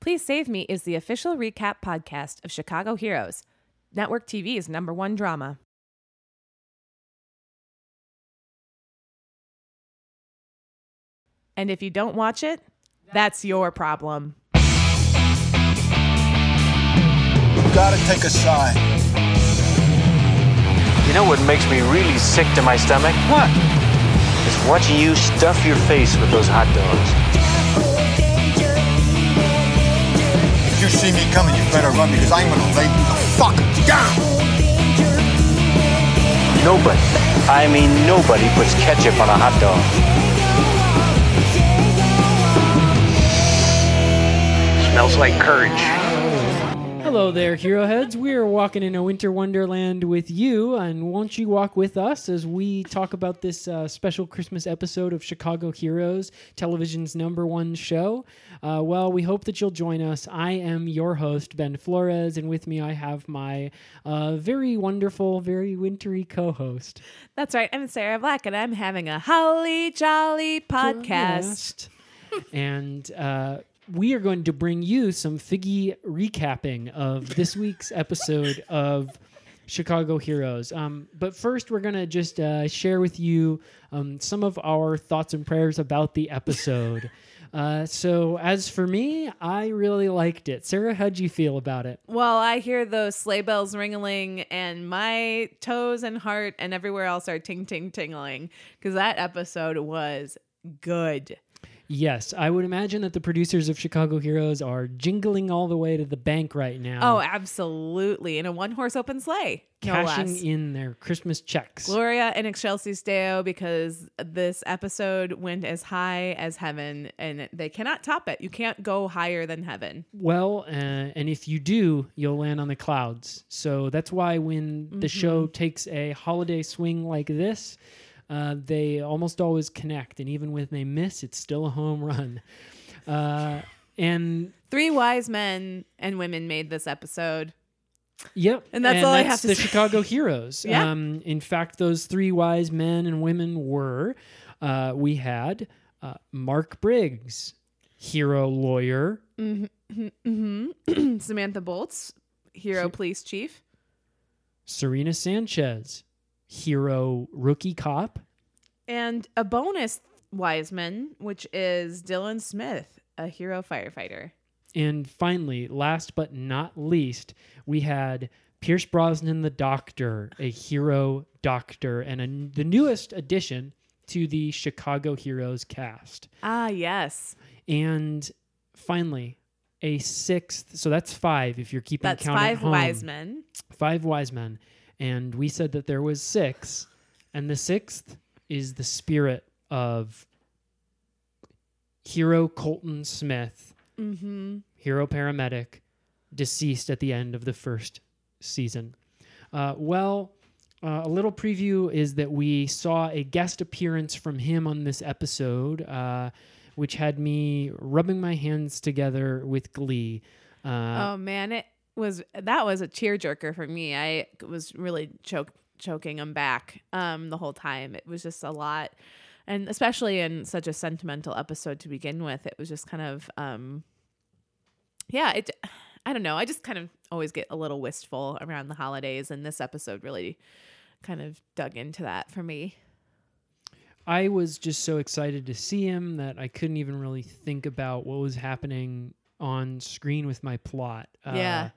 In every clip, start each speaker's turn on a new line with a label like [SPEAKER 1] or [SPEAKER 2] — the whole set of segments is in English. [SPEAKER 1] Please Save Me is the official recap podcast of Chicago Heroes, network TV's number one drama. And if you don't watch it, that's your problem.
[SPEAKER 2] gotta take a side.
[SPEAKER 3] You know what makes me really sick to my stomach? What? Is watching you stuff your face with those hot dogs.
[SPEAKER 2] If you see me coming, you better run because I'm gonna lay you the fuck down.
[SPEAKER 3] Nobody, I mean nobody, puts ketchup on a hot dog. Smells like courage.
[SPEAKER 4] Hello there, hero heads. We are walking in a winter wonderland with you, and won't you walk with us as we talk about this uh, special Christmas episode of Chicago Heroes, television's number one show? Uh, well, we hope that you'll join us. I am your host, Ben Flores, and with me I have my uh, very wonderful, very wintry co-host
[SPEAKER 1] That's right. I'm Sarah Black, and I'm having a holly jolly podcast.
[SPEAKER 4] Podcast. and uh, we are going to bring you some figgy recapping of this week's episode of Chicago Heroes. Um, but first, we're going to just uh, share with you um, some of our thoughts and prayers about the episode. uh, so, as for me, I really liked it. Sarah, how'd you feel about it?
[SPEAKER 1] Well, I hear those sleigh bells ringling, and my toes and heart and everywhere else are ting ting tingling because that episode was good.
[SPEAKER 4] Yes, I would imagine that the producers of Chicago Heroes are jingling all the way to the bank right now.
[SPEAKER 1] Oh, absolutely! In a one horse open sleigh, no
[SPEAKER 4] Um, Cashing
[SPEAKER 1] less.
[SPEAKER 4] in their Christmas checks.
[SPEAKER 1] Gloria and Excelsis Deo because this episode went as high as heaven, and they cannot top it. You can't go higher than heaven.
[SPEAKER 4] Well, uh, and if you do, you'll land on the clouds. So that's why when
[SPEAKER 1] Mm-hmm.
[SPEAKER 4] the show takes a holiday swing like this, uh, they almost always connect. And even when they miss, it's still a home run. Uh, and
[SPEAKER 1] Three wise men and women made this episode.
[SPEAKER 4] Yep.
[SPEAKER 1] And that's all I have to
[SPEAKER 4] the
[SPEAKER 1] say.
[SPEAKER 4] Chicago Heroes.
[SPEAKER 1] Yeah.
[SPEAKER 4] Um, in fact, those three wise men and women were uh, we had uh, Mark Briggs, hero lawyer,
[SPEAKER 1] Mm-hmm. Samantha Bolts, hero police chief.
[SPEAKER 4] Serena Sanchez, hero rookie cop.
[SPEAKER 1] And a bonus Wiseman, which is Dylan Smith, a hero firefighter.
[SPEAKER 4] And finally, last but not least, we had Pierce Brosnan, the Doctor, a hero doctor, and a, the newest addition to the Chicago Heroes cast.
[SPEAKER 1] Ah, yes.
[SPEAKER 4] And finally, a sixth. So that's five if you're keeping
[SPEAKER 1] That's
[SPEAKER 4] count.
[SPEAKER 1] five
[SPEAKER 4] at home.
[SPEAKER 1] wise men.
[SPEAKER 4] Five wise men. And we said that there was six, and the sixth is the spirit of hero Colton Smith,
[SPEAKER 1] Mm-hmm.
[SPEAKER 4] hero paramedic, deceased at the end of the first season. Uh, well, uh, a little preview is that we saw a guest appearance from him on this episode, uh, which had me rubbing my hands together with glee. Uh,
[SPEAKER 1] oh man, it was that was a tearjerker for me. I was really choke choking him back um the whole time. It was just a lot. And especially in such a sentimental episode to begin with, it was just kind of um yeah, it I don't know. I just kind of always get a little wistful around the holidays and this episode really kind of dug into that for me.
[SPEAKER 4] I was just so excited to see him that I couldn't even really think about what was happening on screen with my plot. Uh,
[SPEAKER 1] Yeah.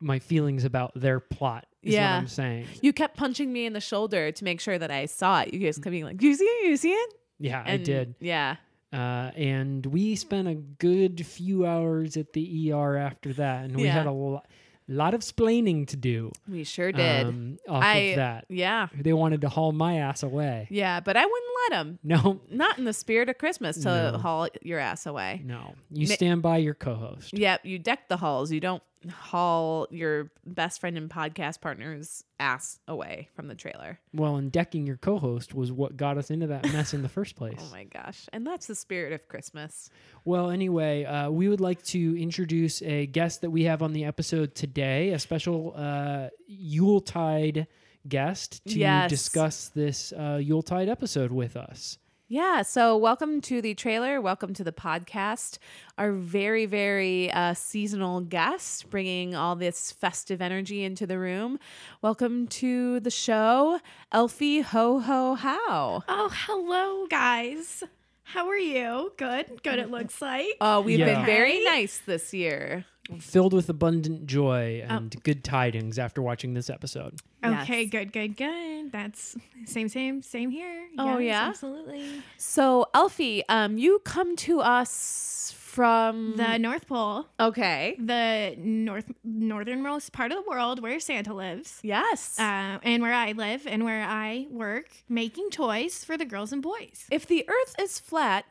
[SPEAKER 4] My feelings about their plot is
[SPEAKER 1] Yeah.
[SPEAKER 4] what I'm saying.
[SPEAKER 1] You kept punching me in the shoulder to make sure that I saw it. You guys kept being like, "Do you see it? You see it?"
[SPEAKER 4] Yeah, I
[SPEAKER 1] And
[SPEAKER 4] did.
[SPEAKER 1] Yeah.
[SPEAKER 4] Uh, and we spent a good few hours at the ER after that, and we
[SPEAKER 1] Yeah.
[SPEAKER 4] had a lo- lot of splaining to do.
[SPEAKER 1] We sure did.
[SPEAKER 4] Um, off
[SPEAKER 1] I-
[SPEAKER 4] of that,
[SPEAKER 1] yeah.
[SPEAKER 4] they wanted to haul my ass away.
[SPEAKER 1] Yeah, but I wouldn't let him.
[SPEAKER 4] No,
[SPEAKER 1] Not in the spirit of Christmas to
[SPEAKER 4] No.
[SPEAKER 1] haul your ass away.
[SPEAKER 4] no, you
[SPEAKER 1] Ma-
[SPEAKER 4] stand by your co-host.
[SPEAKER 1] Yep, you deck the halls. You don't haul your best friend and podcast partner's ass away from the trailer.
[SPEAKER 4] Well, and decking your co-host was what got us into that mess in the first place.
[SPEAKER 1] Oh my gosh. And that's the spirit of Christmas.
[SPEAKER 4] Well, anyway, uh, we would like to introduce a guest that we have on the episode today, a special uh, Yuletide guest to
[SPEAKER 1] Yes.
[SPEAKER 4] discuss this uh, Yuletide episode with us.
[SPEAKER 1] Yeah, so welcome to the trailer. Welcome to the podcast. Our very, very uh, seasonal guest bringing all this festive energy into the room. Welcome to the show, Elfie Ho Ho How.
[SPEAKER 5] Oh, hello, guys. How are you? Good. Good, it looks like.
[SPEAKER 1] Oh, we've
[SPEAKER 4] Yeah.
[SPEAKER 1] been very
[SPEAKER 5] Okay.
[SPEAKER 1] nice this year.
[SPEAKER 4] Filled with abundant joy
[SPEAKER 1] Oh.
[SPEAKER 4] and good tidings after watching this episode.
[SPEAKER 5] okay,
[SPEAKER 1] yes.
[SPEAKER 5] good, good, good. That's same, same, same here.
[SPEAKER 1] Oh,
[SPEAKER 5] Yes,
[SPEAKER 1] yeah?
[SPEAKER 5] Absolutely.
[SPEAKER 1] So, Elfie, um, you come to us from
[SPEAKER 5] The North Pole,
[SPEAKER 1] okay,
[SPEAKER 5] the north northernmost part of the world where Santa lives.
[SPEAKER 1] yes.
[SPEAKER 5] Uh, and where I live and where I work, making toys for the girls and boys
[SPEAKER 1] if the Earth is flat,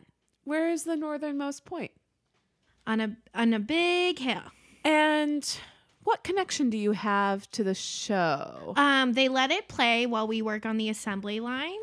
[SPEAKER 1] where is the northernmost point?
[SPEAKER 5] on a on a big hill.
[SPEAKER 1] And what connection do you have to the show?
[SPEAKER 5] Um, they let it play while we work on the assembly line.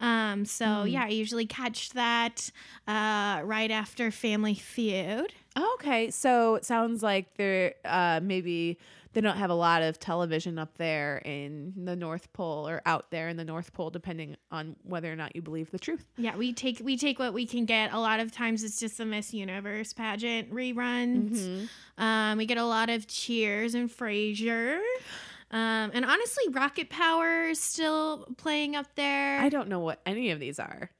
[SPEAKER 5] Um, so
[SPEAKER 4] Hmm.
[SPEAKER 5] yeah, I usually catch that uh, right after Family Feud.
[SPEAKER 1] Uh, Okay, so it sounds like they're uh, maybe they don't have a lot of television up there in the North Pole or out there in the North Pole, depending on whether or not you believe the truth.
[SPEAKER 5] Yeah, we take we take what we can get. A lot of times it's just the Miss Universe pageant reruns.
[SPEAKER 4] Mm-hmm.
[SPEAKER 5] Um, we get a lot of Cheers and Frasier. Um, and honestly, Rocket Power is still playing up there.
[SPEAKER 1] I don't know what any of these are.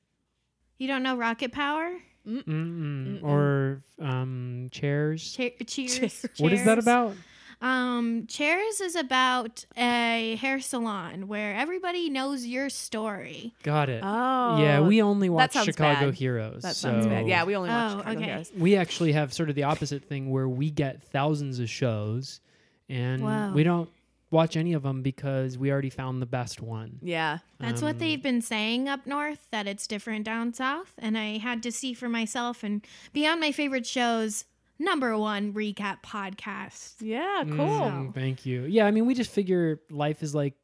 [SPEAKER 5] you don't know Rocket Power?
[SPEAKER 4] Mm-mm. Or um, chairs.
[SPEAKER 5] Che- cheers, cheers.
[SPEAKER 4] What is that about?
[SPEAKER 5] Um, Chairs is about a hair salon where everybody knows your story.
[SPEAKER 4] Got it.
[SPEAKER 1] Oh,
[SPEAKER 4] yeah, we only watch
[SPEAKER 1] sounds
[SPEAKER 4] Chicago
[SPEAKER 1] bad.
[SPEAKER 4] Heroes.
[SPEAKER 1] That sounds
[SPEAKER 4] so
[SPEAKER 1] bad. Yeah, we only watch
[SPEAKER 5] Oh,
[SPEAKER 1] Chicago
[SPEAKER 5] okay.
[SPEAKER 1] Heroes.
[SPEAKER 4] we actually have sort of the opposite thing where we get thousands of shows and
[SPEAKER 5] Wow.
[SPEAKER 4] we don't watch any of them because we already found the best one.
[SPEAKER 1] Yeah.
[SPEAKER 5] That's what
[SPEAKER 4] Um,
[SPEAKER 5] they've been saying up north that it's different down south, and I had to see for myself and beyond my favorite shows. Number one recap podcast.
[SPEAKER 1] Yeah, Ah, cool.
[SPEAKER 4] Mm, thank you. Yeah, I mean, we just figure life is like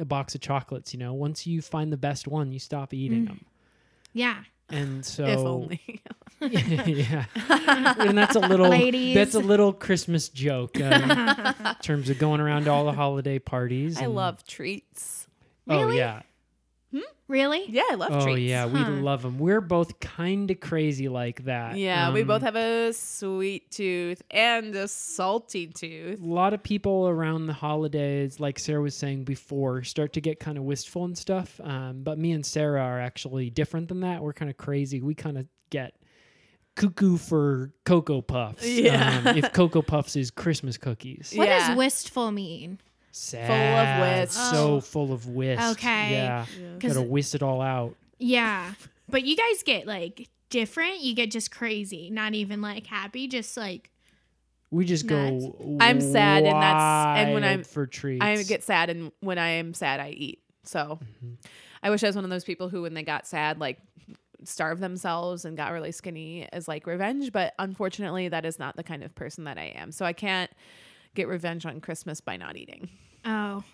[SPEAKER 4] a box of chocolates, you know? Once you find the best one, you stop eating them.
[SPEAKER 5] Yeah,
[SPEAKER 4] And so
[SPEAKER 1] Mm. If only.
[SPEAKER 4] yeah. and that's a little
[SPEAKER 5] Ladies.
[SPEAKER 4] that's a little Christmas joke um, in terms of going around to all the holiday parties.
[SPEAKER 1] I
[SPEAKER 4] and-
[SPEAKER 1] love treats.
[SPEAKER 4] Oh
[SPEAKER 5] Really?
[SPEAKER 4] yeah.
[SPEAKER 5] really?
[SPEAKER 1] Yeah, I love
[SPEAKER 4] Oh
[SPEAKER 1] treats.
[SPEAKER 4] yeah, we
[SPEAKER 5] huh.
[SPEAKER 4] love them. We're both kind of crazy like that.
[SPEAKER 1] Yeah, we
[SPEAKER 4] Um,
[SPEAKER 1] both have a sweet tooth and a salty tooth.
[SPEAKER 4] a lot of people around the holidays, like Sarah was saying before, start to get kind of wistful and stuff. Um, but me and Sarah are actually different than that. We're kind of crazy. We kind of get cuckoo for Cocoa Puffs.
[SPEAKER 1] Yeah.
[SPEAKER 4] Um, if Cocoa Puffs is Christmas cookies.
[SPEAKER 5] What
[SPEAKER 1] Yeah.
[SPEAKER 5] does wistful mean?
[SPEAKER 4] Sad.
[SPEAKER 1] whisk.
[SPEAKER 4] So full of whisk.
[SPEAKER 5] Okay.
[SPEAKER 4] Yeah. Gotta whisk it all out.
[SPEAKER 5] Yeah, but you guys get like different. You get just crazy, not even like happy, just like
[SPEAKER 4] We just
[SPEAKER 5] Nuts.
[SPEAKER 4] go.
[SPEAKER 1] I'm sad and that's- and when
[SPEAKER 4] wild
[SPEAKER 1] I'm-
[SPEAKER 4] for treats.
[SPEAKER 1] I get sad, and when I am sad, I eat. So
[SPEAKER 4] Mm-hmm.
[SPEAKER 1] I wish I was one of those people who, when they got sad, like starved themselves and got really skinny as like revenge. But unfortunately, that is not the kind of person that I am. So I can't get revenge on Christmas by not eating.
[SPEAKER 5] oh.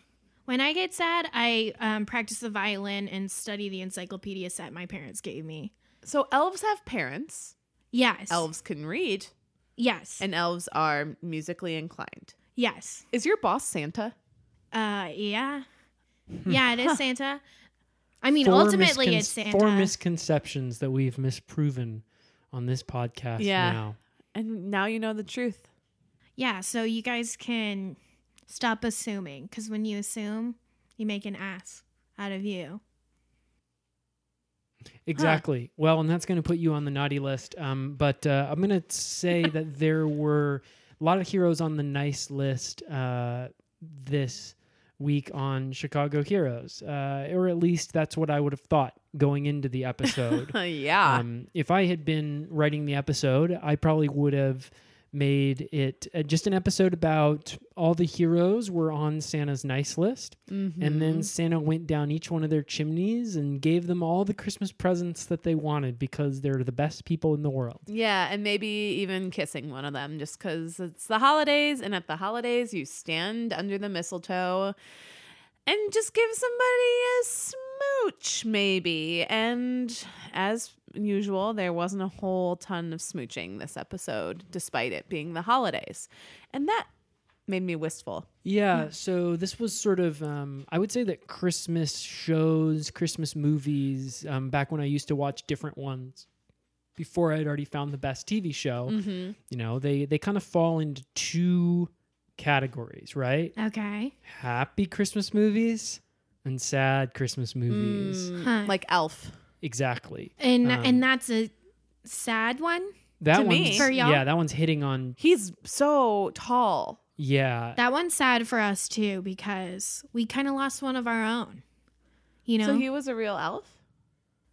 [SPEAKER 5] When I get sad, I um, practice the violin and study the encyclopedia set my parents gave me.
[SPEAKER 1] So elves have parents,
[SPEAKER 5] Yes.
[SPEAKER 1] elves can read,
[SPEAKER 5] Yes.
[SPEAKER 1] Oh. and elves are musically inclined.
[SPEAKER 5] yes.
[SPEAKER 1] Is your boss Santa?
[SPEAKER 5] Uh, yeah,
[SPEAKER 1] Hmm.
[SPEAKER 5] yeah, it is Santa. I mean,
[SPEAKER 4] Four
[SPEAKER 5] ultimately,
[SPEAKER 4] miscon-
[SPEAKER 5] it's Santa.
[SPEAKER 4] Four misconceptions that we've misproven on this podcast
[SPEAKER 1] Yeah.
[SPEAKER 4] now.
[SPEAKER 1] And now you know the truth.
[SPEAKER 5] yeah, so you guys can stop assuming because when you assume, you make an ass out of you.
[SPEAKER 4] Exactly. Well, and that's going to put you on the naughty list. Um, but uh, I'm going to say that there were a lot of heroes on the nice list uh, this week on Chicago Heroes, uh, or at least that's what I would have thought going into the episode.
[SPEAKER 1] yeah.
[SPEAKER 4] um, if I had been writing the episode, I probably would have made it uh, just an episode about all the heroes were on Santa's nice list. And then Santa went down each one of their chimneys and gave them all the Christmas presents that they wanted because they're the best people in the world.
[SPEAKER 1] Yeah, and maybe even kissing one of them just because it's the holidays, and at the holidays, you stand under the mistletoe and just give somebody a smooch, maybe. And as usual, there wasn't a whole ton of smooching this episode, despite it being the holidays. And that made me wistful.
[SPEAKER 4] Yeah, so this was sort of, um, I would say that Christmas shows, Christmas movies, um, back when I used to watch different ones before I had already found the best TV show,
[SPEAKER 1] Mm-hmm.
[SPEAKER 4] you know, they, they kind of fall into two categories, right?
[SPEAKER 5] Okay.
[SPEAKER 4] Happy Christmas movies and sad Christmas movies.
[SPEAKER 5] Huh.
[SPEAKER 1] Hmm. Like Elf.
[SPEAKER 4] Exactly.
[SPEAKER 5] and
[SPEAKER 4] um,
[SPEAKER 5] and that's a sad one.
[SPEAKER 4] That
[SPEAKER 1] To me.
[SPEAKER 4] one's,
[SPEAKER 5] For y'all?
[SPEAKER 4] yeah, that one's hitting on,
[SPEAKER 1] He's so tall.
[SPEAKER 4] yeah,
[SPEAKER 5] That one's sad for us too because we kind of lost one of our own. You know.
[SPEAKER 1] So he was a real elf?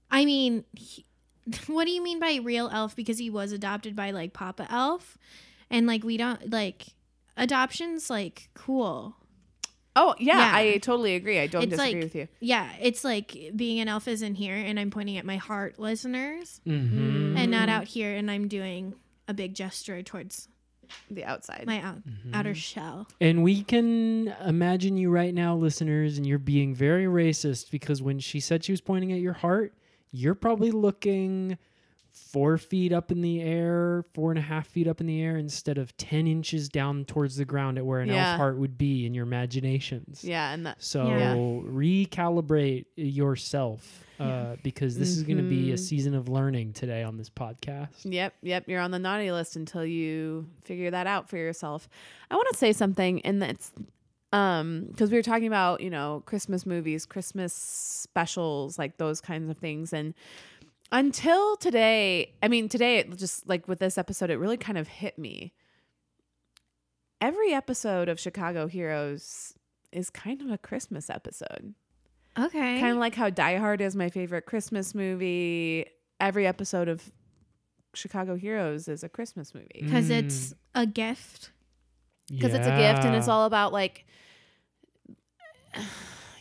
[SPEAKER 5] I mean, he, what do you mean by real elf? Because he was adopted by like Papa Elf, and like we don't like adoptions. Like cool.
[SPEAKER 1] Oh, yeah,
[SPEAKER 5] Yeah.
[SPEAKER 1] I totally agree. I don't
[SPEAKER 5] It's
[SPEAKER 1] disagree
[SPEAKER 5] like-
[SPEAKER 1] with you.
[SPEAKER 5] Yeah, it's like being an elf isn't here, and I'm pointing at my heart listeners,
[SPEAKER 4] mhm.
[SPEAKER 1] Mm-hmm.
[SPEAKER 5] and not out here, and I'm doing a big gesture towards
[SPEAKER 1] The outside.
[SPEAKER 5] my out, outer shell.
[SPEAKER 4] And we can imagine you right now, listeners, and you're being very racist because when she said she was pointing at your heart, you're probably looking four feet up in the air, four and a half feet up in the air, instead of 10 inches down towards the ground at where an
[SPEAKER 1] Yeah.
[SPEAKER 4] elf heart would be in your imaginations.
[SPEAKER 1] yeah, and that
[SPEAKER 4] So
[SPEAKER 5] Yeah.
[SPEAKER 4] recalibrate yourself uh, because this is going to be a
[SPEAKER 1] Mm-hmm.
[SPEAKER 4] season of learning today on this podcast.
[SPEAKER 1] Yep, yep. You're on the naughty list until you figure that out for yourself. I want to say something, and that's um because we were talking about you know Christmas movies, Christmas specials, like those kinds of things, and until today, I mean today, it just like with this episode, it really kind of hit me. Every episode of Chicago Heroes is kind of a Christmas episode
[SPEAKER 5] Okay.
[SPEAKER 1] kind of like how Die Hard is my favorite Christmas movie. Every episode of Chicago Heroes is a Christmas movie
[SPEAKER 4] Mm,
[SPEAKER 5] because it's a gift.
[SPEAKER 1] because it's a gift and it's
[SPEAKER 4] Yeah.
[SPEAKER 1] all about like,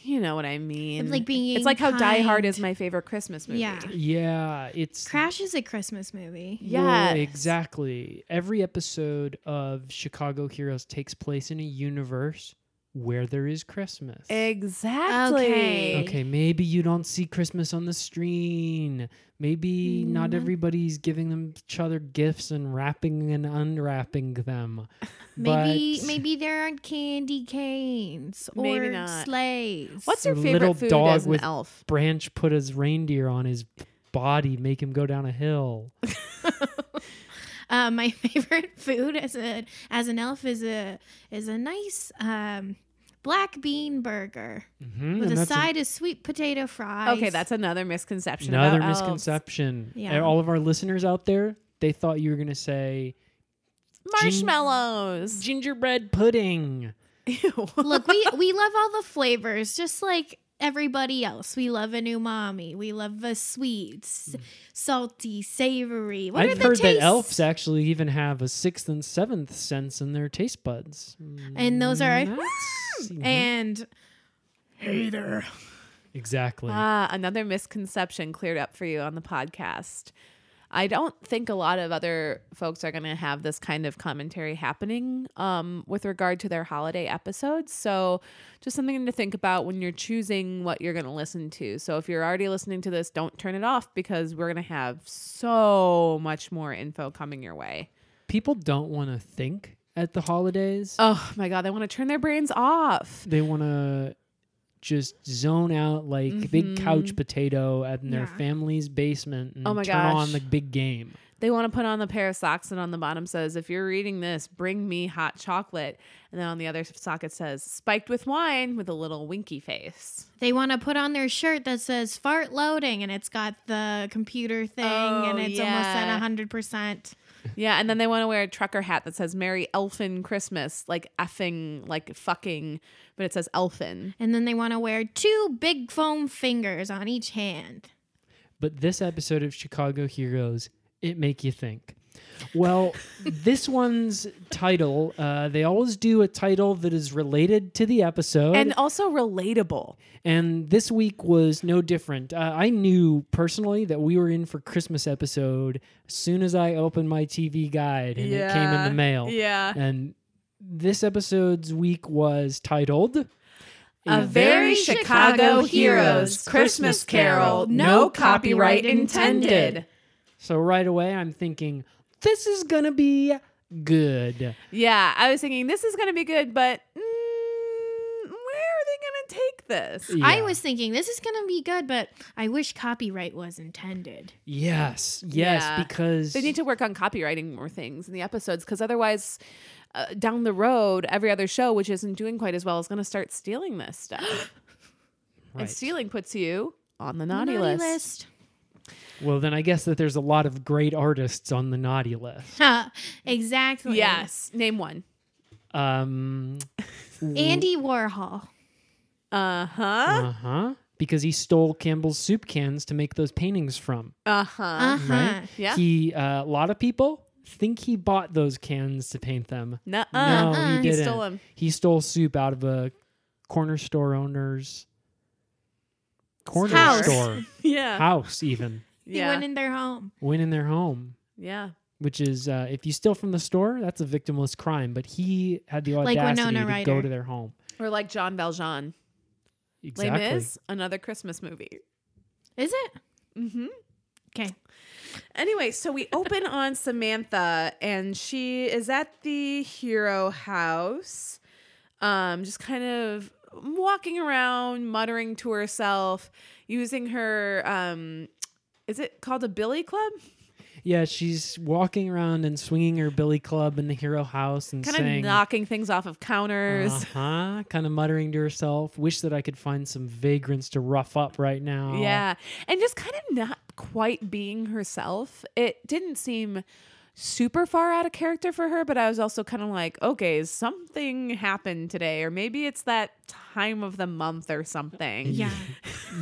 [SPEAKER 1] you know what I mean?
[SPEAKER 5] Like being
[SPEAKER 1] It's like how Die Hard
[SPEAKER 5] kind.
[SPEAKER 1] is my favorite Christmas movie.
[SPEAKER 5] Yeah.
[SPEAKER 4] Yeah, it's
[SPEAKER 5] Crash is a Christmas movie.
[SPEAKER 1] Yes.
[SPEAKER 4] exactly. Every episode of Chicago Heroes takes place in a universe where there is Christmas.
[SPEAKER 1] Exactly.
[SPEAKER 5] Okay.
[SPEAKER 4] Okay, maybe you don't see Christmas on the screen. Maybe not everybody's giving them each other gifts and wrapping and unwrapping them.
[SPEAKER 5] Maybe
[SPEAKER 4] But
[SPEAKER 5] maybe there aren't candy canes or
[SPEAKER 1] Maybe not.
[SPEAKER 5] sleighs.
[SPEAKER 1] What's your
[SPEAKER 4] The
[SPEAKER 1] favorite
[SPEAKER 4] little
[SPEAKER 1] food
[SPEAKER 4] dog
[SPEAKER 1] as an
[SPEAKER 4] with-
[SPEAKER 1] elf?
[SPEAKER 4] Branch put his reindeer on his body, make him go down a hill.
[SPEAKER 5] uh, my favorite food as a as an elf is a is a nice um, black bean burger
[SPEAKER 4] Mhm,
[SPEAKER 5] with
[SPEAKER 4] and
[SPEAKER 5] a
[SPEAKER 4] that's
[SPEAKER 5] side of sweet potato fries.
[SPEAKER 1] Okay, that's another misconception.
[SPEAKER 4] Another
[SPEAKER 1] about elves.
[SPEAKER 4] misconception.
[SPEAKER 5] Yeah.
[SPEAKER 4] All of our listeners out there, they thought you were going to say
[SPEAKER 1] Marshmallows.
[SPEAKER 4] gingerbread pudding.
[SPEAKER 1] Ew.
[SPEAKER 5] Look, we we love all the flavors, just like everybody else. We love an umami. We love the sweets, salty, savory. What are
[SPEAKER 4] I've
[SPEAKER 5] the
[SPEAKER 4] heard that
[SPEAKER 5] tastes?
[SPEAKER 4] elves actually even have a sixth and seventh sense in their taste buds.
[SPEAKER 5] and those are ah,
[SPEAKER 4] That's-
[SPEAKER 5] and hater.
[SPEAKER 4] exactly.
[SPEAKER 5] Uh,
[SPEAKER 1] Ah, another misconception cleared up for you on the podcast. I don't think a lot of other folks are going to have this kind of commentary happening um, with regard to their holiday episodes. So, just something to think about when you're choosing what you're going to listen to. So, if you're already listening to this, don't turn it off because we're going to have so much more info coming your way.
[SPEAKER 4] People don't want to think at the holidays.
[SPEAKER 1] Oh my God, they want to turn their brains off.
[SPEAKER 4] they want to just zone out like a big couch potato at in their
[SPEAKER 5] Mm-hmm. Yeah.
[SPEAKER 4] family's basement and
[SPEAKER 1] Oh my
[SPEAKER 4] turn on
[SPEAKER 1] gosh.
[SPEAKER 4] the big game.
[SPEAKER 1] They want to put on the pair of socks, and on the bottom says, "If you're reading this, bring me hot chocolate." And then on the other sock it says, "Spiked with wine," with a little winky face.
[SPEAKER 5] They want to put on their shirt that says fart loading and it's got the computer thing
[SPEAKER 1] Oh,
[SPEAKER 5] and it's
[SPEAKER 1] yeah.
[SPEAKER 5] almost at 100%.
[SPEAKER 1] Yeah, and then they want to wear a trucker hat that says "Merry Elfin Christmas," like effing, like fucking, but it says Elfin.
[SPEAKER 5] And then they want to wear two big foam fingers on each hand.
[SPEAKER 4] but this episode of Chicago Heroes, it make you think. Well, this one's title, uh, they always do a title that is related to the episode.
[SPEAKER 1] And also relatable.
[SPEAKER 4] And this week was no different. Uh, I knew personally that we were in for Christmas episode as soon as I opened my TV guide and it came in
[SPEAKER 1] Yeah.
[SPEAKER 4] the mail.
[SPEAKER 1] Yeah.
[SPEAKER 4] And this episode's week was titled
[SPEAKER 1] A very Chicago Heroes Christmas Carol, no copyright intended.
[SPEAKER 4] So right away, I'm thinking, this is going to be good.
[SPEAKER 1] Yeah, I was thinking this is going to be good, but mm, where are they going to take this?
[SPEAKER 5] I
[SPEAKER 4] Yeah.
[SPEAKER 5] was thinking this is gonna be good, but I wish copyright was intended.
[SPEAKER 4] Yes, yes,
[SPEAKER 1] Yeah.
[SPEAKER 4] because
[SPEAKER 1] They need to work on copywriting more things in the episodes because otherwise, uh, down the road, every other show which isn't doing quite as well is going to start stealing this stuff.
[SPEAKER 4] right.
[SPEAKER 1] And stealing puts you on the naughty, list.
[SPEAKER 4] Well, then I guess that there's a lot of great artists on the naughty list.
[SPEAKER 5] Huh, exactly.
[SPEAKER 1] Yes, name one.
[SPEAKER 4] Um,
[SPEAKER 5] Andy Warhol.
[SPEAKER 1] Uh huh.
[SPEAKER 4] uh huh. Because he stole Campbell's soup cans to make those paintings from.
[SPEAKER 1] Uh huh.
[SPEAKER 5] Uh huh.
[SPEAKER 4] Right?
[SPEAKER 1] Yeah.
[SPEAKER 4] He uh, a lot of people think he bought those cans to paint them.
[SPEAKER 1] Nuh
[SPEAKER 4] No,
[SPEAKER 1] uh.
[SPEAKER 5] Uh-uh.
[SPEAKER 4] he
[SPEAKER 5] He
[SPEAKER 4] didn't.
[SPEAKER 1] stole 'em.
[SPEAKER 4] He stole soup out of a corner store owner's corner
[SPEAKER 5] House.
[SPEAKER 4] store
[SPEAKER 1] Yeah.
[SPEAKER 4] house. Even
[SPEAKER 5] He
[SPEAKER 1] yeah.
[SPEAKER 5] went in their home.
[SPEAKER 4] went in their home,
[SPEAKER 1] yeah.
[SPEAKER 4] which is uh, if you steal from the store, that's a victimless crime. But he had the
[SPEAKER 5] Like
[SPEAKER 4] audacity
[SPEAKER 5] Winona
[SPEAKER 4] to go
[SPEAKER 5] Ryder.
[SPEAKER 4] to their home.
[SPEAKER 1] Or like John Valjean. Les
[SPEAKER 4] Exactly.
[SPEAKER 1] Mis, another Christmas movie.
[SPEAKER 5] Is it?
[SPEAKER 1] hmm
[SPEAKER 5] Okay.
[SPEAKER 1] Anyway, so we open on Samantha, and she is at the hero house, um, just kind of walking around, muttering to herself, using her. Um, is it called a billy club?
[SPEAKER 4] Yeah, she's walking around and swinging her billy club in the hero house and
[SPEAKER 1] Kind
[SPEAKER 4] saying,
[SPEAKER 1] of knocking things off of counters.
[SPEAKER 4] uh-huh, kind of muttering to herself, "Wish that I could find some vagrants to rough up right now."
[SPEAKER 1] Yeah. And just kind of not quite being herself. It didn't seem super far out of character for her, but I was also kind of like, okay, something happened today, or maybe it's that time of the month or something.
[SPEAKER 5] Yeah.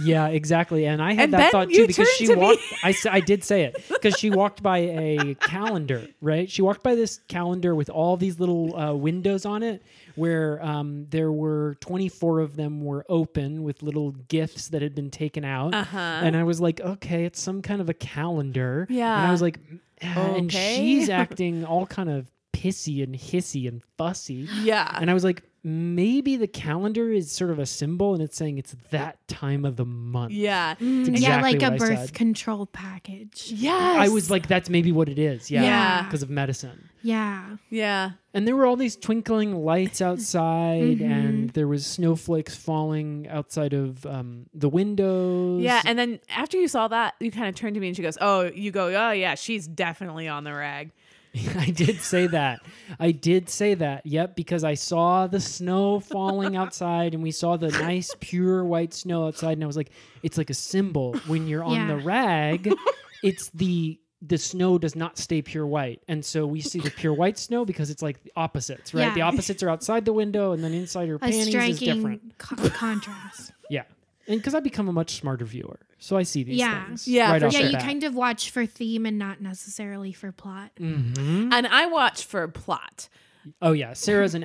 [SPEAKER 4] Yeah, exactly. And I had
[SPEAKER 1] And
[SPEAKER 4] that
[SPEAKER 1] Ben,
[SPEAKER 4] thought
[SPEAKER 1] you
[SPEAKER 4] too because
[SPEAKER 1] turned
[SPEAKER 4] she
[SPEAKER 1] to me.
[SPEAKER 4] walked. I, s- I did say it because she walked by a calendar, right? She walked by this calendar with all these little uh, windows on it, where um, there were twenty four of them were open with little gifts that had been taken out.
[SPEAKER 1] Uh-huh.
[SPEAKER 4] And I was like, okay, it's some kind of a calendar. And I
[SPEAKER 1] Yeah.
[SPEAKER 4] was like, "Ah," and
[SPEAKER 1] Okay.
[SPEAKER 4] she's acting all kind of pissy and hissy and fussy.
[SPEAKER 1] Yeah.
[SPEAKER 4] And I was like, maybe the calendar is sort of a symbol and it's saying it's that time of the month.
[SPEAKER 1] yeah.
[SPEAKER 4] Mm.
[SPEAKER 5] yeah,
[SPEAKER 4] exactly
[SPEAKER 5] like a
[SPEAKER 4] what I
[SPEAKER 5] birth
[SPEAKER 4] said.
[SPEAKER 5] control package.
[SPEAKER 1] Yes.
[SPEAKER 4] I was like, that's maybe what it is. Yeah.
[SPEAKER 5] Yeah.
[SPEAKER 4] Because of medicine.
[SPEAKER 5] Yeah.
[SPEAKER 1] yeah.
[SPEAKER 4] And there were all these twinkling lights outside,
[SPEAKER 5] Mm-hmm.
[SPEAKER 4] and there was snowflakes falling outside of um, the windows.
[SPEAKER 1] Yeah. And then after you saw that, you kind of turned to me and she goes, Oh, you go, Oh, yeah, she's definitely on the rag.
[SPEAKER 4] I did say that. I did say that. Yep, because I saw the snow falling outside and we saw the nice pure white snow outside and I was like it's like a symbol when you're on the
[SPEAKER 5] Yeah.
[SPEAKER 4] rag, it's the the snow does not stay pure white. And so we see the pure white snow because it's like the opposites, right?
[SPEAKER 5] Yeah.
[SPEAKER 4] The opposites are outside the window and then inside her
[SPEAKER 5] A
[SPEAKER 4] panties is different.
[SPEAKER 5] striking co- contrast.
[SPEAKER 4] Yeah. And because I become a much smarter viewer. So I see these
[SPEAKER 5] Yeah.
[SPEAKER 4] things.
[SPEAKER 1] Yeah,
[SPEAKER 4] right
[SPEAKER 1] for
[SPEAKER 4] off
[SPEAKER 5] yeah,
[SPEAKER 4] the
[SPEAKER 5] you
[SPEAKER 4] bat.
[SPEAKER 5] kind of watch for theme and not necessarily for plot.
[SPEAKER 4] Mm.
[SPEAKER 1] And I watch for plot.
[SPEAKER 4] Oh yeah, Sarah's an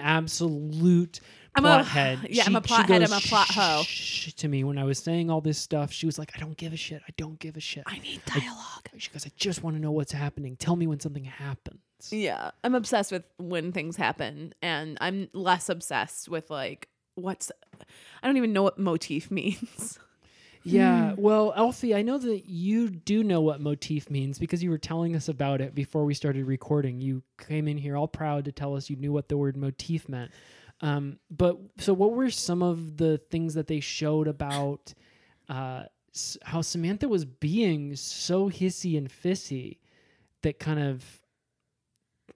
[SPEAKER 4] absolute
[SPEAKER 1] I'm
[SPEAKER 4] plot
[SPEAKER 1] a-
[SPEAKER 4] head.
[SPEAKER 1] yeah, I'm a plot head, I'm a plot hoe.
[SPEAKER 4] "Shh," to me when I was saying all this stuff, she was like, "I don't give a shit. I don't give a shit."
[SPEAKER 1] I need dialogue.
[SPEAKER 4] she goes, "I just want to know what's happening. Tell me when something happens."
[SPEAKER 1] Yeah, I'm obsessed with when things happen, and I'm less obsessed with like what's. I don't even know what motif means.
[SPEAKER 4] Yeah. Well, Elfie, I know that you do know what motif means because you were telling us about it before we started recording. You came in here all proud to tell us you knew what the word motif meant. Um, but so, what were some of the things that they showed about uh, s- how Samantha was being so hissy and fissy that kind of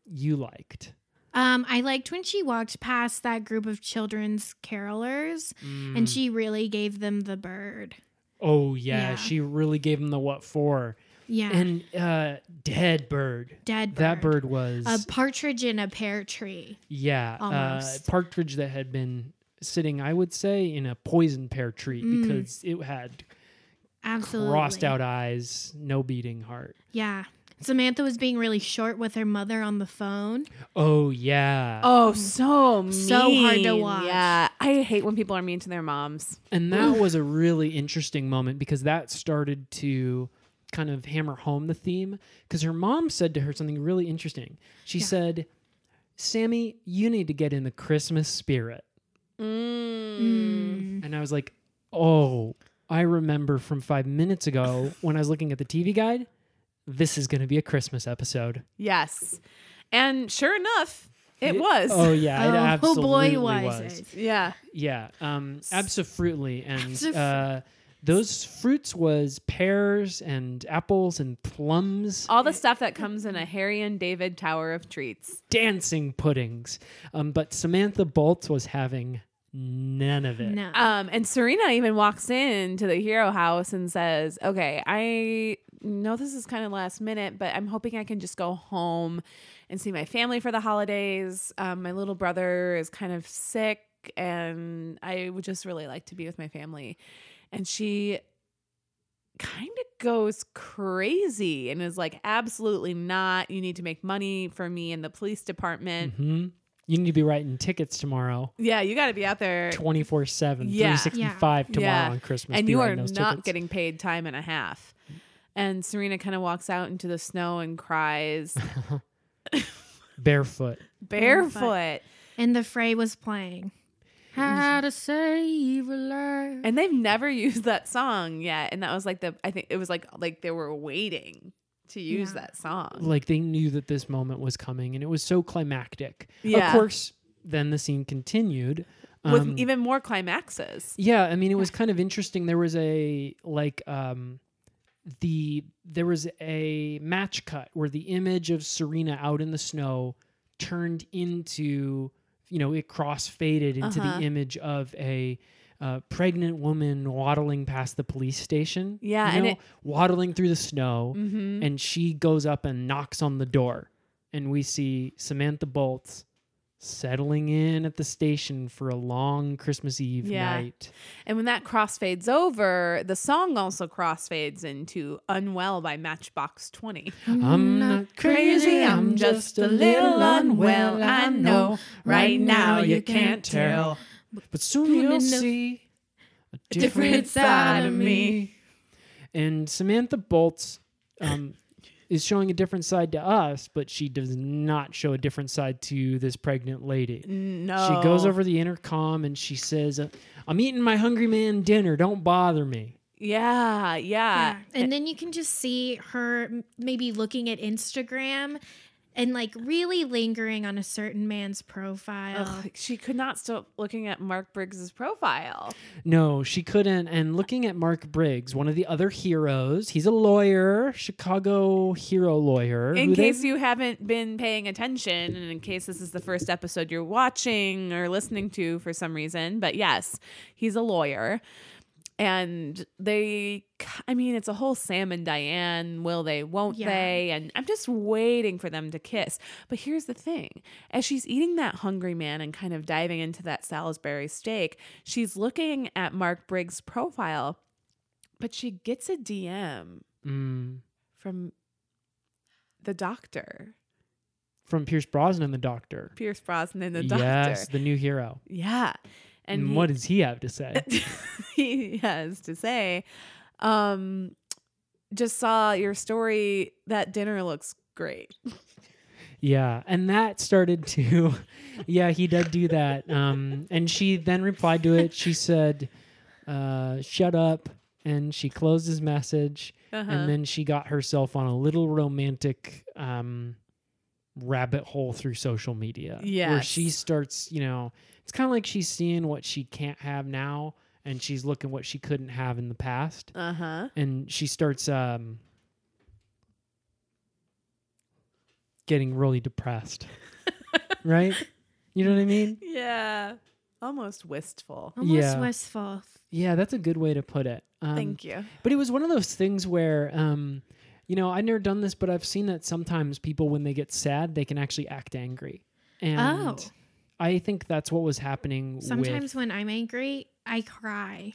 [SPEAKER 4] you liked?
[SPEAKER 5] Um, I liked when she walked past that group of children's carolers and
[SPEAKER 4] Mm.
[SPEAKER 5] she really gave them the bird.
[SPEAKER 4] Oh, yeah,
[SPEAKER 5] Yeah.
[SPEAKER 4] She really gave him the what for.
[SPEAKER 5] Yeah.
[SPEAKER 4] And uh, dead bird.
[SPEAKER 5] dead bird.
[SPEAKER 4] That bird was
[SPEAKER 5] A partridge in a pear tree.
[SPEAKER 4] Yeah, uh,
[SPEAKER 5] Almost.
[SPEAKER 4] partridge that had been sitting, I would say, in a poison pear tree because it had
[SPEAKER 5] Mm. Absolutely.
[SPEAKER 4] crossed out eyes, no beating heart.
[SPEAKER 5] Yeah. Samantha was being really short with her mother on the phone.
[SPEAKER 4] Oh yeah,
[SPEAKER 1] Oh, so mean.
[SPEAKER 5] So hard to watch.
[SPEAKER 1] Yeah, I hate when people are mean to their moms.
[SPEAKER 4] and that was a really interesting moment because that started to kind of hammer home the theme because her mom said to her something really interesting. She said, "Sammy, you need to get in the Christmas spirit."
[SPEAKER 5] Mm.
[SPEAKER 4] And I was like, oh, I remember from five minutes ago when I was looking at the TV guide, this is going to be a Christmas episode.
[SPEAKER 1] Yes, And sure enough, it was.
[SPEAKER 4] Oh yeah, it
[SPEAKER 5] oh
[SPEAKER 4] absolutely
[SPEAKER 5] boy, was,
[SPEAKER 4] was.
[SPEAKER 5] it?
[SPEAKER 1] Yeah.
[SPEAKER 4] Yeah, um, absolutely. And
[SPEAKER 5] Abso-
[SPEAKER 4] uh, those fruits was pears and apples and plums,
[SPEAKER 1] All the stuff that comes in a Harry and David Tower of Treats.
[SPEAKER 4] dancing puddings. Um, but Samantha Boltz was having none of it.
[SPEAKER 5] No.
[SPEAKER 1] Um, and Serena even walks in to the hero house and says, Okay, I know this is kind of last minute, but I'm hoping I can just go home and see my family for the holidays. Um, my little brother is kind of sick, and I would just really like to be with my family. And she kind of goes crazy and is like, Absolutely not. You need to make money for me in the police department.
[SPEAKER 4] hmm You need to be writing tickets tomorrow.
[SPEAKER 1] Yeah, you got to be out there.
[SPEAKER 4] 24 7,
[SPEAKER 1] Yeah.
[SPEAKER 4] 365
[SPEAKER 1] Yeah.
[SPEAKER 4] tomorrow
[SPEAKER 1] Yeah.
[SPEAKER 4] on Christmas.
[SPEAKER 1] and
[SPEAKER 4] be
[SPEAKER 1] you are
[SPEAKER 4] writing
[SPEAKER 1] not
[SPEAKER 4] those tickets.
[SPEAKER 1] getting paid time and a half. And Serena kind of walks out into the snow and cries
[SPEAKER 4] barefoot.
[SPEAKER 1] barefoot.
[SPEAKER 5] and the fray was playing. How to save a life.
[SPEAKER 1] And they've never used that song yet. And that was like the I think it was like like they were waiting to use
[SPEAKER 5] Yeah.
[SPEAKER 1] that song.
[SPEAKER 4] Like they knew that this moment was coming and it was so climactic.
[SPEAKER 1] Yeah.
[SPEAKER 4] Of course, then the scene continued.
[SPEAKER 1] With
[SPEAKER 4] Um,
[SPEAKER 1] even more climaxes.
[SPEAKER 4] Yeah, I mean it was kind of interesting. There was a like um the there was a match cut where the image of Serena out in the snow turned into you know it cross faded into
[SPEAKER 1] Uh-huh.
[SPEAKER 4] the image of a uh, pregnant woman waddling past the police station.
[SPEAKER 1] Yeah,
[SPEAKER 4] you
[SPEAKER 1] and
[SPEAKER 4] know,
[SPEAKER 1] it-
[SPEAKER 4] waddling through the snow,
[SPEAKER 1] Mhm.
[SPEAKER 4] and she goes up and knocks on the door, and we see Samantha Bolts settling in at the station for a long Christmas Eve
[SPEAKER 1] Yeah.
[SPEAKER 4] night.
[SPEAKER 1] And when that crossfades over, the song also crossfades into Unwell by Matchbox 20.
[SPEAKER 4] I'm Mm, not crazy, I'm just a little unwell. I know right now you can't tell, but soon you'll see a different side of me. And Samantha Bolts um, is showing a different side to us, but she does not show a different side to this pregnant lady.
[SPEAKER 1] No.
[SPEAKER 4] She goes over the intercom and she says, uh, I'm eating my hungry man dinner. Don't bother me.
[SPEAKER 1] Yeah, yeah.
[SPEAKER 5] Yeah. And then you can just see her m- maybe looking at Instagram and like really lingering on a certain man's profile.
[SPEAKER 1] Ugh, she could not stop looking at Mark Briggs's profile.
[SPEAKER 4] No, she couldn't. And looking at Mark Briggs, one of the other heroes, he's a lawyer, Chicago hero lawyer.
[SPEAKER 1] In
[SPEAKER 4] who they-
[SPEAKER 1] case you haven't been paying attention, and in case this is the first episode you're watching or listening to for some reason, but yes, he's a lawyer. And they, I mean, it's a whole Sam and Diane, will they, won't
[SPEAKER 5] Yeah.
[SPEAKER 1] they? And I'm just waiting for them to kiss. But here's the thing as she's eating that hungry man and kind of diving into that Salisbury steak, she's looking at Mark Briggs' profile, but she gets a DM
[SPEAKER 4] Mm,
[SPEAKER 1] from the doctor,
[SPEAKER 4] from Pierce Brosnan, the doctor.
[SPEAKER 1] Pierce Brosnan, the
[SPEAKER 4] Yes,
[SPEAKER 1] doctor.
[SPEAKER 4] the new hero.
[SPEAKER 1] Yeah.
[SPEAKER 4] And,
[SPEAKER 1] And, he,
[SPEAKER 4] what does he have to say?
[SPEAKER 1] he has to say, um, just saw your story. That dinner looks great.
[SPEAKER 4] yeah. And that started to, yeah, he did do that. Um, and she then replied to it. She said, uh, shut up. And she closed his message.
[SPEAKER 1] Uh-huh.
[SPEAKER 4] and then she got herself on a little romantic um rabbit hole through social media where
[SPEAKER 1] Yes.
[SPEAKER 4] she starts you know it's kind of like she's seeing what she can't have now and she's looking what she couldn't have in the past
[SPEAKER 1] Uh huh.
[SPEAKER 4] and she starts um getting really depressed right you know what i mean
[SPEAKER 1] Yeah. Almost wistful.
[SPEAKER 5] Almost
[SPEAKER 4] yeah.
[SPEAKER 5] wistful.
[SPEAKER 4] yeah that's a good way to put it um,
[SPEAKER 1] Thank you.
[SPEAKER 4] But it was one of those things where, um, you know, I've never done this, but I've seen that sometimes people, when they get sad, they can actually act angry. And
[SPEAKER 5] Oh.
[SPEAKER 4] I think that's what was happening.
[SPEAKER 5] Sometimes
[SPEAKER 4] with,
[SPEAKER 5] when I'm angry, I cry.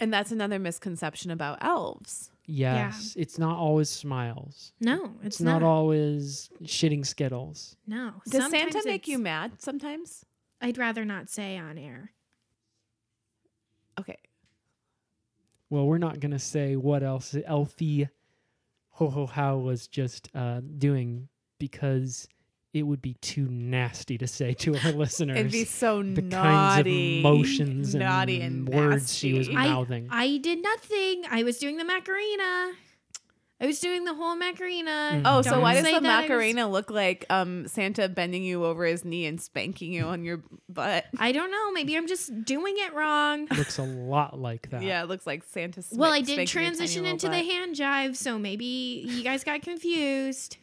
[SPEAKER 1] And that's another misconception about elves.
[SPEAKER 4] yes, it's not always smiles.
[SPEAKER 5] No, it's,
[SPEAKER 4] It's not, always shitting skittles.
[SPEAKER 5] No.
[SPEAKER 1] Does
[SPEAKER 5] Sometimes
[SPEAKER 1] Santa make
[SPEAKER 5] it's-
[SPEAKER 1] you mad sometimes?
[SPEAKER 5] I'd rather not say on air.
[SPEAKER 1] Okay.
[SPEAKER 4] Well, we're not gonna say what else Elfie Ho Ho How was just uh, doing because it would be too nasty to say to our listeners.
[SPEAKER 1] It'd be so
[SPEAKER 4] the kinds of
[SPEAKER 1] naughty.
[SPEAKER 4] emotions and,
[SPEAKER 1] naughty and
[SPEAKER 4] words she was
[SPEAKER 1] nasty.
[SPEAKER 4] mouthing.
[SPEAKER 5] I did nothing. I was doing the Macarena. I was doing the whole Macarena.
[SPEAKER 1] Oh, so
[SPEAKER 5] Don't
[SPEAKER 1] why does
[SPEAKER 5] say
[SPEAKER 1] the
[SPEAKER 5] that I was-
[SPEAKER 1] Macarena look like um, Santa bending you over his knee and spanking you on your butt?
[SPEAKER 5] I don't know. Maybe I'm just doing it wrong.
[SPEAKER 4] Looks a lot like that.
[SPEAKER 1] Yeah, it looks like Santa. Sm-
[SPEAKER 5] Well, I did
[SPEAKER 1] spanking your tiny
[SPEAKER 5] transition
[SPEAKER 1] little
[SPEAKER 5] into the
[SPEAKER 1] butt.
[SPEAKER 5] hand jive, so maybe you guys got confused.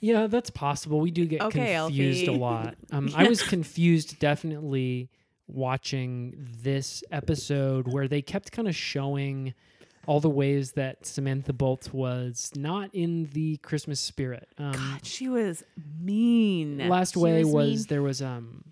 [SPEAKER 4] Yeah, that's possible. We do get
[SPEAKER 1] Okay,
[SPEAKER 4] confused
[SPEAKER 1] Alfie.
[SPEAKER 4] a lot. Um, I was confused definitely watching this episode where they kept kind of showing all the ways that Samantha Bolt was not in the Christmas spirit. Um,
[SPEAKER 1] God, she was mean.
[SPEAKER 4] last
[SPEAKER 5] She
[SPEAKER 4] way
[SPEAKER 5] was
[SPEAKER 4] was,
[SPEAKER 5] mean.
[SPEAKER 4] there was um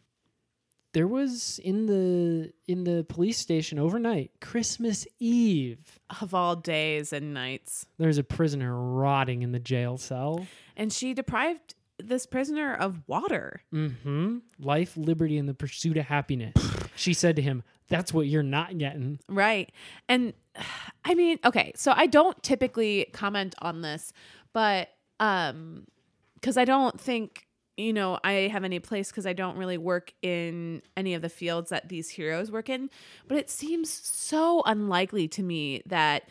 [SPEAKER 4] there was in the in the police station overnight Christmas Eve.
[SPEAKER 1] of all days and nights.
[SPEAKER 4] There's a prisoner rotting in the jail cell.
[SPEAKER 1] And she deprived this prisoner of water.
[SPEAKER 4] Mm-hmm. Life, liberty, and the pursuit of happiness. she said to him, "That's what you're not getting."
[SPEAKER 1] Right. And I mean, okay, so I don't typically comment on this, but um cuz I don't think, you know, I have any place cuz I don't really work in any of the fields that these heroes work in, but it seems so unlikely to me that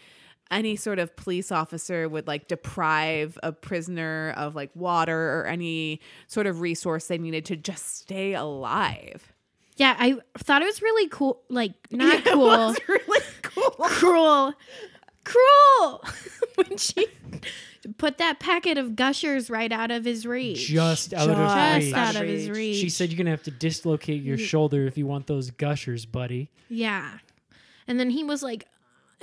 [SPEAKER 1] any sort of police officer would like deprive a prisoner of like water or any sort of resource they needed to just stay alive.
[SPEAKER 5] Yeah, I thought it was really cool. Like, not cool.
[SPEAKER 1] It's really cool.
[SPEAKER 5] cruel. Cruel. when she put that packet of gushers right out of his reach.
[SPEAKER 4] Just out of
[SPEAKER 5] Just
[SPEAKER 4] reach.
[SPEAKER 5] out of his reach.
[SPEAKER 4] She said, "You're gonna have to dislocate your shoulder if you want those gushers, buddy."
[SPEAKER 5] Yeah. And then he was like,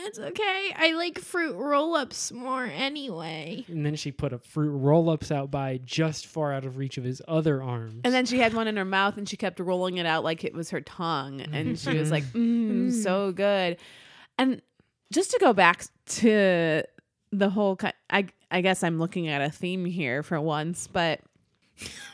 [SPEAKER 5] it's okay. I like fruit roll ups more anyway.
[SPEAKER 4] And then she put a fruit roll-ups out by just far out of reach of his other arms.
[SPEAKER 1] And then she had one in her mouth and she kept rolling it out like it was her tongue. And she was like, mm, so good. And just to go back to the whole, ki- I, I guess I'm looking at a theme here for once, but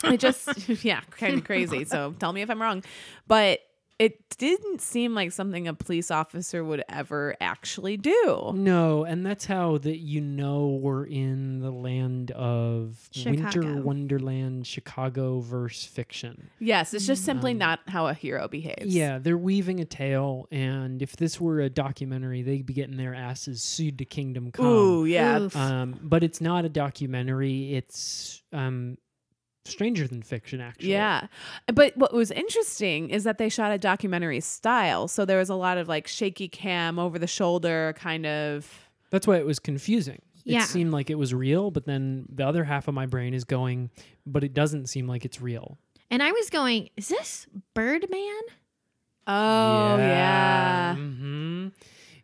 [SPEAKER 1] I just, yeah, kind of crazy. So tell me if I'm wrong. But it didn't seem like something a police officer would ever actually do.
[SPEAKER 4] Oh, No, and that's how that you know we're in the land of
[SPEAKER 5] Chicago.
[SPEAKER 4] Winter Wonderland, Chicago verse fiction.
[SPEAKER 1] Yes, it's just simply not how a hero behaves.
[SPEAKER 4] Yeah, they're weaving a tale, and if this were a documentary, they'd be getting their asses sued to Kingdom Come.
[SPEAKER 1] Ooh, yeah.
[SPEAKER 5] Oof.
[SPEAKER 4] Um, but it's not a documentary. It's um, stranger than fiction, actually.
[SPEAKER 1] Yeah. But what was interesting is that they shot a documentary style. So there was a lot of like shaky cam over the shoulder kind of
[SPEAKER 4] That's why it was confusing.
[SPEAKER 5] Yeah.
[SPEAKER 4] It seemed like it was real, but then the other half of my brain is going, but it doesn't seem like it's real.
[SPEAKER 5] And I was going, is this Birdman?
[SPEAKER 1] Oh yeah.
[SPEAKER 4] hmm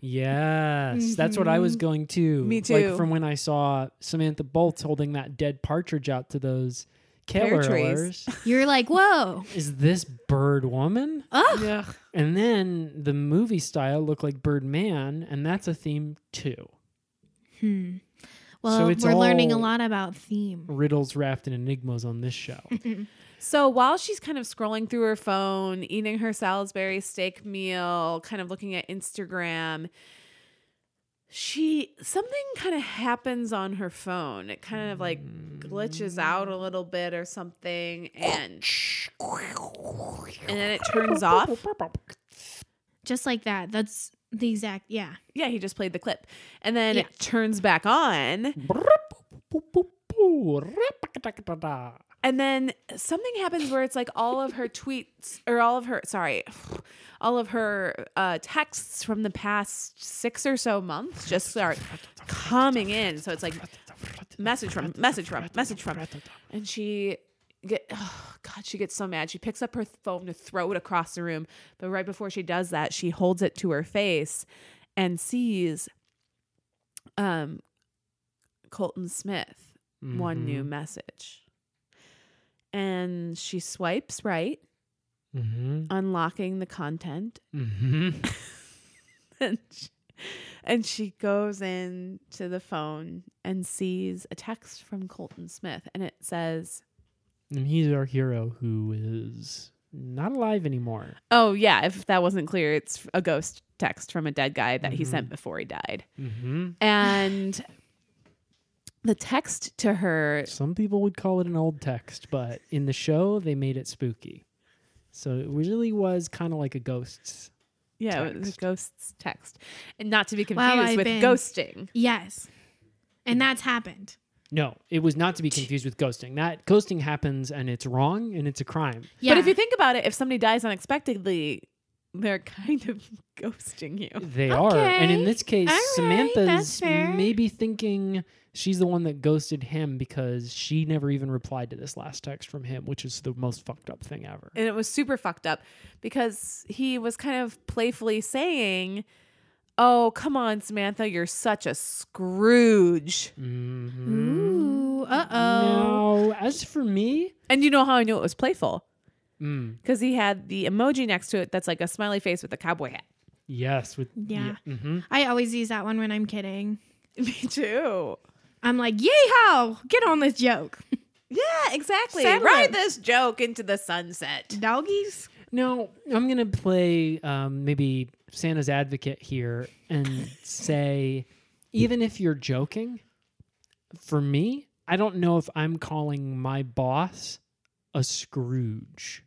[SPEAKER 4] Yes, that's what I was going to.
[SPEAKER 1] Mm-hmm. Me
[SPEAKER 4] Like
[SPEAKER 1] too.
[SPEAKER 4] from when I saw Samantha Bolts holding that dead partridge out to those killer
[SPEAKER 1] trees.
[SPEAKER 4] owlers.
[SPEAKER 5] You're like, whoa.
[SPEAKER 4] Is this Bird Woman?
[SPEAKER 5] Oh,
[SPEAKER 1] Yeah.
[SPEAKER 4] And then the movie style looked like Bird Man, and that's a theme too.
[SPEAKER 5] well,
[SPEAKER 4] So it's
[SPEAKER 5] we're learning a
[SPEAKER 4] all-
[SPEAKER 5] lot about theme.
[SPEAKER 4] Riddles wrapped in enigmas on this show.
[SPEAKER 1] So while she's kind of scrolling through her phone, eating her Salisbury steak meal, kind of looking at Instagram, she something kind of happens on her phone. It kind of like glitches out a little bit or something and and then it turns off.
[SPEAKER 5] Just like that. That's the exact, yeah.
[SPEAKER 1] Yeah, he just played the clip. And then
[SPEAKER 5] Yeah.
[SPEAKER 1] it turns back on. And then something happens where it's like all of her tweets or all of her, sorry, all of her uh, texts from the past six or so months just start coming in. So it's like message from, message from, message from. And she. Get, oh God, she gets so mad. She picks up her phone to throw it across the room. But right before she does that, she holds it to her face and sees um Colton Smith one new message. And she swipes right,
[SPEAKER 4] Mm-hmm.
[SPEAKER 1] unlocking the content,
[SPEAKER 4] Mm-hmm.
[SPEAKER 1] and she, and she goes in to the phone and sees a text from Colton Smith and it says,
[SPEAKER 4] And he's our hero who is not alive anymore.
[SPEAKER 1] "Oh yeah, if that wasn't clear, it's a ghost text from a dead guy that he sent before he died."
[SPEAKER 4] Mm-hmm.
[SPEAKER 1] And the text to her
[SPEAKER 4] Some people would call it an old text, but in the show, they made it spooky. So it really was kind of like a ghost's.
[SPEAKER 1] Yeah, it was
[SPEAKER 4] text.
[SPEAKER 1] ghosts text. And not to be
[SPEAKER 5] Wow,
[SPEAKER 1] confused
[SPEAKER 5] I've
[SPEAKER 1] with
[SPEAKER 5] been-
[SPEAKER 1] ghosting.
[SPEAKER 5] Yes. and that's happened.
[SPEAKER 4] No, it was not to be confused with ghosting. That ghosting happens and it's wrong and it's a crime.
[SPEAKER 5] Yeah,
[SPEAKER 1] But if you think about it, if somebody dies unexpectedly, they're kind of ghosting you.
[SPEAKER 4] They are. And in
[SPEAKER 5] Okay.
[SPEAKER 4] this case,
[SPEAKER 5] All right, that's
[SPEAKER 4] Samantha's
[SPEAKER 5] fair.
[SPEAKER 4] maybe thinking she's the one that ghosted him because she never even replied to this last text from him, which is the most fucked up thing ever.
[SPEAKER 1] And it was super fucked up because he was kind of playfully saying, Oh, come on, Samantha, you're such a Scrooge.
[SPEAKER 5] ooh, uh oh,
[SPEAKER 4] Now, as for me,
[SPEAKER 1] And you know how I knew it was playful?
[SPEAKER 4] mm,
[SPEAKER 1] Because he had the emoji next to it that's like a smiley face with a cowboy hat.
[SPEAKER 4] yes, with
[SPEAKER 5] Yeah.
[SPEAKER 4] hmm
[SPEAKER 5] I always use that one when I'm kidding.
[SPEAKER 1] Me too.
[SPEAKER 5] I'm like, yeehaw, get on this joke,
[SPEAKER 1] Yeah, exactly.
[SPEAKER 5] Settle
[SPEAKER 1] Ride
[SPEAKER 5] it.
[SPEAKER 1] this joke into the sunset.
[SPEAKER 5] doggies.
[SPEAKER 4] Now, I'm going to play um, maybe Santa's advocate here and say, even if you're joking, for me, I don't know if I'm calling my boss a Scrooge.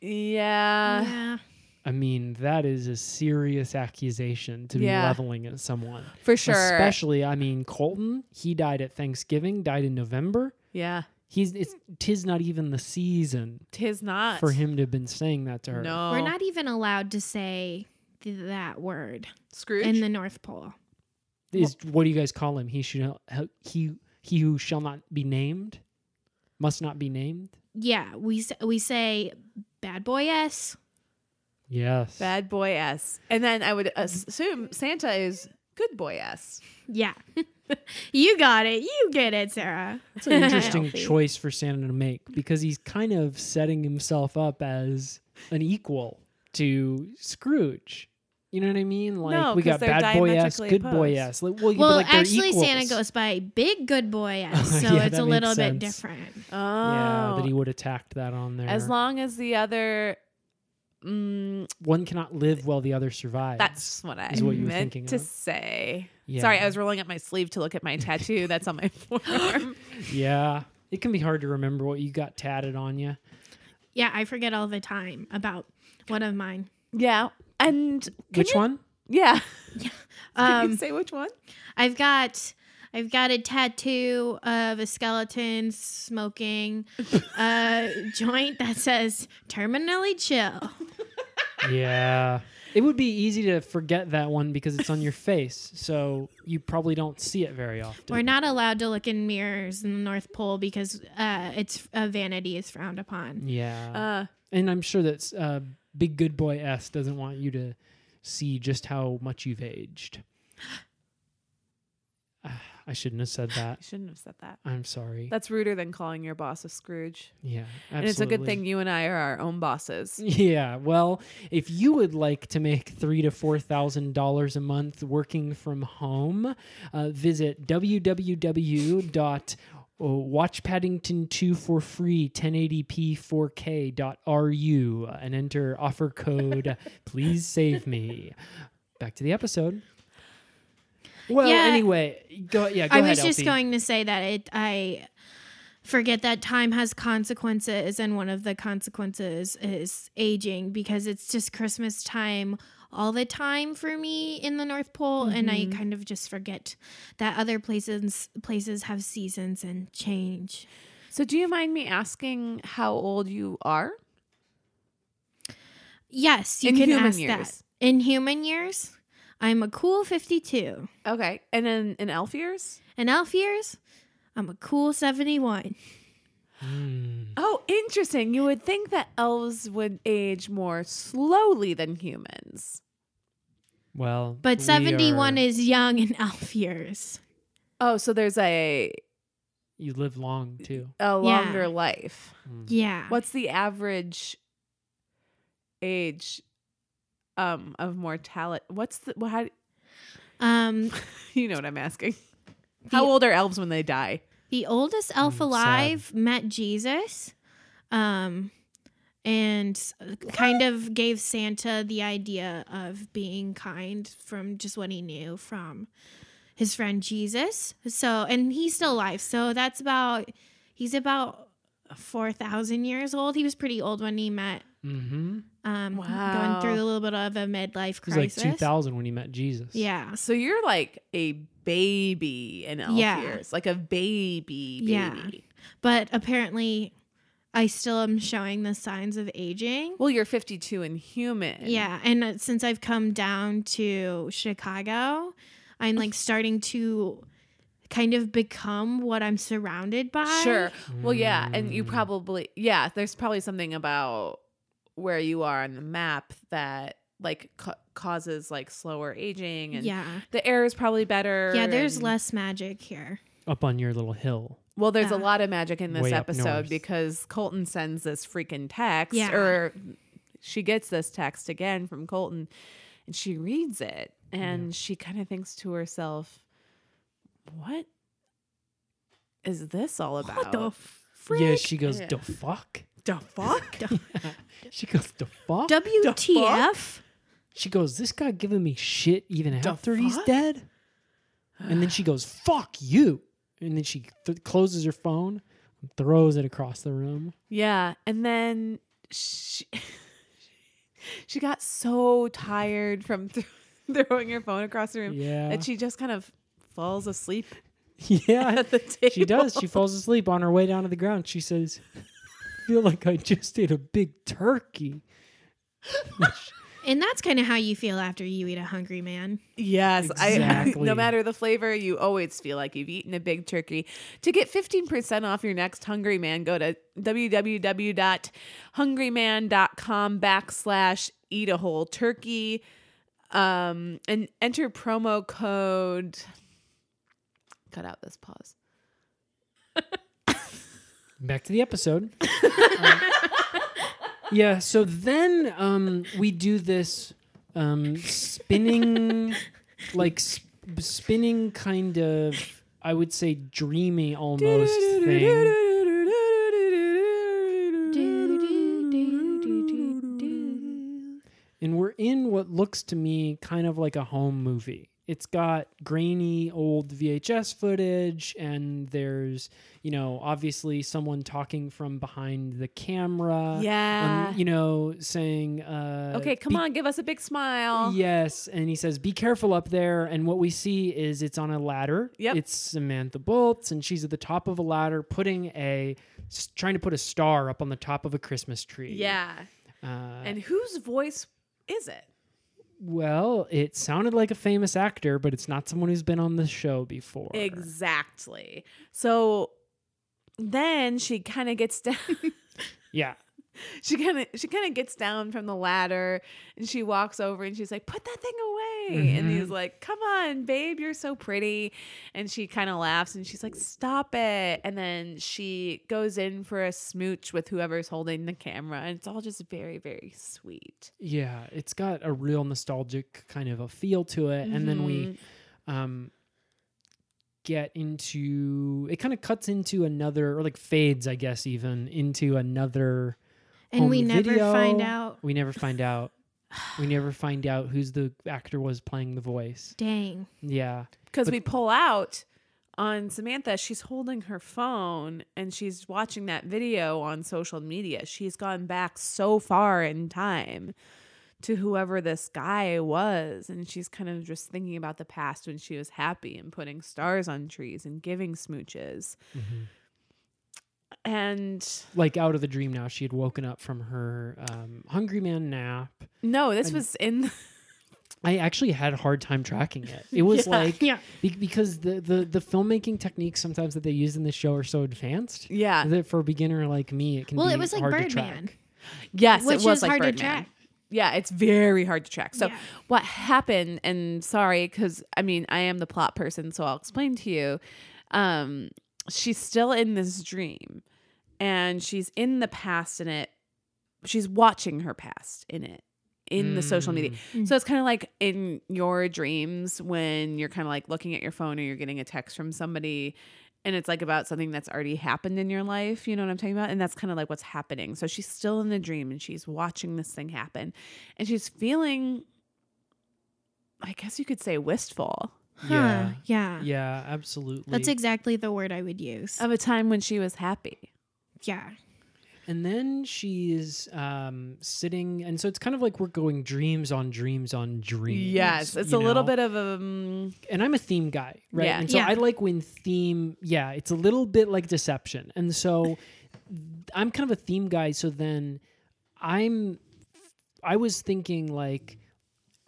[SPEAKER 1] Yeah.
[SPEAKER 5] yeah,
[SPEAKER 4] I mean, that is a serious accusation to be
[SPEAKER 1] Yeah.
[SPEAKER 4] leveling at someone.
[SPEAKER 1] For sure.
[SPEAKER 4] Especially, I mean, Colton, he died at Thanksgiving, died in November.
[SPEAKER 1] yeah.
[SPEAKER 4] He's it's tis not even the season
[SPEAKER 1] Tis not.
[SPEAKER 4] for him to have been saying that to her.
[SPEAKER 1] No.
[SPEAKER 5] we're not even allowed to say th- that word
[SPEAKER 1] Scrooge.
[SPEAKER 5] in the North Pole.
[SPEAKER 4] Is what do you guys call him? He should he he who shall not be named must not be named.
[SPEAKER 5] Yeah, we s- we say bad boy s.
[SPEAKER 4] Yes.
[SPEAKER 1] Bad boy S. And then I would assume Santa is good boy S.
[SPEAKER 5] Yeah, you got it. You get it, Sarah.
[SPEAKER 4] That's an interesting
[SPEAKER 5] Healthy.
[SPEAKER 4] choice for Santa to make because he's kind of setting himself up as an equal to Scrooge. You know what I mean? Like
[SPEAKER 1] No,
[SPEAKER 4] we
[SPEAKER 1] 'cause
[SPEAKER 4] got
[SPEAKER 1] they're
[SPEAKER 4] bad boy s,
[SPEAKER 1] diametrically
[SPEAKER 4] good boy
[SPEAKER 1] opposed.
[SPEAKER 4] s. Like, well, you could be
[SPEAKER 5] Well,
[SPEAKER 4] like, they're
[SPEAKER 5] actually, Santa
[SPEAKER 4] equals.
[SPEAKER 5] goes by big good boy s, so
[SPEAKER 4] Yeah,
[SPEAKER 5] it's
[SPEAKER 4] that
[SPEAKER 5] a little
[SPEAKER 4] makes
[SPEAKER 5] bit
[SPEAKER 4] sense.
[SPEAKER 5] different.
[SPEAKER 1] Oh.
[SPEAKER 4] Yeah, that he would have tacked that on there.
[SPEAKER 1] as long as the other. Mm,
[SPEAKER 4] one cannot live while the other survives.
[SPEAKER 1] that's what I
[SPEAKER 4] Is what you were
[SPEAKER 1] meant
[SPEAKER 4] thinking
[SPEAKER 1] to
[SPEAKER 4] of.
[SPEAKER 1] say.
[SPEAKER 4] Yeah.
[SPEAKER 1] Sorry, I was rolling up my sleeve to look at my tattoo that's on my forearm.
[SPEAKER 4] yeah. It can be hard to remember what you got tatted on you.
[SPEAKER 5] Yeah, I forget all the time about one of mine.
[SPEAKER 1] yeah. And can
[SPEAKER 4] Which
[SPEAKER 1] you-
[SPEAKER 4] one?
[SPEAKER 1] Yeah. Can you
[SPEAKER 5] Um,
[SPEAKER 1] say which one?
[SPEAKER 5] I've got I've got a tattoo of a skeleton smoking a joint that says terminally chill.
[SPEAKER 4] Yeah. It would be easy to forget that one because it's on your face, so you probably don't see it very often.
[SPEAKER 5] We're not allowed to look in mirrors in the North Pole because uh, it's uh, vanity is frowned upon.
[SPEAKER 4] Yeah.
[SPEAKER 1] Uh,
[SPEAKER 4] and I'm sure that uh, Big Good Boy S doesn't want you to see just how much you've aged. Ah, I shouldn't have said
[SPEAKER 1] I
[SPEAKER 4] that.
[SPEAKER 1] shouldn't have said that.
[SPEAKER 4] I'm sorry.
[SPEAKER 1] That's ruder than calling your boss a Scrooge.
[SPEAKER 4] yeah. Absolutely.
[SPEAKER 1] And it's a good thing you and I are our own bosses.
[SPEAKER 4] Yeah, well, if you would like to make three to four thousand dollars a month working from home, uh, visit www. Watch Paddington 2 for free, 1080p 4k.ru, uh, and enter offer code please save me. Back to the episode. Well,
[SPEAKER 5] Yeah.
[SPEAKER 4] anyway, go, yeah, go
[SPEAKER 5] I
[SPEAKER 4] ahead.
[SPEAKER 5] was just
[SPEAKER 4] Alfie.
[SPEAKER 5] going to say that it I forget that time has consequences and one of the consequences is aging because it's just Christmas time all the time for me in the North Pole and I
[SPEAKER 4] Mm-hmm.
[SPEAKER 5] kind of just forget that other places places have seasons and change.
[SPEAKER 1] So, do you mind me asking how old you are?
[SPEAKER 5] Yes, you
[SPEAKER 1] In
[SPEAKER 5] can
[SPEAKER 1] human
[SPEAKER 5] ask
[SPEAKER 1] years.
[SPEAKER 5] that. In human years, I'm a cool 52.
[SPEAKER 1] Okay. And then in elf years?
[SPEAKER 5] In elf years, I'm a cool 71.
[SPEAKER 4] Hmm,
[SPEAKER 1] Oh, interesting. You would think that elves would age more slowly than humans.
[SPEAKER 4] Well,
[SPEAKER 5] But
[SPEAKER 4] we
[SPEAKER 5] 71
[SPEAKER 4] are-
[SPEAKER 5] is young in elf years.
[SPEAKER 1] Oh, so there's a
[SPEAKER 4] you live long too.
[SPEAKER 1] a longer life.
[SPEAKER 5] Yeah.
[SPEAKER 1] What's the average age um of mortality? What's the well, how
[SPEAKER 5] Um
[SPEAKER 1] you know what I'm asking? How old Mm, are elves when they die?
[SPEAKER 5] the oldest elf alive met Jesus. Um and kind of gave Santa the idea of being kind from just what he knew from his friend Jesus. So and he's still alive. So that's about he's about 4000 years old. He was pretty old when he met
[SPEAKER 4] Mm-hmm.
[SPEAKER 5] Um,
[SPEAKER 1] Wow.
[SPEAKER 5] going through a little bit of a midlife
[SPEAKER 4] He was like
[SPEAKER 5] crisis.
[SPEAKER 4] 2000 when he met Jesus.
[SPEAKER 5] Yeah.
[SPEAKER 1] So you're like a baby in elf
[SPEAKER 5] Yeah.
[SPEAKER 1] years, like a baby baby.
[SPEAKER 5] Yeah. But apparently, I still am showing the signs of aging.
[SPEAKER 1] Well, you're 52 and human.
[SPEAKER 5] Yeah, and uh, since I've come down to Chicago, I'm like starting to kind of become what I'm surrounded by.
[SPEAKER 1] Sure. Well, yeah, and you
[SPEAKER 4] Mm.
[SPEAKER 1] probably yeah. There's probably something about where you are on the map that like ca- causes like slower aging, and
[SPEAKER 5] Yeah.
[SPEAKER 1] the air is probably better.
[SPEAKER 5] Yeah, there's
[SPEAKER 1] and-
[SPEAKER 5] less magic here.
[SPEAKER 4] Up on your little hill.
[SPEAKER 1] Well, there's a
[SPEAKER 5] Yeah.
[SPEAKER 1] lot of magic in this
[SPEAKER 4] Way up
[SPEAKER 1] episode
[SPEAKER 4] north.
[SPEAKER 1] because Colton sends this freaking text,
[SPEAKER 5] Yeah.
[SPEAKER 1] or she gets this text again from Colton, and she reads it, and she kind of thinks to herself, "What is this all about?
[SPEAKER 5] frick?
[SPEAKER 4] Yeah, she goes,
[SPEAKER 1] Yeah.
[SPEAKER 4] the fuck?
[SPEAKER 1] the fuck?
[SPEAKER 4] She goes, the fuck?
[SPEAKER 5] WTF?
[SPEAKER 4] she goes, this guy giving me shit even
[SPEAKER 1] The
[SPEAKER 4] after he's
[SPEAKER 1] fuck?
[SPEAKER 4] dead? And then she goes, fuck you. And then she th- closes her phone, and throws it across the room.
[SPEAKER 1] Yeah, and then she she got so tired from th- throwing her phone across the room
[SPEAKER 4] Yeah.
[SPEAKER 1] that she just kind of falls asleep
[SPEAKER 4] yeah.
[SPEAKER 1] at the table.
[SPEAKER 4] She does. She falls asleep on her way down to the ground. She says, feel like I just ate a big turkey.
[SPEAKER 5] And that's kind of how you feel after you eat a hungry man.
[SPEAKER 1] Yes, I.
[SPEAKER 4] Exactly.
[SPEAKER 1] No matter the flavor, you always feel like you've eaten a big turkey. To get fifteen percent off your next Hungry Man, go to www.hungryman.com backslash eat a whole turkey, um, and enter promo code. Cut out this pause.
[SPEAKER 4] back to the episode. Um, yeah, so then um, we do this um, spinning, like sp- spinning kind of, I would say, dreamy almost thing. And we're in what looks to me kind of like a home movie. It's got grainy old VHS footage, and there's, you know, obviously someone talking from behind the camera.
[SPEAKER 1] Yeah.
[SPEAKER 4] um, you know, saying, uh,
[SPEAKER 1] Okay, come on, give us a big smile.
[SPEAKER 4] Yes, and he says, "Be careful up there." And what we see is it's on a ladder.
[SPEAKER 1] Yep.
[SPEAKER 4] It's Samantha Bolts, and she's at the top of a ladder, putting a, s- trying to put a star up on the top of a Christmas tree.
[SPEAKER 1] Yeah.
[SPEAKER 4] Uh,
[SPEAKER 1] And whose voice is it?
[SPEAKER 4] well, it sounded like a famous actor, but it's not someone who's been on the show before.
[SPEAKER 1] Exactly. So then she kind of gets down.
[SPEAKER 4] Yeah.
[SPEAKER 1] she kind of she kind of gets down from the ladder and she walks over and she's like, "Put that thing away." And
[SPEAKER 4] Mhm.
[SPEAKER 1] he's like, "Come on, babe, you're so pretty." And she kind of laughs and she's like, "Stop it." And then she goes in for a smooch with whoever's holding the camera and it's all just very very sweet.
[SPEAKER 4] Yeah, it's got a real nostalgic kind of a feel to it, and then we
[SPEAKER 1] Mhm.
[SPEAKER 4] um get into it kind of cuts into another or like fades i guess even into another
[SPEAKER 5] And we
[SPEAKER 4] home
[SPEAKER 5] never
[SPEAKER 4] video.
[SPEAKER 5] find out.
[SPEAKER 4] we never find out we never find out who's the actor was playing the voice
[SPEAKER 5] Dang.
[SPEAKER 4] yeah
[SPEAKER 1] Because we pull out on Samantha, she's holding her phone and she's watching that video on social media. She's gone back so far in time to whoever this guy was. And she's kind of just thinking about the past when she was happy and putting stars on trees and giving smooches. And
[SPEAKER 4] like out of the dream now she had woken up from her um, hungry man nap
[SPEAKER 1] no, this was in.
[SPEAKER 4] i actually had a hard time tracking it it was like
[SPEAKER 5] Yeah.
[SPEAKER 4] be- because the, the the filmmaking techniques sometimes that they use in this show are so advanced
[SPEAKER 1] Yeah.
[SPEAKER 4] that for a beginner like me it can
[SPEAKER 5] Well,
[SPEAKER 4] be
[SPEAKER 5] it was like
[SPEAKER 4] hard to
[SPEAKER 5] Birdman.
[SPEAKER 4] track.
[SPEAKER 1] Yes,
[SPEAKER 5] Which
[SPEAKER 1] it was
[SPEAKER 5] is
[SPEAKER 1] like
[SPEAKER 5] hard to
[SPEAKER 1] Birdman.
[SPEAKER 5] track.
[SPEAKER 1] Yeah, it's very hard to track. So
[SPEAKER 5] Yeah.
[SPEAKER 1] what happened? And sorry, because I mean I am the plot person, so I'll explain to you. Um, she's still in this dream, and she's in the past in it. She's watching her past in it in the social media.
[SPEAKER 4] Mm.
[SPEAKER 1] So it's kind of like in your dreams when you're kind of like looking at your phone or you're getting a text from somebody and it's like about something that's already happened in your life. You know what I'm talking about? And that's kind of like what's happening. So she's still in the dream and she's watching this thing happen and she's feeling, I guess you could say, wistful
[SPEAKER 5] Huh.
[SPEAKER 4] yeah
[SPEAKER 5] Yeah. yeah.
[SPEAKER 4] Yeah, absolutely.
[SPEAKER 5] That's exactly the word I would use.
[SPEAKER 1] of a time when she was happy.
[SPEAKER 5] yeah.
[SPEAKER 4] And then she's um, sitting, and so it's kind of like we're going dreams on dreams on dreams.
[SPEAKER 1] Yes, it's a
[SPEAKER 4] you
[SPEAKER 1] little
[SPEAKER 4] know?
[SPEAKER 1] bit of a. Um,
[SPEAKER 4] and I'm a theme guy, right?
[SPEAKER 1] Yeah.
[SPEAKER 4] And so
[SPEAKER 5] Yeah.
[SPEAKER 4] I like when theme, yeah, it's a little bit like deception. And so I'm kind of a theme guy. So then I'm, I was thinking like,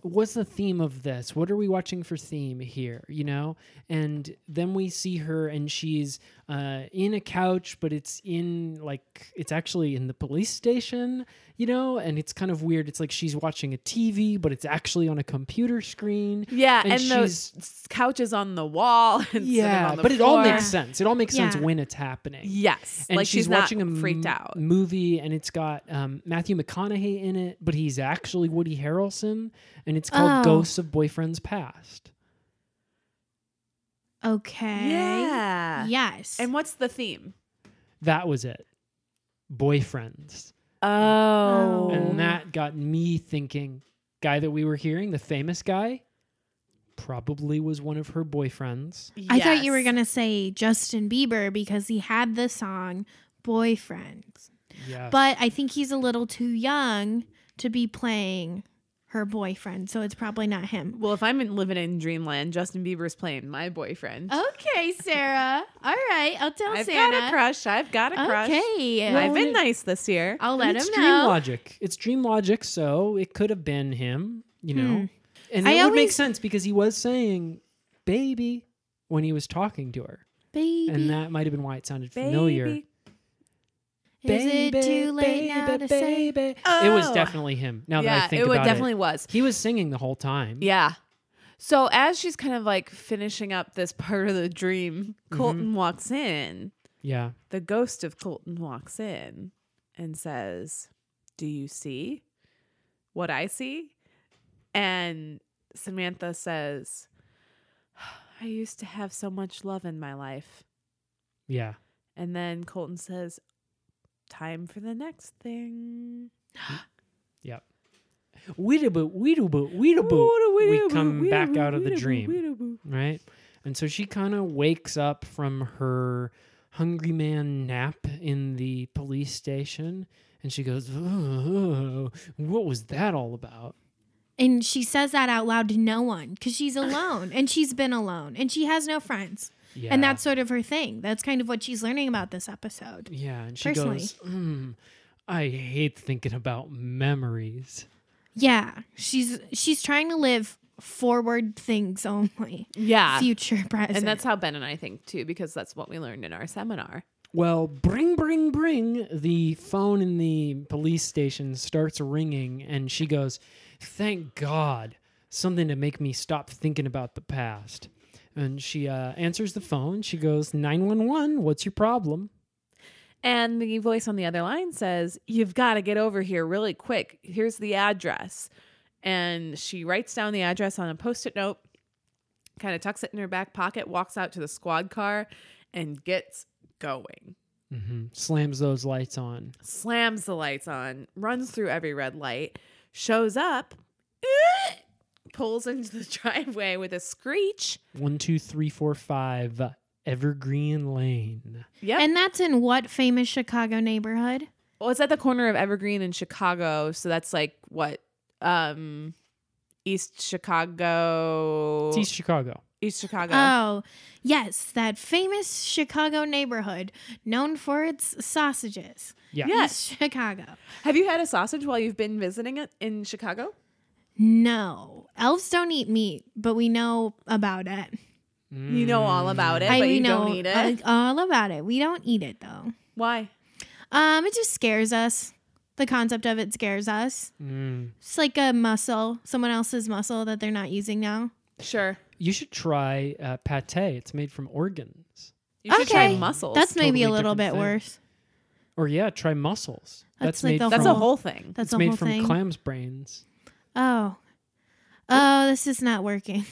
[SPEAKER 4] what's the theme of this? What are we watching for theme here? You know? And then we see her and she's uh, in a couch, but it's in like, it's actually in the police station, you know? And it's kind of weird. It's like she's watching a TV, but it's actually on a computer screen.
[SPEAKER 1] yeah,
[SPEAKER 4] And
[SPEAKER 1] and, those couches on the wall. Instead of
[SPEAKER 4] Yeah,
[SPEAKER 1] on the
[SPEAKER 4] but it all
[SPEAKER 1] floor.
[SPEAKER 4] makes sense. It all makes sense
[SPEAKER 5] Yeah.
[SPEAKER 4] when it's happening.
[SPEAKER 1] Yes,
[SPEAKER 4] And
[SPEAKER 1] like
[SPEAKER 4] she's,
[SPEAKER 1] she's, not
[SPEAKER 4] watching a m-
[SPEAKER 1] freaked out.
[SPEAKER 4] movie, and it's got um, Matthew McConaughey in it, but he's actually Woody Harrelson, and it's called
[SPEAKER 5] Oh.
[SPEAKER 4] Ghosts of Boyfriends Past.
[SPEAKER 5] Okay.
[SPEAKER 1] Yeah.
[SPEAKER 5] Yes.
[SPEAKER 1] And what's the theme?
[SPEAKER 4] That was it, boyfriends,
[SPEAKER 1] Oh,
[SPEAKER 4] and that got me thinking. Guy that we were hearing, the famous guy, probably was one of her boyfriends.
[SPEAKER 5] I thought you were
[SPEAKER 1] Yes.
[SPEAKER 5] going to say Justin Bieber because he had the song Boyfriends.
[SPEAKER 4] Yeah,
[SPEAKER 5] But I think he's a little too young to be playing her boyfriend, so it's probably not him.
[SPEAKER 1] Well, if I'm in, living in dreamland, Justin Bieber's playing my boyfriend.
[SPEAKER 5] Okay, Sarah. All right, I'll tell
[SPEAKER 1] I've
[SPEAKER 5] Oh, Santa.
[SPEAKER 1] got a crush. I've got a crush.
[SPEAKER 5] Okay.
[SPEAKER 1] I've been nice this year.
[SPEAKER 5] I'll
[SPEAKER 4] And
[SPEAKER 5] let
[SPEAKER 4] it's
[SPEAKER 5] him
[SPEAKER 4] dream
[SPEAKER 5] know.
[SPEAKER 4] logic. It's dream logic, so it could have been him, you know. And
[SPEAKER 5] Hmm. I
[SPEAKER 4] it would make
[SPEAKER 5] always-
[SPEAKER 4] sense because he was saying baby when he was talking to her.
[SPEAKER 5] Baby,
[SPEAKER 4] And that might have been why it sounded familiar.
[SPEAKER 1] Baby.
[SPEAKER 5] is it too late
[SPEAKER 4] baby,
[SPEAKER 5] now to say?
[SPEAKER 4] baby. It was
[SPEAKER 1] Oh.
[SPEAKER 4] definitely him. Now that I
[SPEAKER 1] yeah,
[SPEAKER 4] think
[SPEAKER 1] it wa-
[SPEAKER 4] about
[SPEAKER 1] definitely
[SPEAKER 4] it.
[SPEAKER 1] was.
[SPEAKER 4] He was singing the whole time.
[SPEAKER 1] Yeah. So as she's kind of like finishing up this part of the dream, Colton
[SPEAKER 4] Mm-hmm.
[SPEAKER 1] walks in.
[SPEAKER 4] Yeah.
[SPEAKER 1] The ghost of Colton walks in and says, "Do you see what I see?" And Samantha says, "I used to have so much love in my life."
[SPEAKER 4] Yeah.
[SPEAKER 1] And then Colton says, "Time for the next thing."
[SPEAKER 4] Yep. Weedaboo, weedaboo, weedaboo. We come back out of the dream. right? And so she kind of wakes up from her hungry man nap in the police station and she goes, "Oh, What was that all about?
[SPEAKER 5] And she says that out loud to no one because she's alone and she's been alone and she has no friends.
[SPEAKER 4] Yeah.
[SPEAKER 5] And that's sort of her thing. That's kind of what she's learning about this episode.
[SPEAKER 4] Yeah. And she
[SPEAKER 5] personally.
[SPEAKER 4] goes, mm, I hate thinking about memories.
[SPEAKER 5] Yeah, she's she's trying to live forward things only.
[SPEAKER 1] Yeah.
[SPEAKER 5] Future present.
[SPEAKER 1] And that's how Ben and I think too, because that's what we learned in our seminar.
[SPEAKER 4] Well, bring, bring, bring. The phone in the police station starts ringing, and she goes, Thank God, something to make me stop thinking about the past. And she uh, answers the phone. She goes, 911, what's your problem?
[SPEAKER 1] And the voice on the other line says, You've got to get over here really quick. Here's the address. And she writes down the address on a post it note, kind of tucks it in her back pocket, walks out to the squad car, and gets going.
[SPEAKER 4] hmm Slams those lights on.
[SPEAKER 1] Slams the lights on, runs through every red light, shows up, pulls into the driveway with a screech.
[SPEAKER 4] One, two, three, four, five, Evergreen Lane.
[SPEAKER 1] Yep.
[SPEAKER 5] and that's in what famous Chicago neighborhood?
[SPEAKER 1] Well, it's at the corner of Evergreen and Chicago, so that's like what um East Chicago
[SPEAKER 4] It's East Chicago.
[SPEAKER 1] East Chicago.
[SPEAKER 5] Oh, yes, that famous Chicago neighborhood known for its sausages.
[SPEAKER 4] Yeah.
[SPEAKER 1] Yes.
[SPEAKER 5] East Chicago.
[SPEAKER 1] Have you had a sausage while you've been visiting it in Chicago?
[SPEAKER 5] No, elves don't eat meat, but we know about it.
[SPEAKER 1] You know all about it, but
[SPEAKER 5] we
[SPEAKER 1] you
[SPEAKER 5] Mm. know
[SPEAKER 1] don't eat it.
[SPEAKER 5] uh, all about it. We don't eat it though.
[SPEAKER 1] Why?
[SPEAKER 5] Um, it just scares us. The concept of it scares us.
[SPEAKER 4] Mm.
[SPEAKER 5] It's like a muscle, someone else's muscle that they're not using now.
[SPEAKER 1] Sure.
[SPEAKER 4] You should try uh, pate. It's made from organs.
[SPEAKER 1] You should try
[SPEAKER 5] Okay.
[SPEAKER 1] mussels.
[SPEAKER 5] That's maybe a
[SPEAKER 4] totally
[SPEAKER 5] little bit
[SPEAKER 4] different thing.
[SPEAKER 5] worse.
[SPEAKER 4] Or yeah, try mussels.
[SPEAKER 5] That's
[SPEAKER 4] That's,
[SPEAKER 5] like
[SPEAKER 4] made
[SPEAKER 5] the
[SPEAKER 4] from,
[SPEAKER 1] That's a whole thing.
[SPEAKER 5] That's
[SPEAKER 4] it's
[SPEAKER 5] the
[SPEAKER 4] made
[SPEAKER 5] whole
[SPEAKER 4] from
[SPEAKER 5] thing.
[SPEAKER 4] clams brains.
[SPEAKER 5] oh, oh, this is not working.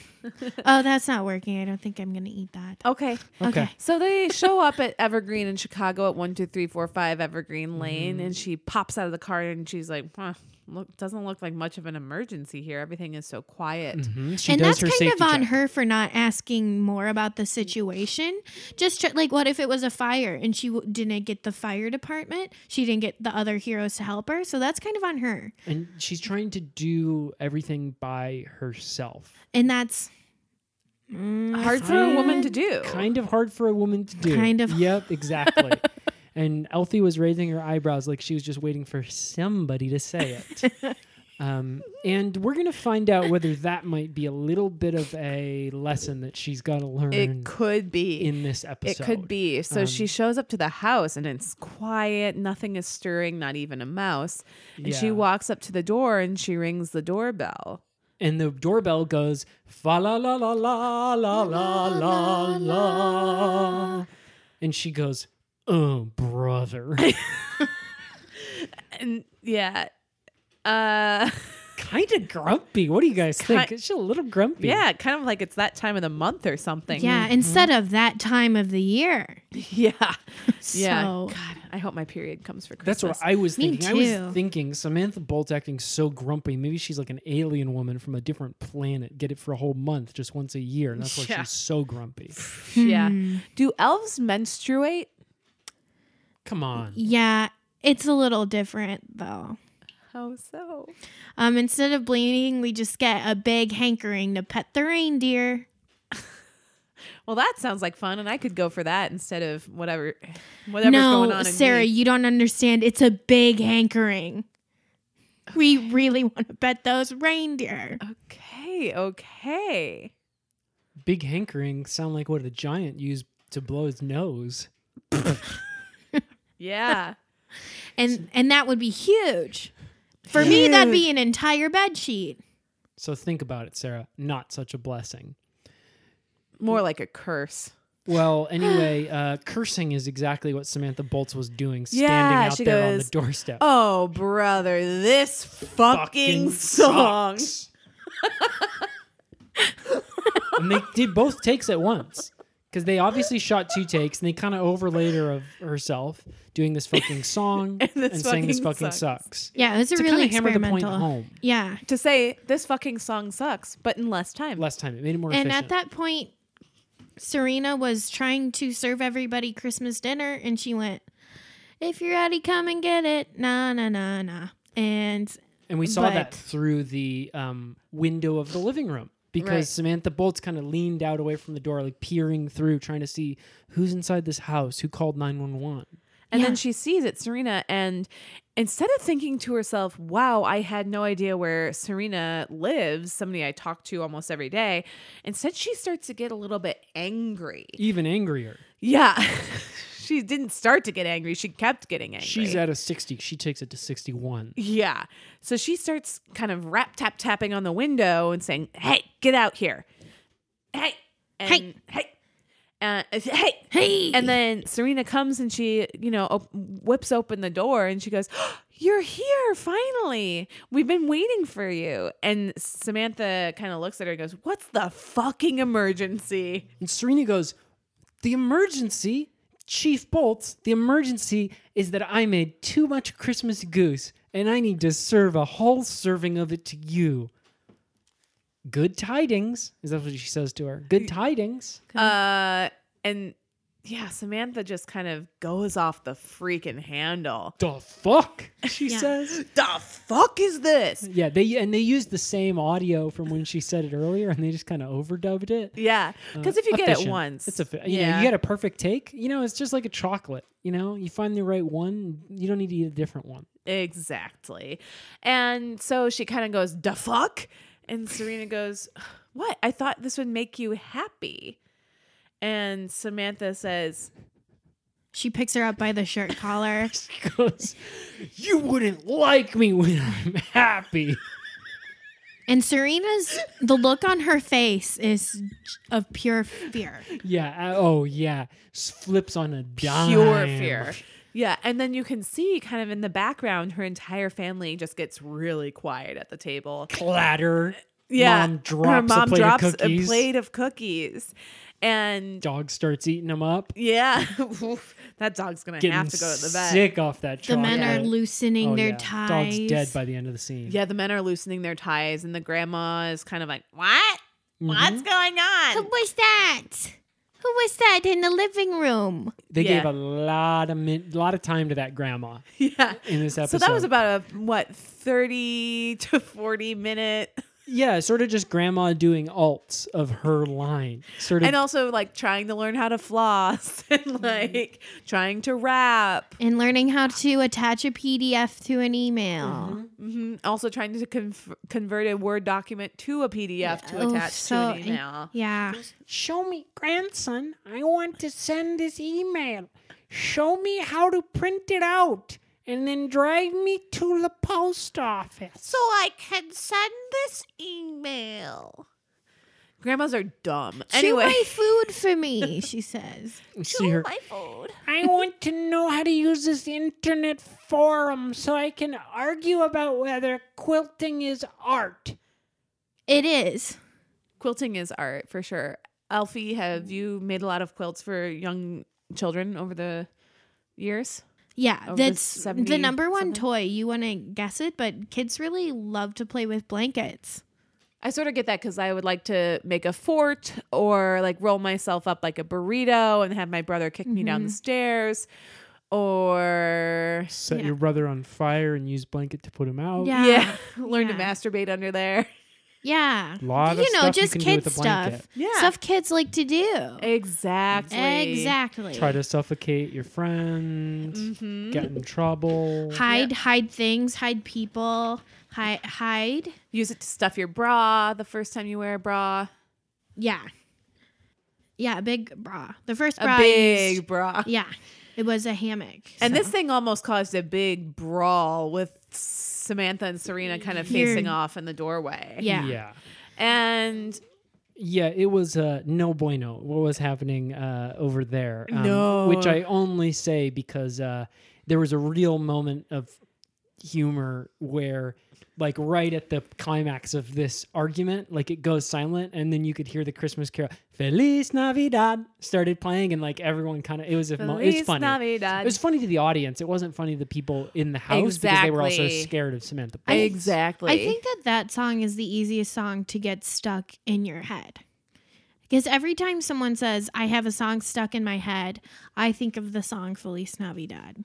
[SPEAKER 5] oh, that's not working. I don't think I'm gonna eat that.
[SPEAKER 1] Okay.
[SPEAKER 4] Oh, Okay.
[SPEAKER 1] So they show up at Evergreen in Chicago at one two three four five Evergreen Lane,
[SPEAKER 5] Mm.
[SPEAKER 1] and she pops out of the car and she's like, huh, "Look, doesn't look like much of an emergency here. Everything is so quiet."
[SPEAKER 5] Mm-hmm.
[SPEAKER 4] Mhm. She
[SPEAKER 5] and
[SPEAKER 4] does
[SPEAKER 5] that's
[SPEAKER 4] her
[SPEAKER 5] kind
[SPEAKER 4] safety
[SPEAKER 5] of on
[SPEAKER 4] check.
[SPEAKER 5] her for not asking more about the situation. Just tr- like, what if it was a fire and she w- didn't get the fire department? She didn't get the other heroes to help her. So that's kind of on her.
[SPEAKER 4] And she's trying to do everything by herself.
[SPEAKER 5] And that's mm,
[SPEAKER 1] Hard for a woman to
[SPEAKER 5] sad.
[SPEAKER 1] do.
[SPEAKER 4] Kind of hard for a woman to do.
[SPEAKER 5] Kind of.
[SPEAKER 4] Yep, exactly. and Elfie was raising her eyebrows like she was just waiting for somebody to say it. um, and we're going to find out whether that might be a little bit of a lesson that she's got to learn
[SPEAKER 1] It could be.
[SPEAKER 4] in Um, this episode.
[SPEAKER 1] It could be. So she shows up to the house and it's quiet. Nothing is stirring, not even a mouse. And she
[SPEAKER 4] Yeah.
[SPEAKER 1] walks up to the door and she rings the doorbell.
[SPEAKER 4] and the doorbell goes fa la la la la la la la la and she goes oh brother
[SPEAKER 1] And yeah. Uh
[SPEAKER 4] kind of grumpy what do you guys think
[SPEAKER 1] Ki-
[SPEAKER 4] it's a little grumpy
[SPEAKER 1] yeah, kind of like it's that time of the month or something.
[SPEAKER 5] Yeah,
[SPEAKER 4] Mm-hmm.
[SPEAKER 5] instead of that time of the year.
[SPEAKER 1] Yeah. Yeah.
[SPEAKER 5] So-
[SPEAKER 1] God, I hope my period comes for Christmas.
[SPEAKER 4] that's what I was
[SPEAKER 5] Me
[SPEAKER 4] thinking. I
[SPEAKER 5] too.
[SPEAKER 4] was thinking Samantha Bolt acting so grumpy. Maybe she's like an alien woman from a different planet. Get it for a whole month, just once a year, and that's why
[SPEAKER 1] Yeah.
[SPEAKER 4] she's so grumpy.
[SPEAKER 5] Hmm.
[SPEAKER 1] yeah. Do elves menstruate?
[SPEAKER 4] Come on,
[SPEAKER 5] Yeah, it's a little different though.
[SPEAKER 1] How so?
[SPEAKER 5] Um, instead of bleeding, we just get a big hankering to pet the reindeer.
[SPEAKER 1] Well, that sounds like fun, and I could go for that instead of whatever, whatever's
[SPEAKER 5] no,
[SPEAKER 1] going on. in
[SPEAKER 5] Sarah,
[SPEAKER 1] me.
[SPEAKER 5] you don't understand. It's a big hankering. We really want to pet those reindeer.
[SPEAKER 1] Okay, okay.
[SPEAKER 4] big hankering sound like what a giant used to blow his nose.
[SPEAKER 1] Yeah.
[SPEAKER 5] And and that would be huge. For me, that'd be an entire bed sheet.
[SPEAKER 4] So think about it, Sarah. Not such a blessing.
[SPEAKER 1] More like a curse.
[SPEAKER 4] Well, anyway, uh, cursing is exactly what Samantha Bolts was doing, standing
[SPEAKER 1] Yeah,
[SPEAKER 4] out
[SPEAKER 1] she
[SPEAKER 4] there on
[SPEAKER 1] goes,
[SPEAKER 4] the doorstep.
[SPEAKER 1] Oh, brother, this fucking, song.
[SPEAKER 4] sucks." and they did both takes at once because they obviously shot two takes and they kind of overlaid her of herself doing this fucking song and,
[SPEAKER 1] this
[SPEAKER 4] saying this
[SPEAKER 1] fucking
[SPEAKER 4] fucking
[SPEAKER 1] sucks."
[SPEAKER 4] sucks.
[SPEAKER 5] Yeah, it was a
[SPEAKER 4] To kind
[SPEAKER 5] really
[SPEAKER 4] of hammer the point
[SPEAKER 5] experimental.
[SPEAKER 4] home.
[SPEAKER 5] Yeah.
[SPEAKER 1] To say this fucking song sucks, but in less time.
[SPEAKER 4] Last time it made it more
[SPEAKER 5] And
[SPEAKER 4] efficient.
[SPEAKER 5] at that point, Serena was trying to serve everybody Christmas dinner, and she went, "If you're ready, come and get it." Nah, nah, nah, nah. And
[SPEAKER 4] And we saw that
[SPEAKER 5] But-
[SPEAKER 4] through the um, window of the living room because
[SPEAKER 1] Right.
[SPEAKER 4] Samantha Bolts kind of leaned out away from the door, like peering through, trying to see who's inside this house, who called 911.
[SPEAKER 1] and
[SPEAKER 5] Yeah.
[SPEAKER 1] then she sees it, Serena, and instead of thinking to herself, wow, I had no idea where Serena lives, somebody I talk to almost every day, instead she starts to get a little bit angry.
[SPEAKER 4] Even angrier.
[SPEAKER 1] Yeah. she didn't start to get angry, she kept getting angry.
[SPEAKER 4] She's at a 60. She takes it to 61.
[SPEAKER 1] Yeah. So she starts kind of rap tap tapping on the window and saying, "Hey, get out here! Hey, and hey, hey, uh, hey,
[SPEAKER 5] Hey!
[SPEAKER 1] And then Serena comes and she, you know, op- whips open the door and she goes, "Oh, "You're here! Finally, we've been waiting for you." And Samantha kind of looks at her and goes, "What's the fucking emergency?"
[SPEAKER 4] And Serena goes, The emergency, Chief Bolts, the emergency is that I made too much Christmas goose and I need to serve a whole serving of it to you. Good tidings. Is that what she says to her? Good tidings.
[SPEAKER 1] Uh, and yeah, Samantha just kind of goes off the freaking handle.
[SPEAKER 4] The fuck? She
[SPEAKER 5] Yeah.
[SPEAKER 4] says.
[SPEAKER 1] The fuck is this?
[SPEAKER 4] Yeah, they and they used the same audio from when she said it earlier and they just kind of overdubbed it.
[SPEAKER 1] Yeah, because if you get it
[SPEAKER 4] Efficient.
[SPEAKER 1] once,
[SPEAKER 4] it's Uh, a you know you get a perfect take. You know, it's just like a chocolate. You know, you find the right one, you don't need to eat a different one.
[SPEAKER 1] exactly. And so she kind of goes, "The fuck," and Serena goes, "What? I thought this would make you happy." And Samantha says,
[SPEAKER 5] she picks her up by the shirt collar.
[SPEAKER 4] She goes, "You wouldn't like me when I'm happy."
[SPEAKER 5] And Serena's the look on her face is of pure fear.
[SPEAKER 4] Yeah. uh, Oh, yeah. S- Flips on a dime.
[SPEAKER 1] "Pure fear." Yeah, and then you can see kind of in the background, her entire family just gets really quiet at the table.
[SPEAKER 4] Clatter.
[SPEAKER 1] yeah,
[SPEAKER 4] mom drops
[SPEAKER 1] her
[SPEAKER 4] a
[SPEAKER 1] mom
[SPEAKER 4] plate of
[SPEAKER 1] drops
[SPEAKER 4] cookies.
[SPEAKER 1] a plate of cookies, and
[SPEAKER 4] Dog starts eating them up.
[SPEAKER 1] yeah, that dog's gonna
[SPEAKER 4] Getting
[SPEAKER 1] have to go to the vet.
[SPEAKER 4] sick off that
[SPEAKER 5] The
[SPEAKER 4] chocolate.
[SPEAKER 5] men are loosening
[SPEAKER 4] Oh,
[SPEAKER 5] their
[SPEAKER 4] yeah.
[SPEAKER 5] ties.
[SPEAKER 4] Dog's dead by the end of the scene.
[SPEAKER 1] Yeah, the men are loosening their ties, and the grandma is kind of like, "What?
[SPEAKER 4] Mm-hmm.
[SPEAKER 1] What's going
[SPEAKER 5] Who
[SPEAKER 1] on?"
[SPEAKER 5] was that? Who was that in the living room?
[SPEAKER 4] They
[SPEAKER 1] Yeah.
[SPEAKER 4] gave a lot of min- lot of time to that grandma
[SPEAKER 1] Yeah.
[SPEAKER 4] in this
[SPEAKER 1] So
[SPEAKER 4] episode.
[SPEAKER 1] that was about a what thirty to forty minute,
[SPEAKER 4] yeah, sort of just grandma doing alts of her line, sort of
[SPEAKER 1] and also like trying to learn how to floss and
[SPEAKER 4] Mm-hmm.
[SPEAKER 1] like trying to rap.
[SPEAKER 5] And learning how to attach a PDF to an email.
[SPEAKER 1] hmm Also trying to conf- convert a Word document to a PDF to
[SPEAKER 5] Oh,
[SPEAKER 1] attach
[SPEAKER 5] so-
[SPEAKER 1] to an email.
[SPEAKER 5] Yeah.
[SPEAKER 6] Show me, grandson, I want to send this email. Show me how to print it out and then drive me to the post office.
[SPEAKER 5] So I can send this email.
[SPEAKER 1] Grandmas are dumb.
[SPEAKER 5] Chew
[SPEAKER 1] Anyway,
[SPEAKER 5] my food for me, she says.
[SPEAKER 4] see her
[SPEAKER 5] food.
[SPEAKER 6] I want to know how to use this internet forum so I can argue about whether quilting is art.
[SPEAKER 5] It is.
[SPEAKER 1] quilting is art for sure. Alfie, have you made a lot of quilts for young children over the years?
[SPEAKER 5] Yeah,
[SPEAKER 1] Of the
[SPEAKER 5] that's
[SPEAKER 1] 70
[SPEAKER 5] the number one
[SPEAKER 1] something?
[SPEAKER 5] toy. You want to guess it, but kids really love to play with blankets.
[SPEAKER 1] I sort of get that because I would like to make a fort or like roll myself up like a burrito and have my brother kick me down the stairs. Or
[SPEAKER 4] set
[SPEAKER 5] Yeah.
[SPEAKER 4] your brother on fire and use blanket to put him out.
[SPEAKER 5] Yeah.
[SPEAKER 1] yeah, learn to
[SPEAKER 5] Yeah.
[SPEAKER 1] masturbate under there.
[SPEAKER 5] Yeah.
[SPEAKER 4] Lot of
[SPEAKER 5] you know,
[SPEAKER 4] stuff you
[SPEAKER 5] just
[SPEAKER 4] can do
[SPEAKER 5] kid
[SPEAKER 4] with a
[SPEAKER 5] stuff.
[SPEAKER 4] blanket.
[SPEAKER 1] Yeah.
[SPEAKER 5] Stuff kids like to do.
[SPEAKER 1] Exactly.
[SPEAKER 5] Exactly.
[SPEAKER 4] Try to suffocate your friend,
[SPEAKER 5] Mm-hmm.
[SPEAKER 4] get in trouble.
[SPEAKER 5] hide, hide things, hide people, hide, hide.
[SPEAKER 1] Use it to stuff your bra the first time you wear a bra.
[SPEAKER 5] Yeah. Yeah, a big bra. The first
[SPEAKER 1] A
[SPEAKER 5] bra. I
[SPEAKER 1] big
[SPEAKER 5] used-
[SPEAKER 1] bra.
[SPEAKER 5] yeah. It was a hammock.
[SPEAKER 1] And
[SPEAKER 5] so.
[SPEAKER 1] this thing almost caused a big brawl with Samantha and Serena kind of
[SPEAKER 5] You're-
[SPEAKER 1] facing off in the doorway.
[SPEAKER 5] Yeah.
[SPEAKER 4] yeah.
[SPEAKER 1] And
[SPEAKER 4] Yeah, it was uh, no bueno. What was happening uh, over there?
[SPEAKER 1] No.
[SPEAKER 4] which I only say because uh, there was a real moment of humor where, like, right at the climax of this argument, like it goes silent, and then you could hear the Christmas carol "Feliz Navidad" started playing, and like everyone kind of it was a mo- it was
[SPEAKER 1] Feliz
[SPEAKER 4] funny.
[SPEAKER 1] Navidad.
[SPEAKER 4] It was funny to the audience. It wasn't funny to the people in the house because they were also
[SPEAKER 1] Exactly.
[SPEAKER 4] scared of Samantha. Bowles.
[SPEAKER 1] exactly.
[SPEAKER 5] I think that that song is the easiest song to get stuck in your head. Because every time someone says, I have a song stuck in my head, I think of the song Feliz Navidad.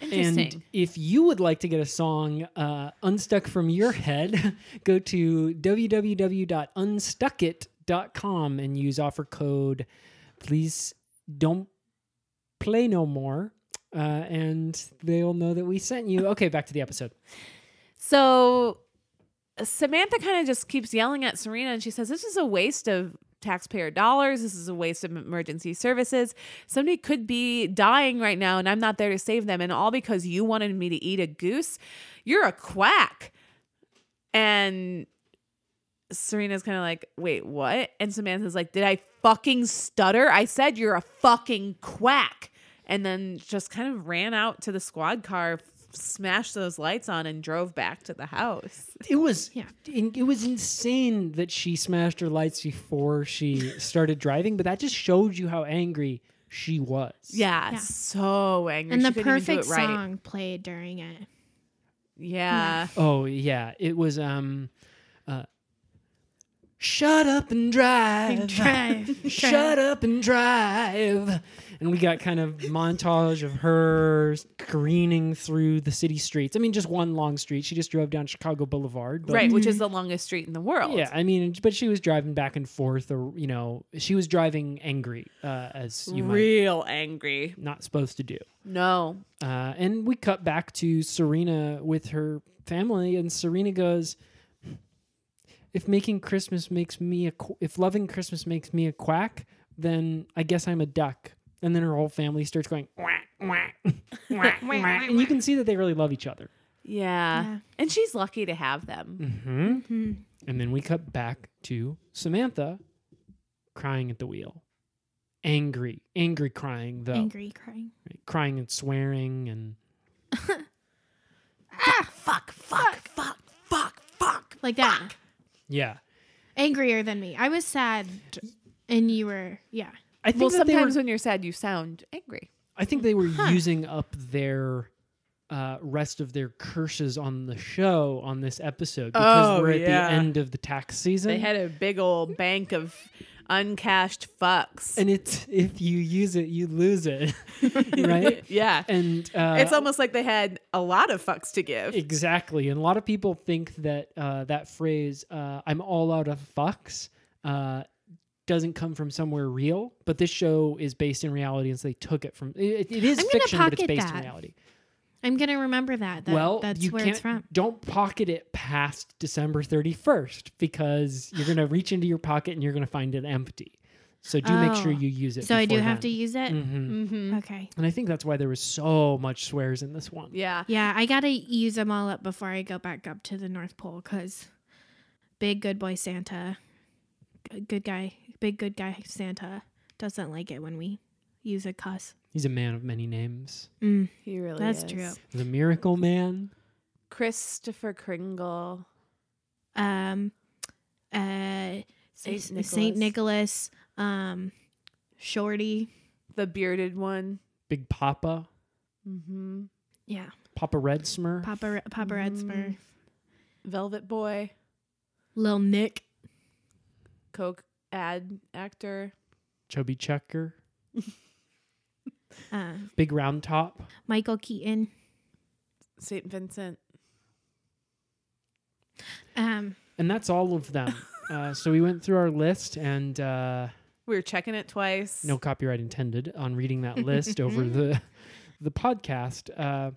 [SPEAKER 4] And
[SPEAKER 1] Interesting.
[SPEAKER 4] if you would like to get a song uh, unstuck from your head, go to www.unstuckit.com and use offer code please don't play no more. Uh, and they'll know that we sent you. Okay, back to the episode.
[SPEAKER 1] so Samantha kind of just keeps yelling at Serena and she says, This is a waste of taxpayer dollars. This is a waste of emergency services. Somebody could be dying right now and I'm not there to save them. And all because you wanted me to eat a goose. You're a quack. And Serena's kind of like, Wait, what? And Samantha's like, Did I fucking stutter? I said you're a fucking quack. And then just kind of ran out to the squad car. Smashed those lights on and drove back to the house.
[SPEAKER 4] It was
[SPEAKER 5] Yeah.
[SPEAKER 4] in, it was insane that she smashed her lights before she started driving, but that just showed you how angry she was.
[SPEAKER 1] Yeah,
[SPEAKER 5] Yeah.
[SPEAKER 1] so angry.
[SPEAKER 5] and
[SPEAKER 1] She
[SPEAKER 5] the
[SPEAKER 1] couldn't even do
[SPEAKER 5] perfect
[SPEAKER 1] it right.
[SPEAKER 5] song played during it.
[SPEAKER 1] Yeah.
[SPEAKER 4] Oh yeah, it was um uh Shut up and drive.
[SPEAKER 5] Drive.
[SPEAKER 4] Shut up and drive. And we got kind of montage of her careening through the city streets. I mean, just one long street. She just drove down Chicago Boulevard. but-
[SPEAKER 1] Right, which is the longest street in the world.
[SPEAKER 4] Mm-hmm. Yeah, I mean, but she was driving back and forth, or you know, she was driving angry, uh, as you might
[SPEAKER 1] Real angry.
[SPEAKER 4] not supposed to do.
[SPEAKER 1] No.
[SPEAKER 4] Uh, and we cut back to Serena with her family, and Serena goes, "If making Christmas makes me a, qu- if loving Christmas makes me a quack, then I guess I'm a duck." And then her whole family starts going, "Quack, quack, quack, quack," and you can see that they really love each other.
[SPEAKER 1] Yeah.
[SPEAKER 5] Yeah.
[SPEAKER 1] And she's lucky to have
[SPEAKER 4] Mm.
[SPEAKER 1] them.
[SPEAKER 4] And then we cut back to Samantha crying at the wheel, angry, angry crying
[SPEAKER 1] Oh.
[SPEAKER 4] though,
[SPEAKER 5] Angry crying.
[SPEAKER 4] crying and swearing and
[SPEAKER 1] Fuck, fuck, fuck, fuck, fuck.
[SPEAKER 5] Like that.
[SPEAKER 4] Yeah.
[SPEAKER 5] angrier than me. I was sad, and you were yeah.
[SPEAKER 4] I
[SPEAKER 1] well,
[SPEAKER 4] think that they were-
[SPEAKER 1] sometimes when you're sad, you sound angry.
[SPEAKER 4] I think they were using up their uh, rest of their curses on the show on this episode because
[SPEAKER 1] Oh,
[SPEAKER 4] we're at
[SPEAKER 1] yeah.
[SPEAKER 4] the end of the tax season.
[SPEAKER 1] They had a big old bank of uncashed fucks.
[SPEAKER 4] and it's if you use it, you lose it, right?
[SPEAKER 1] yeah.
[SPEAKER 4] And uh,
[SPEAKER 1] it's almost like they had a lot of fucks to give.
[SPEAKER 4] exactly. And a lot of people think that uh, that phrase uh, "I'm all out of fucks" uh, doesn't come from somewhere real, but this show is based in reality, and so they took it from. It, it is
[SPEAKER 5] I'm gonna
[SPEAKER 4] fiction, but it's
[SPEAKER 5] pocket
[SPEAKER 4] based in
[SPEAKER 5] that.
[SPEAKER 4] reality.
[SPEAKER 5] I'm gonna remember that. that
[SPEAKER 4] well,
[SPEAKER 5] that's
[SPEAKER 4] you
[SPEAKER 5] where
[SPEAKER 4] can't,
[SPEAKER 5] it's from.
[SPEAKER 4] Don't pocket it past December 31st because you're going to reach into your pocket and you're going to find it empty. So do make sure
[SPEAKER 5] Oh.
[SPEAKER 4] you use it.
[SPEAKER 5] So I do
[SPEAKER 4] before
[SPEAKER 5] have to
[SPEAKER 4] then.
[SPEAKER 5] use it. Mm.
[SPEAKER 4] Mhm.
[SPEAKER 1] Mm-hmm.
[SPEAKER 5] Okay.
[SPEAKER 4] And I think that's why there was so much swears in this one.
[SPEAKER 1] Yeah.
[SPEAKER 5] Yeah, I gotta use them all up before I go back up to the North Pole because big good boy Santa, g- good guy, big good guy Santa doesn't like it when we use a cuss.
[SPEAKER 4] He's a man of many names.
[SPEAKER 5] Mm,
[SPEAKER 1] He really
[SPEAKER 5] that's
[SPEAKER 1] is.
[SPEAKER 5] true.
[SPEAKER 4] He's a miracle man.
[SPEAKER 1] Christopher Kringle.
[SPEAKER 5] Um, uh,
[SPEAKER 1] Saint
[SPEAKER 5] Saint Nicholas. Saint Nicholas, um, Shorty.
[SPEAKER 1] The bearded one.
[SPEAKER 4] Big Papa.
[SPEAKER 1] Mm-hmm.
[SPEAKER 5] Yeah, Mm.
[SPEAKER 4] Papa Red Smurf.
[SPEAKER 5] Papa Re- Papa Red Smurf,
[SPEAKER 1] Velvet Boy.
[SPEAKER 5] Lil Nick.
[SPEAKER 1] Coke ad actor.
[SPEAKER 4] Chubby Checker.
[SPEAKER 5] Uh,
[SPEAKER 4] Big Round Top.
[SPEAKER 5] Michael Keaton.
[SPEAKER 1] St. Vincent.
[SPEAKER 5] Um,
[SPEAKER 4] And that's all of them. uh, so we went through our list and. Uh,
[SPEAKER 1] We were checking it twice.
[SPEAKER 4] no copyright intended on reading that list over the the podcast. Uh,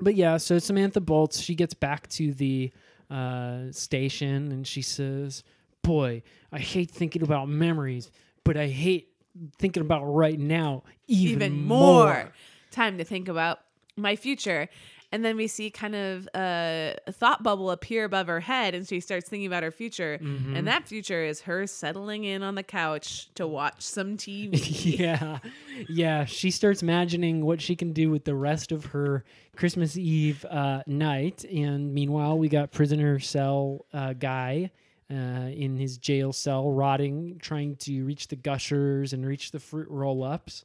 [SPEAKER 4] but yeah, so Samantha bolts. She gets back to the uh, station and she says, "Boy, I hate thinking about memories, but I hate thinking about right now even,
[SPEAKER 1] even more. time to think about my future. And then we see kind of a thought bubble appear above her head, and she starts thinking about her future.
[SPEAKER 4] Mm-hmm.
[SPEAKER 1] And that future is her settling in on the couch to watch some TV.
[SPEAKER 4] yeah, yeah. She starts imagining what she can do with the rest of her Christmas Eve uh, night, and meanwhile, we got prisoner cell uh, guy uh, in his jail cell, rotting, trying to reach the gushers and reach the fruit roll-ups,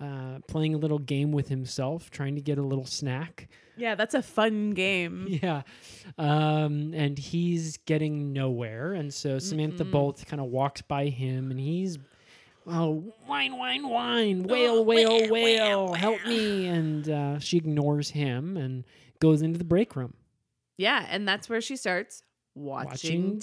[SPEAKER 4] uh, playing a little game with himself, trying to get a little snack.
[SPEAKER 1] yeah, that's a fun game.
[SPEAKER 4] Yeah. Um, and he's getting nowhere. And so Samantha Bolt kind of walks by him and he's, oh, wine, wine, wine, wail, wail, wail, help me. And uh, she ignores him and goes into the break room.
[SPEAKER 1] Yeah, and that's where she starts watching,
[SPEAKER 4] Watching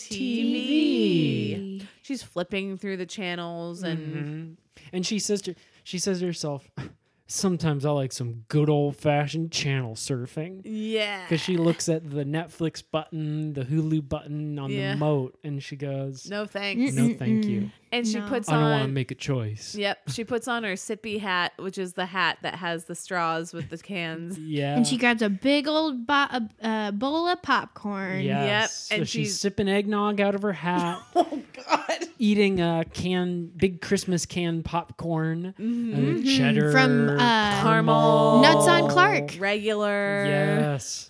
[SPEAKER 1] TV. She's flipping through the channels and
[SPEAKER 4] Mm-hmm. And she says to, she says to herself, sometimes I like some good old fashioned channel surfing.
[SPEAKER 1] yeah.
[SPEAKER 4] Because she looks at the Netflix button, the Hulu button on
[SPEAKER 1] Yeah.
[SPEAKER 4] the moat, and she goes,
[SPEAKER 1] no thanks.
[SPEAKER 4] no thank you.
[SPEAKER 1] And she
[SPEAKER 5] No.
[SPEAKER 1] puts
[SPEAKER 4] Mm, I don't want
[SPEAKER 1] on
[SPEAKER 4] to make a choice.
[SPEAKER 1] Yep, she puts on her sippy hat, which is the hat that has the straws with the cans.
[SPEAKER 4] Yeah.
[SPEAKER 5] And she grabs a big old bo- a, a bowl of popcorn.
[SPEAKER 4] Yes.
[SPEAKER 1] Yep,
[SPEAKER 4] so
[SPEAKER 1] and
[SPEAKER 4] she's,
[SPEAKER 1] she's-
[SPEAKER 4] sipping eggnog out of her hat. oh God! Eating a can, big Christmas can popcorn, and cheddar
[SPEAKER 5] From, uh,
[SPEAKER 4] caramel.
[SPEAKER 5] Nuts on Clark.
[SPEAKER 1] Regular.
[SPEAKER 4] Yes.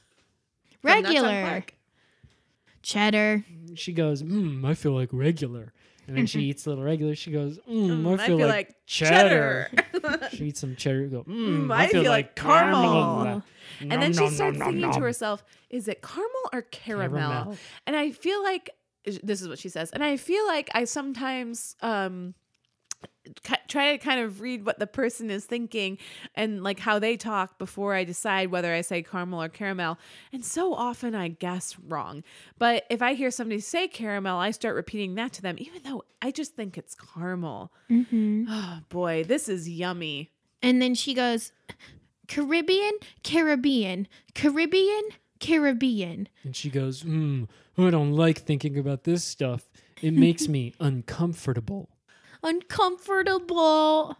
[SPEAKER 1] From Nuts on
[SPEAKER 5] Regular.
[SPEAKER 1] Clark.
[SPEAKER 5] Cheddar.
[SPEAKER 4] She goes, mm, I feel like regular. And then she eats a little regular. She goes, mm,
[SPEAKER 1] Mm,
[SPEAKER 4] I, feel like, cheddar. she eats some cheddar. Go, mm, I, feel, like caramel.
[SPEAKER 1] caramel. and then she starts thinking to herself, is it caramel or caramel?
[SPEAKER 4] Caramel.
[SPEAKER 1] And I feel like this is what she says. And I feel like I sometimes um ki- try to kind of read what the person is thinking and like how they talk before I decide whether I say caramel or caramel. And so often I guess wrong. But if I hear somebody say caramel, I start repeating that to them even though I just think it's caramel.
[SPEAKER 4] Mm-hmm.
[SPEAKER 1] Oh boy, this is yummy.
[SPEAKER 5] And then she goes, Caribbean, Caribbean, Caribbean, Caribbean.
[SPEAKER 4] And she goes, Hmm, I don't like thinking about this stuff. It makes me uncomfortable.
[SPEAKER 5] Uncomfortable.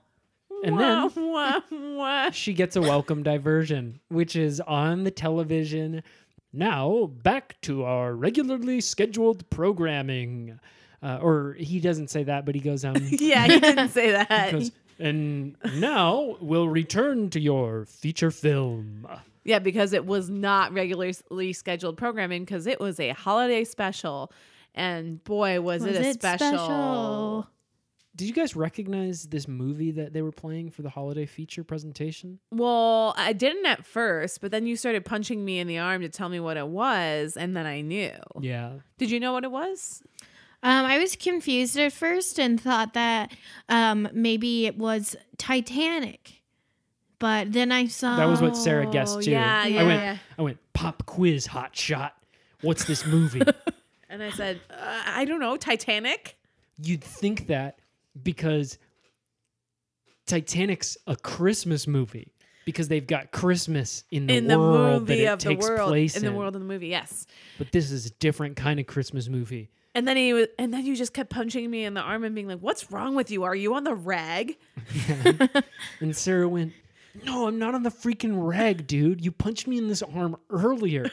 [SPEAKER 4] And then
[SPEAKER 1] Wah, wah.
[SPEAKER 4] she gets a welcome diversion, which is on the television. Now, back to our regularly scheduled programming. Uh, or he doesn't say that, but he goes, um,
[SPEAKER 1] Yeah, he didn't say that.
[SPEAKER 4] goes, And now we'll return to your feature film.
[SPEAKER 1] Yeah, because it was not regularly scheduled programming because it was a holiday special. and boy was,
[SPEAKER 5] Was
[SPEAKER 1] it a special,
[SPEAKER 4] Did you guys recognize this movie that they were playing for the holiday feature presentation?
[SPEAKER 1] Well, I didn't at first, but then you started punching me in the arm to tell me what it was, and then I knew.
[SPEAKER 4] Yeah.
[SPEAKER 1] Did you know what it was?
[SPEAKER 5] Um, I was confused at first and thought that um, maybe it was Titanic, but then I saw
[SPEAKER 4] That was what Sarah guessed too.
[SPEAKER 1] Oh, yeah,
[SPEAKER 4] I
[SPEAKER 1] yeah.
[SPEAKER 4] went I went pop quiz hot shot. What's this movie?
[SPEAKER 1] And I said, uh, I don't know, Titanic.
[SPEAKER 4] You'd think that because Titanic's a Christmas movie because they've got Christmas in the
[SPEAKER 1] in the
[SPEAKER 4] world
[SPEAKER 1] movie
[SPEAKER 4] that it
[SPEAKER 1] of the
[SPEAKER 4] takes
[SPEAKER 1] world
[SPEAKER 4] place
[SPEAKER 1] in the world of the movie yes
[SPEAKER 4] But this is a different kind of Christmas movie.
[SPEAKER 1] and then he was and then you just kept punching me in the arm and being like what's wrong with you are you on the rag
[SPEAKER 4] And Sarah went, No, I'm not on the freaking rag, dude. You punched me in this arm earlier.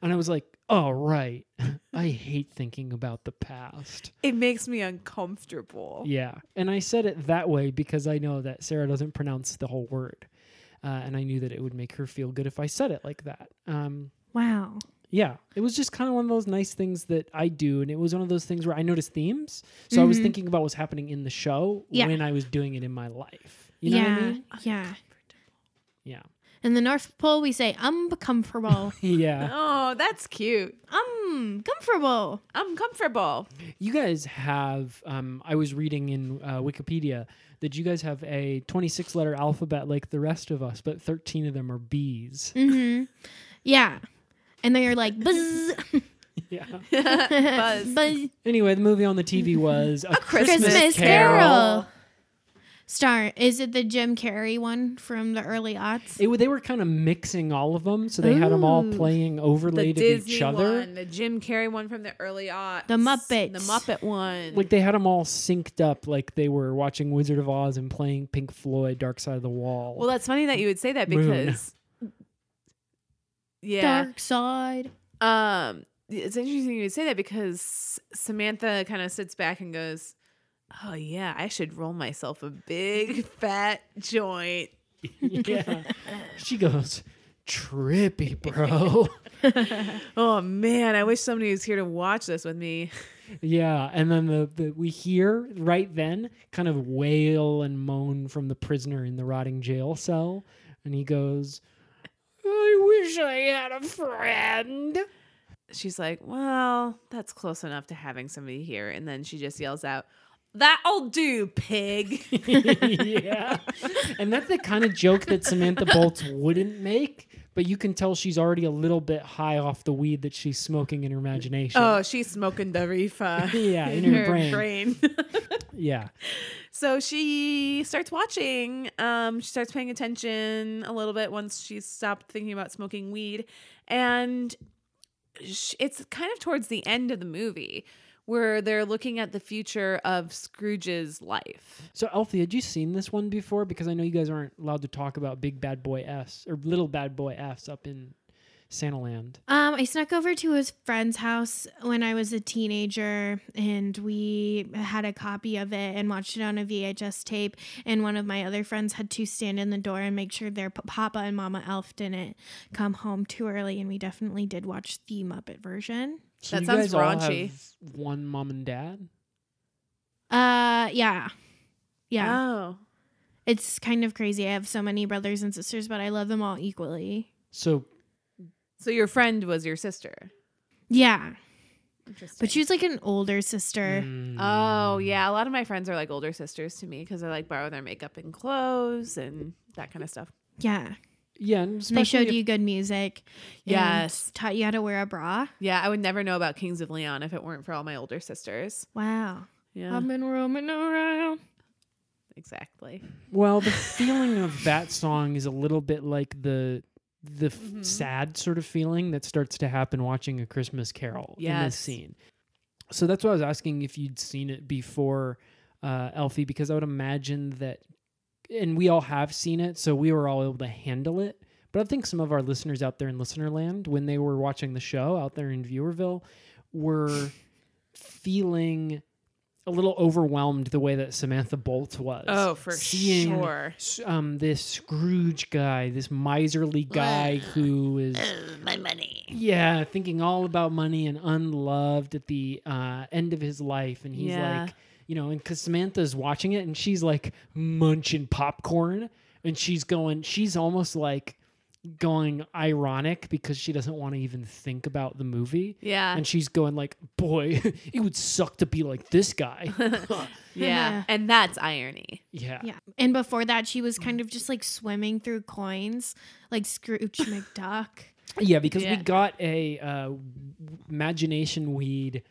[SPEAKER 4] And I was like, Oh, right. I hate thinking about the past.
[SPEAKER 1] it makes me uncomfortable
[SPEAKER 4] Yeah. And I said it that way because I know that Sarah doesn't pronounce the whole word. Uh, and I knew that it would make her feel good if I said it like that. Um,
[SPEAKER 5] Wow.
[SPEAKER 4] yeah. It was just kind of one of those nice things that I do. And it was one of those things where I noticed themes. So I was thinking about what's happening in the show
[SPEAKER 5] Mm-hmm. Yeah.
[SPEAKER 4] when I was doing it in my life. You know
[SPEAKER 5] yeah.
[SPEAKER 4] what I mean?
[SPEAKER 5] Yeah.
[SPEAKER 4] Yeah.
[SPEAKER 5] In the North Pole, we say "Um, uncomfortable.
[SPEAKER 4] Yeah.
[SPEAKER 1] oh that's cute
[SPEAKER 5] Um, uncomfortable.
[SPEAKER 1] i'm comfortable
[SPEAKER 4] You guys have, um, I was reading in uh, Wikipedia that you guys have a 26 letter alphabet like the rest of us, but 13 of them are B's.
[SPEAKER 5] Mm. Yeah. And then you're like buzz,
[SPEAKER 4] Yeah.
[SPEAKER 1] buzz
[SPEAKER 5] buzz.
[SPEAKER 4] Anyway, the movie on the TV was A, Christmas,
[SPEAKER 5] Christmas
[SPEAKER 4] Carol.
[SPEAKER 5] Carol. Star. Is it the Jim Carrey one from the early aughts?
[SPEAKER 4] It, w- they were kind of mixing all of them, so they had 'em had them all
[SPEAKER 5] Ooh.
[SPEAKER 4] playing overlaid
[SPEAKER 1] the
[SPEAKER 4] of
[SPEAKER 1] Disney
[SPEAKER 4] each other.
[SPEAKER 1] one, the Jim Carrey one from the early aughts,
[SPEAKER 5] The Muppets.
[SPEAKER 1] the Muppet one.
[SPEAKER 4] Like they had them all synced up, like they were watching Wizard of Oz and playing Pink Floyd, Dark Side of the Wall.
[SPEAKER 1] well, that's funny that you would say that
[SPEAKER 4] Moon.
[SPEAKER 1] because, yeah,
[SPEAKER 5] Dark side.
[SPEAKER 1] Um, it's interesting you would say that because Samantha kind of sits back and goes, "Oh yeah, I should roll myself a big fat joint."
[SPEAKER 4] yeah. she goes, trippy, bro.
[SPEAKER 1] Oh man, I wish somebody was here to watch this with me.
[SPEAKER 4] Yeah, and then the, the we hear right then kind of wail and moan from the prisoner in the rotting jail cell, and he goes, "I wish I had a friend."
[SPEAKER 1] She's like, "Well, that's close enough to having somebody here." And then she just yells out, "That'll do, pig."
[SPEAKER 4] yeah, and that's the kind of joke that Samantha Bolts wouldn't make, but you can tell she's already a little bit high off the weed that she's smoking in her imagination.
[SPEAKER 1] oh, she's smoking the reefer.
[SPEAKER 4] Yeah, in her brain. Yeah,
[SPEAKER 1] So she starts watching. Um, she starts paying attention a little bit once she's stopped thinking about smoking weed, and sh- it's kind of towards the end of the movie where they're looking at the future of Scrooge's life.
[SPEAKER 4] So, Alfie, had you seen this one before? Because I know you guys aren't allowed to talk about Big Bad Boy S or Little Bad Boy S up in Santa Land.
[SPEAKER 5] Um, I snuck over to his friend's house when I was a teenager, and we had a copy of it and watched it on a VHS tape. And one of my other friends had to stand in the door and make sure their p- papa and mama elf didn't come home too early. And we definitely did watch the Muppet version.
[SPEAKER 4] So
[SPEAKER 1] That
[SPEAKER 4] you
[SPEAKER 1] sounds
[SPEAKER 4] guys all have
[SPEAKER 1] raunchy.
[SPEAKER 4] one mom and dad.
[SPEAKER 5] Uh, yeah, yeah.
[SPEAKER 1] Oh,
[SPEAKER 5] it's kind of crazy. I have so many brothers and sisters, but I love them all equally.
[SPEAKER 4] So
[SPEAKER 1] so your friend was your sister.
[SPEAKER 5] Yeah,
[SPEAKER 1] Interesting.
[SPEAKER 5] but she's like an older sister.
[SPEAKER 4] Mm.
[SPEAKER 1] Oh yeah, a lot of my friends are like older sisters to me because I like borrow their makeup and clothes and that kind of stuff.
[SPEAKER 5] Yeah.
[SPEAKER 4] yeah, and
[SPEAKER 5] And they
[SPEAKER 4] especially
[SPEAKER 5] showed
[SPEAKER 4] if-
[SPEAKER 5] you good music. and
[SPEAKER 1] Yes.
[SPEAKER 5] Taught you how to wear a bra.
[SPEAKER 1] Yeah, I would never know about Kings of Leon if it weren't for all my older sisters.
[SPEAKER 5] Wow.
[SPEAKER 1] Yeah,
[SPEAKER 5] I've been roaming around.
[SPEAKER 1] exactly.
[SPEAKER 4] Well, the feeling of that song is a little bit like the the f- sad sort of feeling that starts to happen watching a Christmas Carol in
[SPEAKER 1] Yes.
[SPEAKER 4] this scene. So that's why I was asking if you'd seen it before, uh, Elfie, because I would imagine that, and we all have seen it, so we were all able to handle it. But I think some of our listeners out there in Listenerland, when they were watching the show out there in Viewerville, were feeling a little overwhelmed the way that Samantha Bolt was.
[SPEAKER 1] Oh, for
[SPEAKER 4] Seeing
[SPEAKER 1] sure.
[SPEAKER 4] s- Um, this Scrooge guy, this miserly guy who is
[SPEAKER 5] My money.
[SPEAKER 4] yeah, thinking all about money and unloved at the uh, end of his life, and he's
[SPEAKER 1] Yeah.
[SPEAKER 4] like, you know, and because Samantha's watching it, and she's like munching popcorn, and she's going, she's almost like going ironic because she doesn't want to even think about the movie.
[SPEAKER 1] Yeah.
[SPEAKER 4] And she's going like, boy, it would suck to be like this guy.
[SPEAKER 1] Yeah. and that's irony.
[SPEAKER 4] yeah.
[SPEAKER 5] Yeah. And before that, she was kind of just like swimming through coins, like Scrooge McDuck.
[SPEAKER 4] Yeah, because we
[SPEAKER 1] Yeah.
[SPEAKER 4] got a uh, imagination weed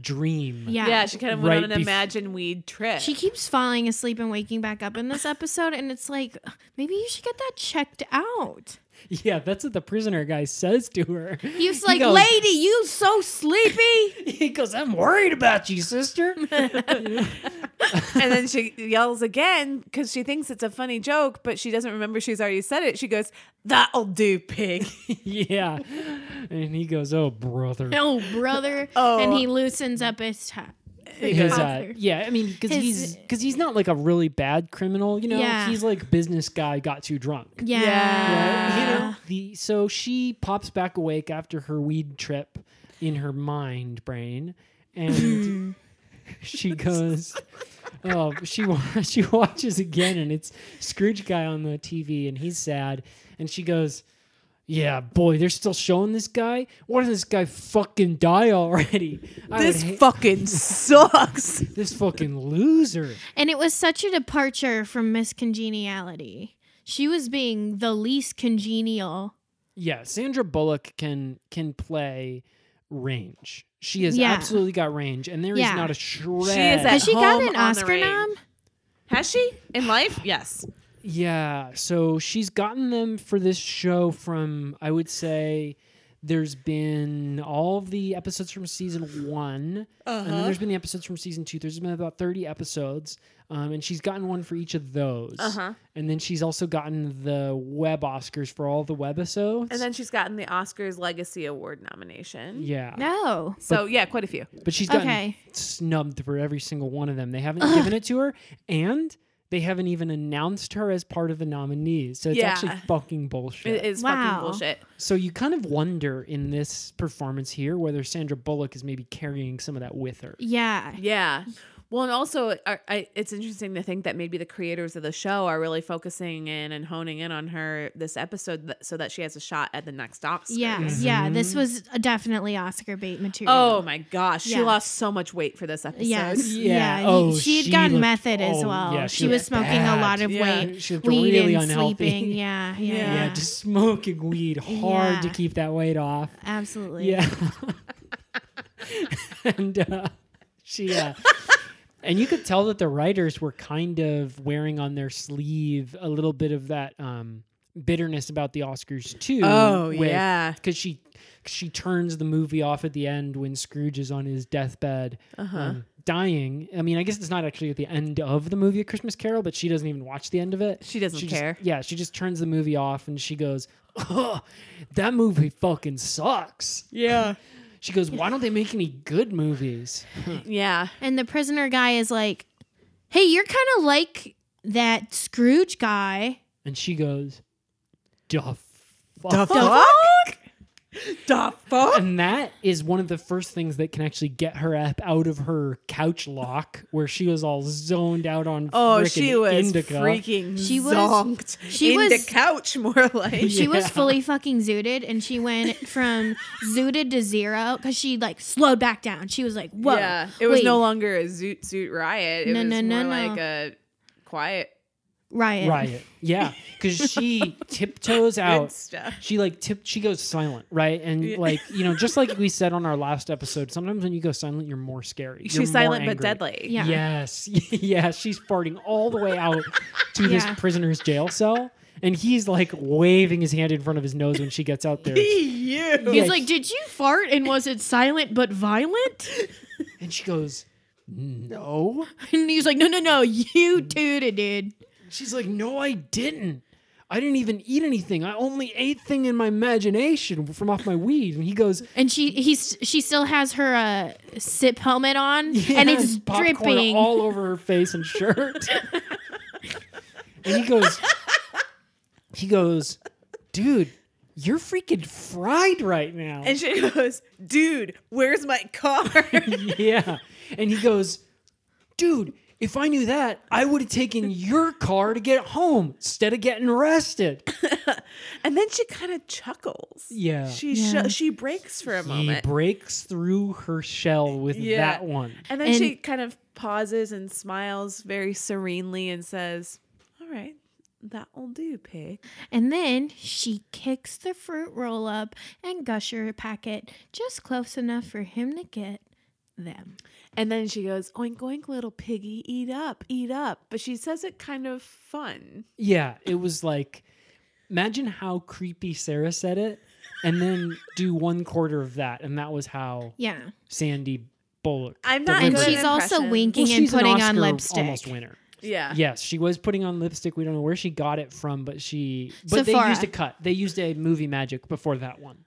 [SPEAKER 4] dream.
[SPEAKER 5] Yeah.
[SPEAKER 1] Yeah, she kind of went
[SPEAKER 4] Right
[SPEAKER 1] on
[SPEAKER 4] bef-
[SPEAKER 1] an imagine weed trip.
[SPEAKER 5] She keeps falling asleep and waking back up in this episode, and it's like, maybe you should get that checked out.
[SPEAKER 4] Yeah, that's what the prisoner guy says to her.
[SPEAKER 5] He was like,
[SPEAKER 4] goes-
[SPEAKER 5] "Lady, you so sleepy."
[SPEAKER 4] He goes, I'm worried about you, sister.
[SPEAKER 1] and then she yells again because she thinks it's a funny joke, but she doesn't remember she's already said it. She goes, "That'll do, pig."
[SPEAKER 4] yeah. And he goes, Oh, brother.
[SPEAKER 5] no, brother.
[SPEAKER 1] Oh.
[SPEAKER 5] And he loosens up his tie.
[SPEAKER 4] His, uh,
[SPEAKER 5] Brother.
[SPEAKER 4] yeah, I mean, because
[SPEAKER 5] His-
[SPEAKER 4] he's because he's not like a really bad criminal, you know.
[SPEAKER 5] Yeah.
[SPEAKER 4] He's like business guy got too drunk.
[SPEAKER 5] Yeah.
[SPEAKER 1] Yeah.
[SPEAKER 4] You know, the so she pops back awake after her weed trip in her mind brain, and she goes, "Oh, she wa- she watches again, and it's Scrooge guy on the TV, and he's sad, and she goes." Yeah, boy, they're still showing this guy. Why doesn't this guy fucking die already? I would
[SPEAKER 1] this
[SPEAKER 4] hate-
[SPEAKER 1] fucking sucks.
[SPEAKER 4] this fucking loser.
[SPEAKER 5] And it was such a departure from Miss Congeniality. She was being the least congenial.
[SPEAKER 4] Yeah, Sandra Bullock can can play range. She has
[SPEAKER 5] Yeah.
[SPEAKER 4] absolutely got range, and there is
[SPEAKER 5] Yeah.
[SPEAKER 4] not a shred.
[SPEAKER 1] at-
[SPEAKER 5] Has she got
[SPEAKER 1] home
[SPEAKER 5] an
[SPEAKER 1] on the
[SPEAKER 5] Oscar
[SPEAKER 1] range.
[SPEAKER 5] nom?
[SPEAKER 1] Has she in life? Yes.
[SPEAKER 4] yeah, so she's gotten them for this show from I would say there's been all of the episodes from season one, and then there's been the episodes from season two. There's been about thirty episodes, um, and she's gotten one for each of those.
[SPEAKER 1] Uh-huh.
[SPEAKER 4] And then she's also gotten the web Oscars for all the webisodes.
[SPEAKER 1] And then she's gotten the Oscars Legacy Award nomination.
[SPEAKER 4] yeah,
[SPEAKER 5] No.
[SPEAKER 1] So yeah, quite a few.
[SPEAKER 4] But she's gotten
[SPEAKER 5] Okay.
[SPEAKER 4] snubbed for every single one of them. They haven't given it to her, and they haven't even announced her as part of the nominees. So it's
[SPEAKER 1] Yeah.
[SPEAKER 4] actually fucking bullshit.
[SPEAKER 1] It is
[SPEAKER 5] Wow.
[SPEAKER 1] fucking bullshit.
[SPEAKER 4] so you kind of wonder in this performance here whether Sandra Bullock is maybe carrying some of that with her.
[SPEAKER 5] Yeah.
[SPEAKER 1] Yeah. Well, and also, I, I, it's interesting to think that maybe the creators of the show are really focusing in and honing in on her this episode th- so that she has a shot at the next Oscars.
[SPEAKER 5] Yeah.
[SPEAKER 4] Mm-hmm.
[SPEAKER 5] Yeah. This was definitely Oscar bait material.
[SPEAKER 1] Oh my gosh, she
[SPEAKER 5] Yeah.
[SPEAKER 1] lost so much weight for this episode.
[SPEAKER 5] Yes.
[SPEAKER 4] Yeah.
[SPEAKER 5] Yeah.
[SPEAKER 4] Oh,
[SPEAKER 5] he- she had
[SPEAKER 4] she
[SPEAKER 5] gotten
[SPEAKER 4] looked-
[SPEAKER 5] method as
[SPEAKER 4] oh,
[SPEAKER 5] well.
[SPEAKER 4] yeah, she
[SPEAKER 5] she, was
[SPEAKER 4] looked
[SPEAKER 5] smoking
[SPEAKER 4] bad.
[SPEAKER 5] a lot of
[SPEAKER 1] Yeah.
[SPEAKER 5] weight.
[SPEAKER 4] She looked
[SPEAKER 5] weed
[SPEAKER 4] really
[SPEAKER 5] and
[SPEAKER 4] unhealthy.
[SPEAKER 5] sleeping. Yeah. Yeah.
[SPEAKER 4] Yeah, just smoking weed hard to
[SPEAKER 5] Yeah.
[SPEAKER 4] keep that weight off.
[SPEAKER 5] Absolutely.
[SPEAKER 4] Yeah. and uh, she, uh, and you could tell that the writers were kind of wearing on their sleeve a little bit of that um, bitterness about the Oscars too.
[SPEAKER 1] Oh, yeah.
[SPEAKER 4] because she she turns the movie off at the end when Scrooge is on his deathbed.
[SPEAKER 1] Uh-huh.
[SPEAKER 4] um, dying. I mean, I guess it's not actually at the end of the movie A Christmas Carol, but she doesn't even watch the end of it.
[SPEAKER 1] She doesn't
[SPEAKER 4] just-
[SPEAKER 1] care.
[SPEAKER 4] yeah, she just turns the movie off and she goes, "Ugh, "That movie fucking sucks."
[SPEAKER 1] Yeah.
[SPEAKER 4] She goes, "Why don't they make any good movies?"
[SPEAKER 1] Yeah.
[SPEAKER 5] And the prisoner guy is like, hey, you're kind of like that Scrooge guy.
[SPEAKER 4] And she goes, "Duh." fuck."
[SPEAKER 1] fuck? The fuck?
[SPEAKER 4] And that is one of the first things that can actually get her up out of her couch lock where she was all zoned out on.
[SPEAKER 1] Oh,
[SPEAKER 4] frickin'
[SPEAKER 1] she was
[SPEAKER 4] indica.
[SPEAKER 1] freaking
[SPEAKER 5] She was-
[SPEAKER 1] zonked
[SPEAKER 5] she
[SPEAKER 1] in
[SPEAKER 5] was-
[SPEAKER 1] the couch, more like.
[SPEAKER 5] She was
[SPEAKER 4] Yeah.
[SPEAKER 5] fully fucking zooted and she went from zooted to zero because she like slowed back down. She was like, whoa.
[SPEAKER 1] yeah, it was
[SPEAKER 5] wait,
[SPEAKER 1] no longer a zoot zoot riot. It
[SPEAKER 5] No,
[SPEAKER 1] was
[SPEAKER 5] no,
[SPEAKER 1] more
[SPEAKER 5] no, no.
[SPEAKER 1] like a quiet
[SPEAKER 5] riot.
[SPEAKER 4] Riot. Yeah, because she tiptoes out.
[SPEAKER 1] good stuff.
[SPEAKER 4] She like tip. She goes silent, right? And like you know, just like we said on our last episode, sometimes when you go silent, you're more scary. You're
[SPEAKER 1] She's
[SPEAKER 4] more
[SPEAKER 1] silent but
[SPEAKER 4] angry.
[SPEAKER 1] deadly.
[SPEAKER 5] Yeah.
[SPEAKER 4] Yes, yeah. She's farting all the way out to this
[SPEAKER 5] Yeah.
[SPEAKER 4] prisoner's jail cell, and he's like waving his hand in front of his nose when she gets out there.
[SPEAKER 1] You.
[SPEAKER 4] Yeah,
[SPEAKER 5] did you fart and was it silent but violent?
[SPEAKER 4] and she goes, "No."
[SPEAKER 5] And he's like, no, no, no, you tooted, dude.
[SPEAKER 4] She's like, "No, I didn't. I didn't even eat anything. I only ate thing in my imagination from off my weed. And he goes,
[SPEAKER 5] And she he's she still has her uh, sip helmet on, and it's
[SPEAKER 4] "Yes, popcorn
[SPEAKER 5] dripping.
[SPEAKER 4] all over her face and shirt. and he goes, he goes, dude, you're freaking fried right now.
[SPEAKER 1] And she goes, "Dude, where's my car?"
[SPEAKER 4] yeah. And he goes, dude, if I knew that, I would have taken your car to get home instead of getting arrested.
[SPEAKER 1] and then she kind of chuckles.
[SPEAKER 4] Yeah.
[SPEAKER 1] She
[SPEAKER 5] Yeah.
[SPEAKER 1] Sh- she breaks for a
[SPEAKER 4] He
[SPEAKER 1] moment.
[SPEAKER 4] breaks through her shell with
[SPEAKER 1] Yeah.
[SPEAKER 4] that one.
[SPEAKER 1] And then
[SPEAKER 5] And-
[SPEAKER 1] she kind of pauses and smiles very serenely and says, All right, that'll do, pig.
[SPEAKER 5] And then she kicks the fruit roll up and gusher packet just close enough for him to get them.
[SPEAKER 1] And then she goes, Oink, oink, little piggy, eat up, eat up. But she says it kind of fun.
[SPEAKER 4] Yeah, it was like imagine how creepy Sarah said it, and then do one quarter of that, and that was how
[SPEAKER 5] Yeah.
[SPEAKER 4] Sandy Bullock.
[SPEAKER 1] I'm not
[SPEAKER 5] And
[SPEAKER 1] good at
[SPEAKER 5] she's also
[SPEAKER 1] impressions.
[SPEAKER 5] winking and
[SPEAKER 4] an
[SPEAKER 5] putting on
[SPEAKER 4] Oscar
[SPEAKER 5] lipstick.
[SPEAKER 4] Almost winner.
[SPEAKER 1] Yeah.
[SPEAKER 4] Yes, she was putting on lipstick. We don't know where she got it from, but she. But they
[SPEAKER 5] Sephora.
[SPEAKER 4] used a cut. They used a movie magic before that one.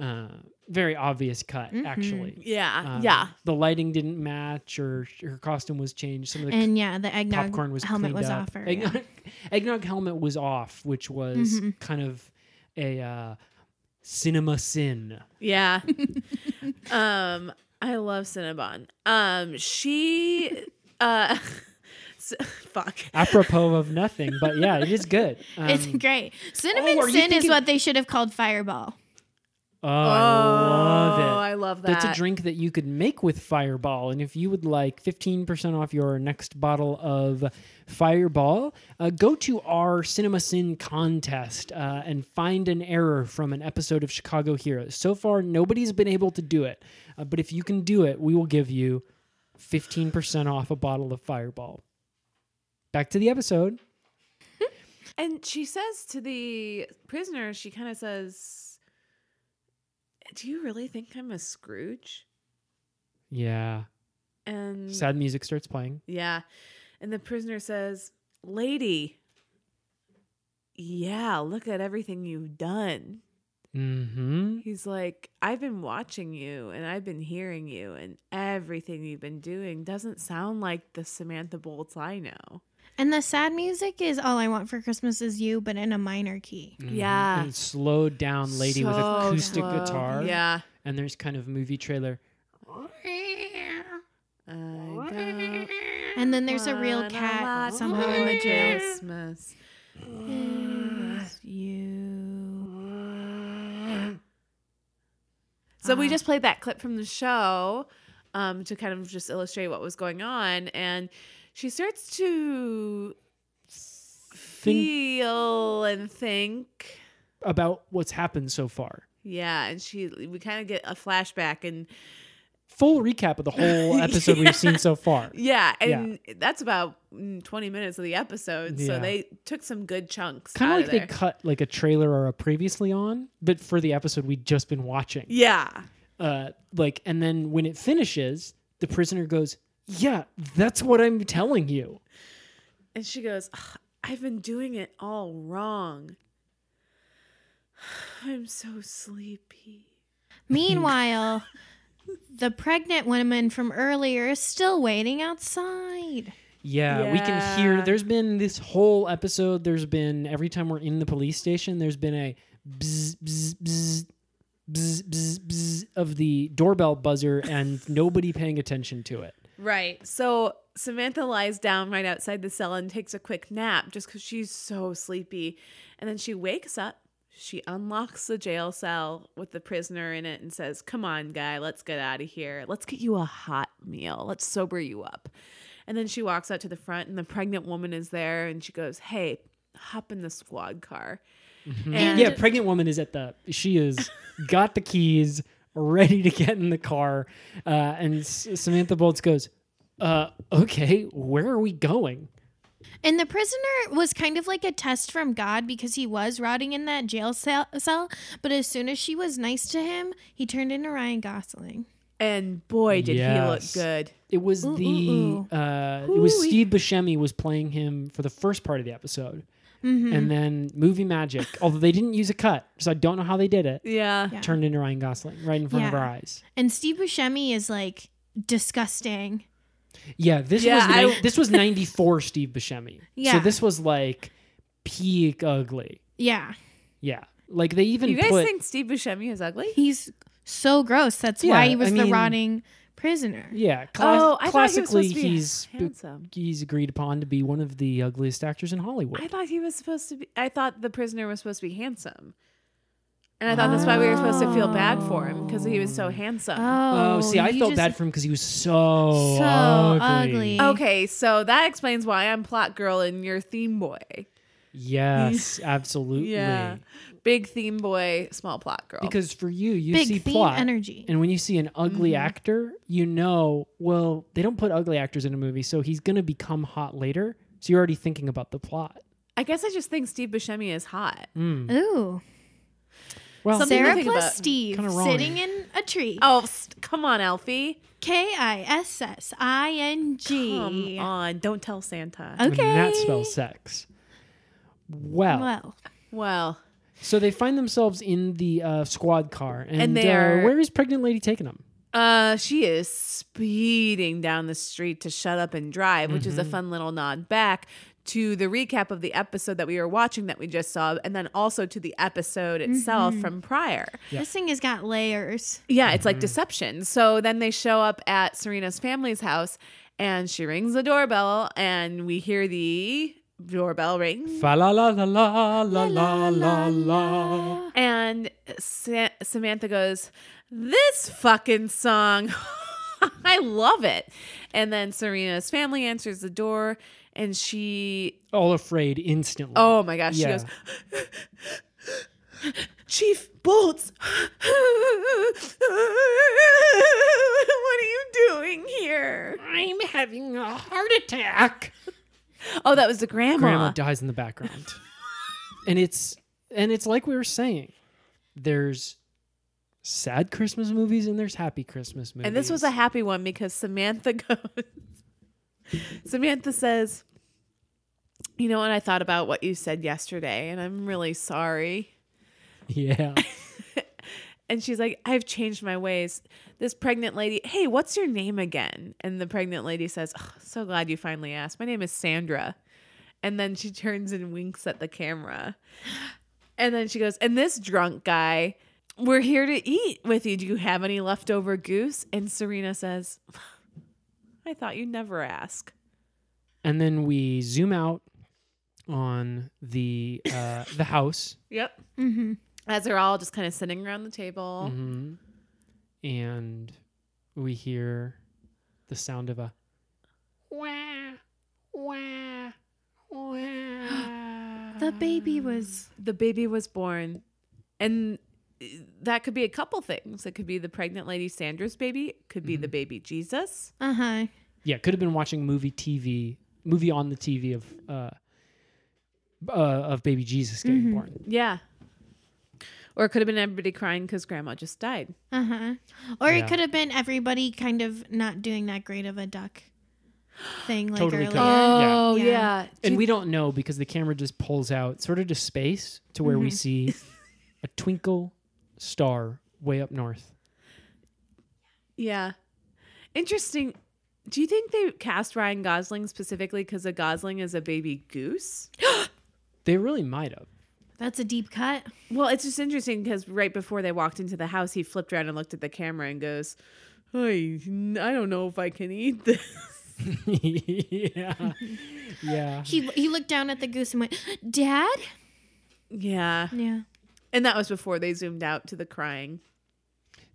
[SPEAKER 4] Uh, very obvious cut, actually.
[SPEAKER 1] Yeah.
[SPEAKER 4] Um,
[SPEAKER 1] Mm-hmm. yeah.
[SPEAKER 4] The lighting didn't match, or sh- her costume was changed. Some of the
[SPEAKER 5] And yeah, the eggnog
[SPEAKER 4] popcorn was
[SPEAKER 5] helmet
[SPEAKER 4] cleaned
[SPEAKER 5] was
[SPEAKER 4] up. um,
[SPEAKER 5] off her. yeah. Mm-hmm.
[SPEAKER 4] Eggnog, eggnog helmet was off, which was kind of a uh, cinema sin.
[SPEAKER 1] Yeah. um, I love Cinnabon. Um, she, uh, s- fuck.
[SPEAKER 4] Apropos of nothing, but yeah, it is good. Um,
[SPEAKER 5] It's great. Cinnamon
[SPEAKER 4] oh, are you
[SPEAKER 5] sin is
[SPEAKER 4] thinking-
[SPEAKER 5] what they should have called fireball.
[SPEAKER 4] oh, I
[SPEAKER 1] Oh,
[SPEAKER 4] love it.
[SPEAKER 1] I love that.
[SPEAKER 4] That's a drink that you could make with Fireball. And if you would like 15% off your next bottle of Fireball, uh, go to our Cinema Sin contest uh, and find an error from an episode of Chicago Heroes. So far, nobody's been able to do it. Uh, but if you can do it, we will give you 15% off a bottle of Fireball. Back to the episode.
[SPEAKER 1] And she says to the prisoner, she kind of says, Do you really think I'm a Scrooge?
[SPEAKER 4] Yeah.
[SPEAKER 1] And
[SPEAKER 4] Sad music starts playing.
[SPEAKER 1] yeah. And the prisoner says, Lady, yeah, look at everything you've done.
[SPEAKER 4] Mm hmm.
[SPEAKER 1] He's like, I've been watching you and I've been hearing you, and everything you've been doing doesn't sound like the Samantha Bolts I know.
[SPEAKER 5] And the sad music is all I want for Christmas is you, but in a minor key.
[SPEAKER 1] Yeah.
[SPEAKER 4] Mm-hmm. And slowed down lady with
[SPEAKER 1] So
[SPEAKER 4] acoustic
[SPEAKER 1] slow.
[SPEAKER 4] guitar.
[SPEAKER 1] Yeah.
[SPEAKER 4] and there's kind of movie trailer.
[SPEAKER 1] I don't
[SPEAKER 5] And then there's a real
[SPEAKER 1] want
[SPEAKER 5] cat
[SPEAKER 1] lot
[SPEAKER 5] somehow
[SPEAKER 1] more
[SPEAKER 5] in the jail.
[SPEAKER 1] Christmas.
[SPEAKER 5] You.
[SPEAKER 1] So
[SPEAKER 5] Uh-huh.
[SPEAKER 1] we just played that clip from the show um, to kind of just illustrate what was going on, and she starts to feel and think.
[SPEAKER 4] About what's happened so far.
[SPEAKER 1] Yeah, and she we kind of get a flashback, and
[SPEAKER 4] Full recap of the whole episode we've seen so far.
[SPEAKER 1] yeah, and that's about mm, twenty minutes of the episode. So
[SPEAKER 4] Yeah.
[SPEAKER 1] they took some good chunks.
[SPEAKER 4] Kind of
[SPEAKER 1] out
[SPEAKER 4] like
[SPEAKER 1] of
[SPEAKER 4] they
[SPEAKER 1] there.
[SPEAKER 4] cut like a trailer or a previously on, but for the episode we'd just been watching.
[SPEAKER 1] yeah,
[SPEAKER 4] Uh, like, and then when it finishes, the prisoner goes, "Yeah, that's what I'm telling you."
[SPEAKER 1] And she goes, "Ugh, I've been doing it all wrong. I'm so sleepy.
[SPEAKER 5] Meanwhile, the pregnant woman from earlier is still waiting outside.
[SPEAKER 4] Yeah, we can hear.
[SPEAKER 1] Yeah.
[SPEAKER 4] There's been this whole episode. There's been every time we're in the police station. There's been a bzz bzz bzz bzz bzz, bzz of the doorbell buzzer, and nobody paying attention to it.
[SPEAKER 1] Right. So Samantha lies down right outside the cell and takes a quick nap just because she's so sleepy. And then she wakes up. She unlocks the jail cell with the prisoner in it and says, Come on, guy, let's get out of here. Let's get you a hot meal. Let's sober you up. And then she walks out to the front, and the pregnant woman is there and she goes, Hey, hop in the squad car. And
[SPEAKER 4] yeah, pregnant woman is at the. She is got the keys, ready to get in the car, uh, and S- Samantha Bolts goes, uh, "Okay, where are we going?"
[SPEAKER 5] And the prisoner was kind of like a test from God because he was rotting in that jail cell, cell. But as soon as she was nice to him, he turned into Ryan Gosling.
[SPEAKER 1] And boy, did
[SPEAKER 4] Yes.
[SPEAKER 1] he look good.
[SPEAKER 4] It was
[SPEAKER 1] Mm,
[SPEAKER 5] Ooh,
[SPEAKER 4] the
[SPEAKER 5] ooh,
[SPEAKER 4] Uh, it was
[SPEAKER 1] Ooh-wee.
[SPEAKER 4] Steve Buscemi was playing him for the first part of the episode.
[SPEAKER 1] Mm-hmm.
[SPEAKER 4] and then movie magic. Although they didn't use a cut, so I don't know how they did it.
[SPEAKER 1] Yeah.
[SPEAKER 5] Yeah.
[SPEAKER 4] Turned into Ryan Gosling right in front of
[SPEAKER 5] Yeah.
[SPEAKER 4] our eyes.
[SPEAKER 5] And Steve Buscemi is like disgusting.
[SPEAKER 4] Yeah, this
[SPEAKER 1] Yeah,
[SPEAKER 4] was
[SPEAKER 1] I-
[SPEAKER 4] nine this was ninety four Steve Buscemi. So
[SPEAKER 5] Yeah.
[SPEAKER 4] this was like peak ugly.
[SPEAKER 5] Yeah.
[SPEAKER 4] Yeah, like they even
[SPEAKER 1] You guys
[SPEAKER 4] put
[SPEAKER 1] think Steve Buscemi is ugly?
[SPEAKER 5] He's so gross. That's
[SPEAKER 4] Yeah,
[SPEAKER 5] why he was
[SPEAKER 4] I
[SPEAKER 5] the
[SPEAKER 4] mean-
[SPEAKER 5] rotting prisoner.
[SPEAKER 4] yeah. Class-
[SPEAKER 1] oh, I thought he was
[SPEAKER 4] classically,
[SPEAKER 1] supposed to be
[SPEAKER 4] he's
[SPEAKER 1] handsome.
[SPEAKER 4] he's agreed upon to be one of the ugliest actors in Hollywood.
[SPEAKER 1] I thought he was supposed to be. I thought the prisoner was supposed to be handsome, and I thought that's why we were supposed to feel bad for him because he was so handsome.
[SPEAKER 5] Oh,
[SPEAKER 4] oh, see, I
[SPEAKER 5] you
[SPEAKER 4] felt
[SPEAKER 5] just-
[SPEAKER 4] bad for him because he was so
[SPEAKER 5] So ugly.
[SPEAKER 1] Okay, so that explains why I'm plot girl and you're theme boy.
[SPEAKER 4] Yes, absolutely.
[SPEAKER 1] big theme boy, small plot girl.
[SPEAKER 4] Because for you, you
[SPEAKER 5] Big
[SPEAKER 4] see
[SPEAKER 5] theme
[SPEAKER 4] plot
[SPEAKER 5] energy.
[SPEAKER 4] and when you see an ugly actor, you know, well, they don't put ugly actors in a movie, so he's gonna become hot later. So you're already thinking about the plot.
[SPEAKER 1] I guess I just think Steve Buscemi is hot.
[SPEAKER 4] Mm. Hmm.
[SPEAKER 5] Ooh.
[SPEAKER 4] Well,
[SPEAKER 1] Something-
[SPEAKER 5] Sarah
[SPEAKER 1] think
[SPEAKER 5] plus
[SPEAKER 1] about-
[SPEAKER 5] Steve
[SPEAKER 4] Kinda wrong.
[SPEAKER 5] sitting in a tree.
[SPEAKER 1] Oh, s- come on, Alfie.
[SPEAKER 5] K I S S I N
[SPEAKER 1] Come
[SPEAKER 5] G.
[SPEAKER 1] on, don't tell Santa.
[SPEAKER 5] Okay.
[SPEAKER 4] and that spells sex. Well,
[SPEAKER 5] Well,
[SPEAKER 1] Well,
[SPEAKER 4] so they find themselves in the uh, squad car, and,
[SPEAKER 1] And they
[SPEAKER 4] uh,
[SPEAKER 1] are-
[SPEAKER 4] where is pregnant lady taking them?
[SPEAKER 1] uh, she is speeding down the street to shut up and drive, which is a fun little nod back to the recap of the episode that we were watching that we just saw, and then also to the episode itself from prior.
[SPEAKER 5] this thing has got layers.
[SPEAKER 1] Yeah, it's like deception. So then they show up at Serena's family's house and she rings the doorbell and we hear the doorbell ring.
[SPEAKER 4] Fa la la la la la la la la.
[SPEAKER 1] And Sa- Samantha goes, This fucking song. I love it. And then Serena's family answers the door and she,
[SPEAKER 4] All afraid instantly.
[SPEAKER 1] oh my gosh,
[SPEAKER 4] Yeah.
[SPEAKER 1] she goes, Chief Bolts, what are you doing here?
[SPEAKER 6] I'm having a heart attack.
[SPEAKER 1] Oh, that was the grandma.
[SPEAKER 4] grandma dies in the background and it's and it's like we were saying there's sad christmas movies and there's happy christmas movies
[SPEAKER 1] and this was a happy one because Samantha goes. Samantha says, "You know what? I thought about what you said yesterday, and I'm really sorry."
[SPEAKER 4] yeah
[SPEAKER 1] And she's like, "I've changed my ways." This pregnant lady, hey, what's your name again? And the pregnant lady says, oh, "So glad you finally asked. My name is Sandra." And then she turns and winks at the camera. And then she goes, and this drunk guy, we're here to eat with you. Do you have any leftover goose? And Serena says, I thought you'd never ask.
[SPEAKER 4] and then we zoom out on the uh the house
[SPEAKER 1] Yep. Mm-hmm. As they're all just kind of sitting around the table.
[SPEAKER 4] Mhm. and we hear the sound of a
[SPEAKER 6] Wah, wah, wah.
[SPEAKER 5] The baby was.
[SPEAKER 1] The baby was born. And eh, that could be a couple things. It could be the pregnant lady Sandra's baby, It could be the baby Jesus.
[SPEAKER 5] Uh huh.
[SPEAKER 4] yeah could have been watching movie tv movie on the tv of uh uh, of baby Jesus getting
[SPEAKER 1] Mm-hmm.
[SPEAKER 4] born.
[SPEAKER 1] Yeah. Or it could have been everybody crying because grandma just died.
[SPEAKER 5] Uh huh. Or
[SPEAKER 4] Yeah.
[SPEAKER 5] it could have been everybody kind of not doing that great of a duck thing like
[SPEAKER 4] Totally could.
[SPEAKER 5] earlier.
[SPEAKER 4] Oh,
[SPEAKER 5] Yeah. yeah.
[SPEAKER 4] and we don't know because the camera just pulls out sort of to space to where we see a twinkle star way up north.
[SPEAKER 1] Yeah. Interesting. Do you think they cast Ryan Gosling specifically because a Gosling is a baby goose?
[SPEAKER 4] They really might have.
[SPEAKER 5] That's a deep cut.
[SPEAKER 1] Well, it's just interesting because right before they walked into the house, he flipped around and looked at the camera and goes, I, I don't know if I can eat this.
[SPEAKER 4] yeah. Yeah.
[SPEAKER 5] He he looked down at the goose and went, "Dad."
[SPEAKER 1] Yeah.
[SPEAKER 5] Yeah.
[SPEAKER 1] And that was before they zoomed out to the crying.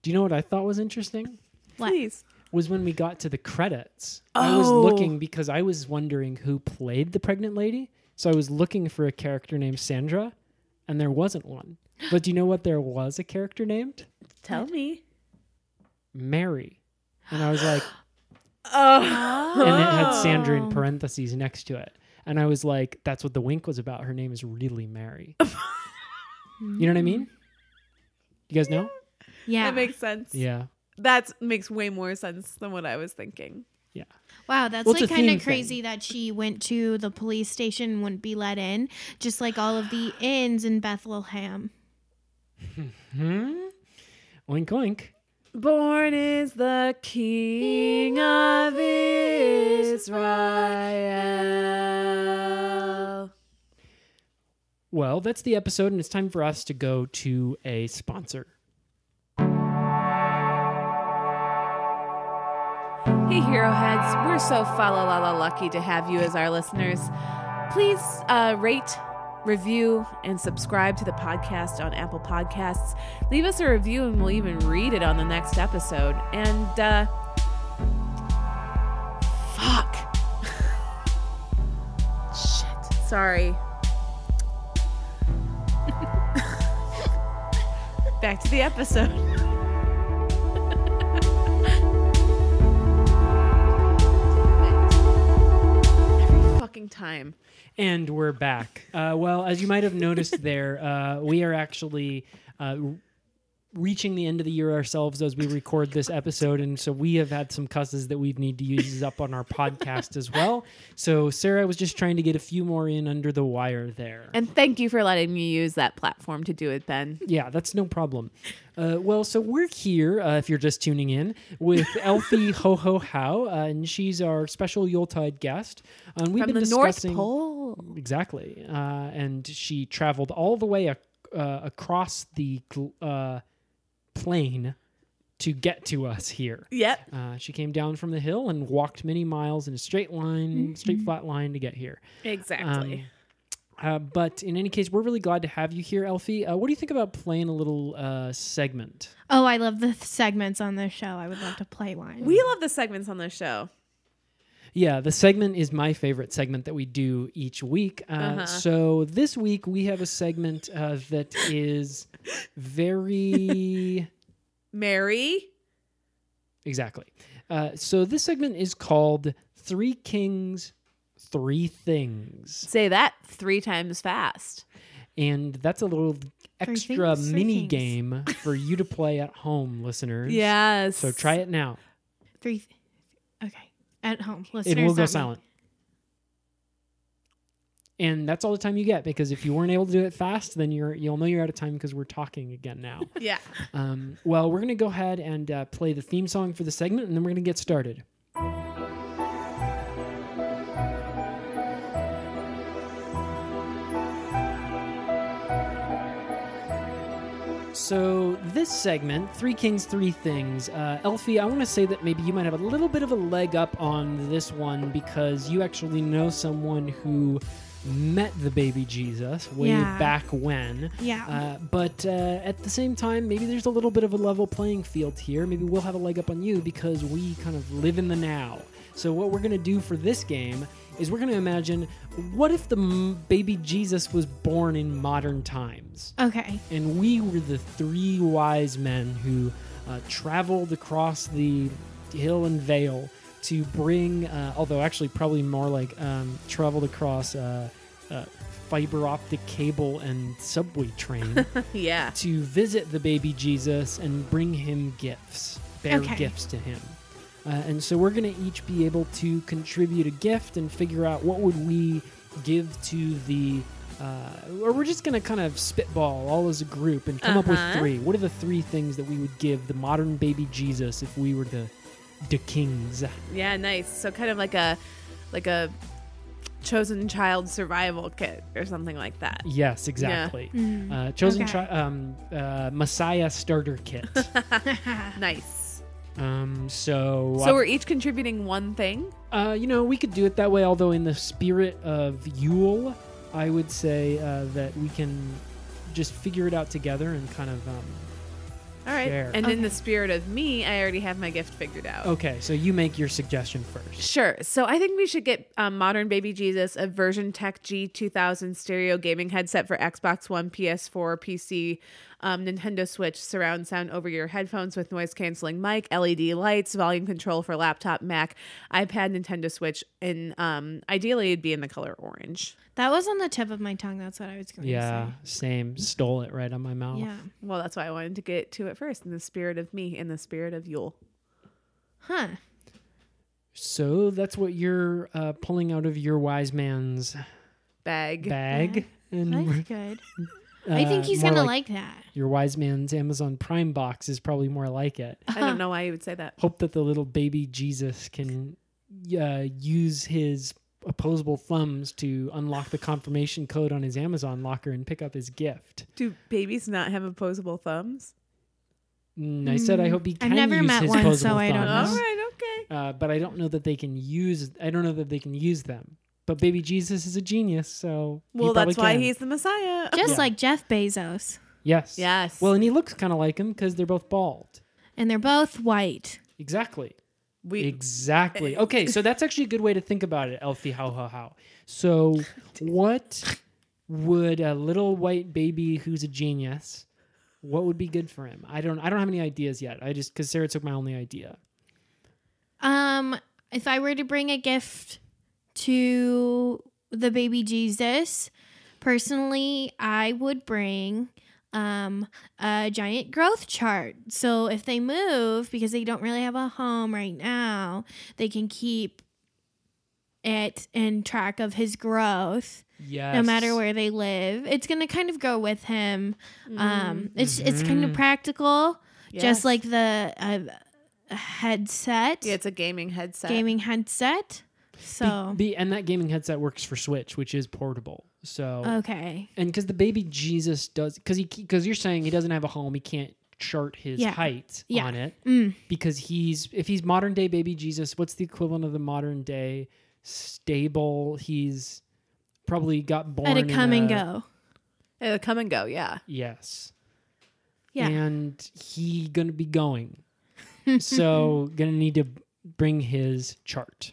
[SPEAKER 4] Do you know what I thought was interesting?
[SPEAKER 5] What?
[SPEAKER 1] Please.
[SPEAKER 4] Was when we got to the credits. I was
[SPEAKER 1] Oh.
[SPEAKER 4] looking because I was wondering who played the pregnant lady. So I was looking for a character named Sandra, and there wasn't one. But do you know what there was a character named?
[SPEAKER 1] Tell me.
[SPEAKER 4] Mary. And I was like,
[SPEAKER 1] Oh.
[SPEAKER 4] and it had Sandra in parentheses next to it. And I was like, that's what the wink was about. Her name is really Mary. you know what I mean? You guys know?
[SPEAKER 5] Yeah.
[SPEAKER 1] That makes sense.
[SPEAKER 4] Yeah.
[SPEAKER 1] That makes way more sense than what I was thinking.
[SPEAKER 4] Yeah.
[SPEAKER 5] Wow, that's
[SPEAKER 4] Well, it's
[SPEAKER 5] like
[SPEAKER 4] a
[SPEAKER 5] kind
[SPEAKER 4] theme
[SPEAKER 5] of
[SPEAKER 4] thing.
[SPEAKER 5] crazy that she went to the police station and wouldn't be let in, just like all of the inns in Bethlehem.
[SPEAKER 4] Oink oink.
[SPEAKER 1] Born is the King of Israel.
[SPEAKER 4] Well, that's the episode, and it's time for us to go to a sponsor.
[SPEAKER 1] Hey, Hero Heads, we're so fa la la la lucky to have you as our listeners. Please uh, rate, review, and subscribe to the podcast on Apple Podcasts. Leave us a review and we'll even read it on the next episode. And, uh, fuck. Shit. Sorry. Back to the episode. Every fucking time.
[SPEAKER 4] And we're back. Uh, well, as you might have noticed there, uh, we are actually uh, r- reaching the end of the year ourselves as we record this episode. And so we have had some cusses that we need to use up on our podcast as well. So Sarah was just trying to get a few more in under the wire there.
[SPEAKER 1] And thank you for letting me use that platform to do it, Ben.
[SPEAKER 4] Yeah, that's no problem. Uh, well, so we're here, uh, if you're just tuning in, with Elfie Ho Ho How, uh, and she's our special Yuletide guest. And we've
[SPEAKER 1] From
[SPEAKER 4] been
[SPEAKER 1] the North
[SPEAKER 4] discussing
[SPEAKER 1] Pole.
[SPEAKER 4] exactly, uh, and she traveled all the way ac- uh, across the gl- uh, plain to get to us here.
[SPEAKER 1] Yep.
[SPEAKER 4] Uh, she came down from the hill and walked many miles in a straight line, straight flat line to get here.
[SPEAKER 1] Exactly.
[SPEAKER 4] Uh, but in any case, we're really glad to have you here, Elfie. Uh, what do you think about playing a little uh, segment?
[SPEAKER 5] Oh, I love the th- segments on this show. I would love to play one.
[SPEAKER 1] we love the segments on this show.
[SPEAKER 4] Yeah, the segment is my favorite segment that we do each week. Uh, So this week we have a segment uh, that is very
[SPEAKER 1] Mary.
[SPEAKER 4] exactly. Uh, so this segment is called Three Kings, Three Things,
[SPEAKER 1] Say that three times fast.
[SPEAKER 4] and that's a little extra
[SPEAKER 5] Things, Three
[SPEAKER 4] mini
[SPEAKER 5] Kings.
[SPEAKER 4] game for you to play at home, listeners.
[SPEAKER 1] Yes.
[SPEAKER 4] So try it now.
[SPEAKER 5] three. Th- okay, at home, listeners.
[SPEAKER 4] It will
[SPEAKER 5] not
[SPEAKER 4] go
[SPEAKER 5] me.
[SPEAKER 4] silent. And that's all the time you get because if you weren't able to do it fast, then you're you'll know you're out of time because we're talking again now.
[SPEAKER 1] Yeah.
[SPEAKER 4] um, well, we're gonna go ahead and uh, play the theme song for the segment, and then we're gonna get started. So this segment, Three Kings, Three Things. Uh, Elfie, I want to say that maybe you might have a little bit of a leg up on this one because you actually know someone who met the baby Jesus way
[SPEAKER 5] Yeah.
[SPEAKER 4] back when.
[SPEAKER 5] Yeah.
[SPEAKER 4] Uh, but uh, at the same time, maybe there's a little bit of a level playing field here. Maybe we'll have a leg up on you because we kind of live in the now. So what we're gonna do for this game is we're gonna imagine what if the m- baby Jesus was born in modern times
[SPEAKER 5] Okay.
[SPEAKER 4] and we were the three wise men who uh, traveled across the hill and vale to bring, uh, although actually probably more like um, traveled across uh, uh, fiber optic cable and subway train
[SPEAKER 1] Yeah.
[SPEAKER 4] to visit the baby Jesus and bring him gifts, bear
[SPEAKER 5] Okay.
[SPEAKER 4] gifts to him. Uh, and so we're going to each be able to contribute a gift and figure out what would we give to the. Uh, or we're just going to kind of spitball all as a group and come up with
[SPEAKER 1] Uh-huh.
[SPEAKER 4] three. What are the three things that we would give the modern baby Jesus if we were the the kings?
[SPEAKER 1] Yeah, nice. So kind of like a like a chosen child survival kit or something like that.
[SPEAKER 4] Yes, exactly.
[SPEAKER 1] Mm-hmm.
[SPEAKER 4] Uh, chosen
[SPEAKER 5] Okay.
[SPEAKER 4] chi- um, uh, Messiah starter kit.
[SPEAKER 1] Nice.
[SPEAKER 4] um, so
[SPEAKER 1] So we're each contributing one thing.
[SPEAKER 4] Uh, you know, we could do it that way, although, in the spirit of Yule, I would say uh, that we can just figure it out together and kind of. Um,
[SPEAKER 1] All right.
[SPEAKER 4] Share.
[SPEAKER 1] And in the spirit of me, I already have my gift figured out.
[SPEAKER 4] okay, so you make your suggestion first.
[SPEAKER 1] Sure. So I think we should get um, Modern Baby Jesus a Version Tech G2000 stereo gaming headset for Xbox One, PS4, PC, um, Nintendo Switch, surround sound over your headphones with noise canceling mic, LED lights, volume control for laptop, Mac, iPad, Nintendo Switch, and um, ideally it'd be in the color orange.
[SPEAKER 5] That was on the tip of my tongue. That's what I was going
[SPEAKER 4] Yeah, Oh.
[SPEAKER 5] to
[SPEAKER 4] same. Stole it right on my mouth.
[SPEAKER 5] say. Yeah.
[SPEAKER 1] Well, that's why I wanted to get to it first in the spirit of me, in the spirit of Yule.
[SPEAKER 5] Huh.
[SPEAKER 4] So that's what you're uh, pulling out of your wise man's
[SPEAKER 1] Bag.
[SPEAKER 4] bag. And
[SPEAKER 5] That's good. I think
[SPEAKER 4] uh,
[SPEAKER 5] he's
[SPEAKER 4] more
[SPEAKER 5] gonna like, that.
[SPEAKER 4] your wise man's Amazon Prime box is probably more like it.
[SPEAKER 1] I don't know why you would say that.
[SPEAKER 4] Hope that the little baby Jesus can uh, use his opposable thumbs to unlock the confirmation code on his Amazon locker and pick up his gift.
[SPEAKER 1] Do babies not have opposable thumbs?
[SPEAKER 4] Mm, I said I hope he
[SPEAKER 5] I've
[SPEAKER 4] can
[SPEAKER 5] Hmm, never
[SPEAKER 4] use
[SPEAKER 5] met
[SPEAKER 4] his
[SPEAKER 5] one, so
[SPEAKER 4] opposable
[SPEAKER 5] I don't
[SPEAKER 4] thumbs.
[SPEAKER 5] know.
[SPEAKER 1] All right, okay.
[SPEAKER 4] Uh, but I don't know that they can use. I don't know that they can use them. But baby Jesus is a genius, so he
[SPEAKER 1] Well, that's
[SPEAKER 4] probably
[SPEAKER 1] why
[SPEAKER 4] can.
[SPEAKER 1] he's the Messiah.
[SPEAKER 5] Just like Jeff Bezos,
[SPEAKER 4] yes,
[SPEAKER 1] Yes.
[SPEAKER 4] Well, and he looks kind of like him because they're both bald.
[SPEAKER 5] and they're both white.
[SPEAKER 4] Exactly.
[SPEAKER 1] we
[SPEAKER 4] Exactly. Okay, so that's actually a good way to think about it, Elfie. How how how. So, what would a little white baby who's a genius? What would be good for him? I don't. I don't have any ideas yet. I just because Sarah took my only idea.
[SPEAKER 5] Um, if I were to bring a gift to the baby Jesus, personally, I would bring um a giant growth chart. So if they move because they don't really have a home right now, they can keep it in track of his growth
[SPEAKER 4] Yes.
[SPEAKER 5] no matter where they live. It's going to kind of go with him. Um it's it's kind
[SPEAKER 4] Mm-hmm.
[SPEAKER 5] of practical
[SPEAKER 1] Yes.
[SPEAKER 5] just like the uh, headset
[SPEAKER 1] Yeah, it's a gaming headset.
[SPEAKER 5] gaming headset. So
[SPEAKER 4] Be, and that gaming headset works for Switch, which is portable. So
[SPEAKER 5] Oh, okay,
[SPEAKER 4] and because the baby Jesus does because he because you're saying he doesn't have a home, he can't chart his
[SPEAKER 5] Yeah.
[SPEAKER 4] height
[SPEAKER 5] Yeah.
[SPEAKER 4] on it
[SPEAKER 5] Mm.
[SPEAKER 4] because he's if he's modern day baby Jesus, what's the equivalent of the modern day stable? He's probably got born
[SPEAKER 5] at a
[SPEAKER 4] in
[SPEAKER 5] come and
[SPEAKER 4] a-
[SPEAKER 5] go.
[SPEAKER 1] It'll Uh, come and go, yeah.
[SPEAKER 4] Yes,
[SPEAKER 5] Yeah,
[SPEAKER 4] and he gonna be going, so gonna need to bring his chart.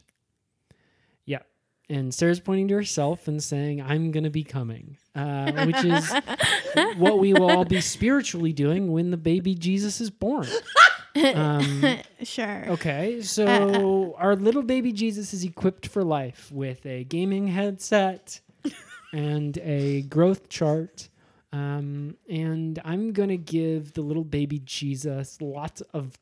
[SPEAKER 4] Yeah, and Sarah's pointing to herself and saying, "I'm gonna be coming," uh, which is what we will all be spiritually doing when the baby Jesus is born. Um,
[SPEAKER 5] sure.
[SPEAKER 4] okay, so our little baby Jesus is equipped for life with a gaming headset and a growth chart. Um, and I'm going to give the little baby Jesus lots of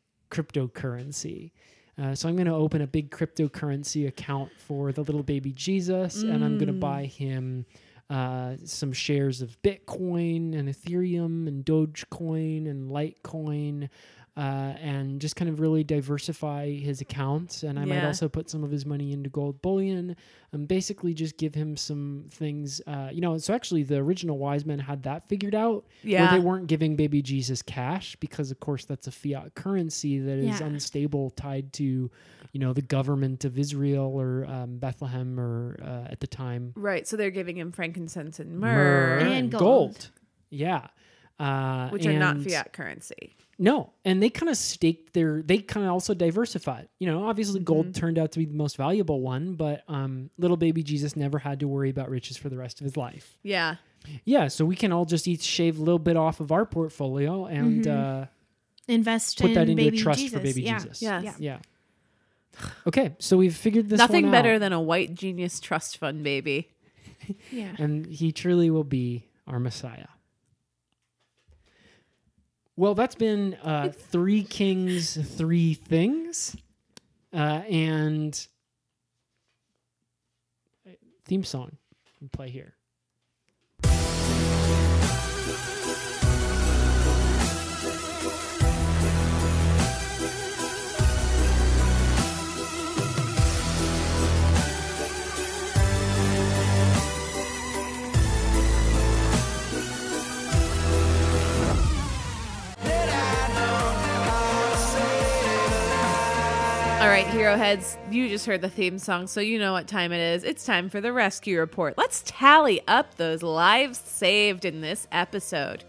[SPEAKER 4] cryptocurrency. Uh, so I'm going to open a big cryptocurrency account for the little baby Jesus, and I'm going to buy
[SPEAKER 1] Mm.
[SPEAKER 4] him uh, some shares of Bitcoin and Ethereum and Dogecoin and Litecoin. Uh, and just kind of really diversify his accounts. And I might
[SPEAKER 1] Yeah.
[SPEAKER 4] also put some of his money into gold bullion and basically just give him some things. Uh, you know, so actually the original wise men had that figured out.
[SPEAKER 1] Yeah.
[SPEAKER 4] Where they weren't giving baby Jesus cash because, of course, that's a fiat currency that is
[SPEAKER 5] Yeah.
[SPEAKER 4] unstable, tied to, you know, the government of Israel or um, Bethlehem or uh, at the time
[SPEAKER 1] Right. So they're giving him frankincense and myrrh,
[SPEAKER 4] myrrh
[SPEAKER 5] And gold.
[SPEAKER 4] Yeah. Uh,
[SPEAKER 1] which are not
[SPEAKER 4] and-
[SPEAKER 1] fiat currency.
[SPEAKER 4] No, and they kind of staked their. They kind of also diversified. You know,
[SPEAKER 1] Mm-hmm.
[SPEAKER 4] obviously gold turned out to be the most valuable one, but um, little baby Jesus never had to worry about riches for the rest of his life.
[SPEAKER 1] Yeah.
[SPEAKER 4] Yeah, so we can all just each shave a little bit off of our portfolio and
[SPEAKER 1] Mm-hmm.
[SPEAKER 4] uh,
[SPEAKER 5] Invest
[SPEAKER 4] put
[SPEAKER 5] in
[SPEAKER 4] that into
[SPEAKER 5] baby
[SPEAKER 4] a trust
[SPEAKER 5] Jesus.
[SPEAKER 4] for baby
[SPEAKER 5] yeah.
[SPEAKER 4] Jesus.
[SPEAKER 1] Yes.
[SPEAKER 5] Yeah.
[SPEAKER 4] Yeah. Okay, so we've figured this
[SPEAKER 1] Nothing
[SPEAKER 4] one
[SPEAKER 1] better
[SPEAKER 4] out,
[SPEAKER 1] than a white genius trust fund baby.
[SPEAKER 5] Yeah.
[SPEAKER 4] and he truly will be our Messiah. Well, that's been uh, three kings, three things, uh, and theme song. We play here.
[SPEAKER 1] All right, hero heads, you just heard the theme song, so you know what time it is. It's time for the rescue report. Let's tally up those lives saved in this episode.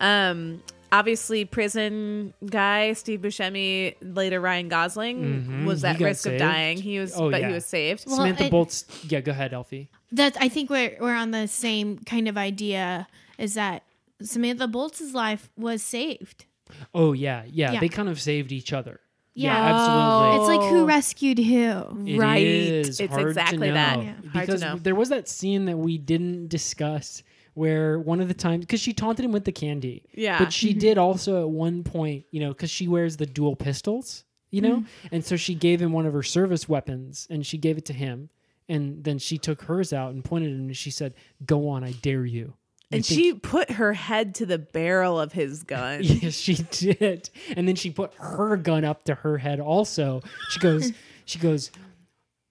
[SPEAKER 1] Um, obviously, prison guy Steve Buscemi, later Ryan Gosling, was
[SPEAKER 4] Mm-hmm. He
[SPEAKER 1] at
[SPEAKER 4] got
[SPEAKER 1] risk
[SPEAKER 4] saved.
[SPEAKER 1] of dying. He was,
[SPEAKER 4] Oh,
[SPEAKER 1] but
[SPEAKER 4] yeah.
[SPEAKER 1] he was saved.
[SPEAKER 5] Well,
[SPEAKER 4] Samantha
[SPEAKER 5] it-
[SPEAKER 4] Bolt's. Yeah, go ahead, Elfie.
[SPEAKER 5] That I think we're we're on the same kind of idea. Is that Samantha Bolt's life was saved?
[SPEAKER 4] Oh yeah, yeah.
[SPEAKER 5] Yeah.
[SPEAKER 4] They kind of saved each other.
[SPEAKER 5] Yeah.
[SPEAKER 4] absolutely.
[SPEAKER 5] It's like who
[SPEAKER 1] Oh.
[SPEAKER 5] rescued who?
[SPEAKER 4] It
[SPEAKER 1] Right.
[SPEAKER 4] is
[SPEAKER 1] It's
[SPEAKER 4] hard to
[SPEAKER 1] exactly that.
[SPEAKER 4] know.
[SPEAKER 1] Yeah. Hard to
[SPEAKER 4] Because
[SPEAKER 1] know.
[SPEAKER 4] there was that scene that we didn't discuss where one of the times because she taunted him with the candy.
[SPEAKER 1] Yeah. Mm-hmm.
[SPEAKER 4] But she did also at one point, you know, because she wears the dual pistols. you know?
[SPEAKER 1] Mm-hmm.
[SPEAKER 4] And so she gave him one of her service weapons and she gave it to him. And then she took hers out and pointed at him and she said, Go on, I dare you. You
[SPEAKER 1] and
[SPEAKER 4] think-
[SPEAKER 1] she put her head to the barrel of his gun.
[SPEAKER 4] Yes, she did. And then she put her gun up to her head also. She goes, she goes,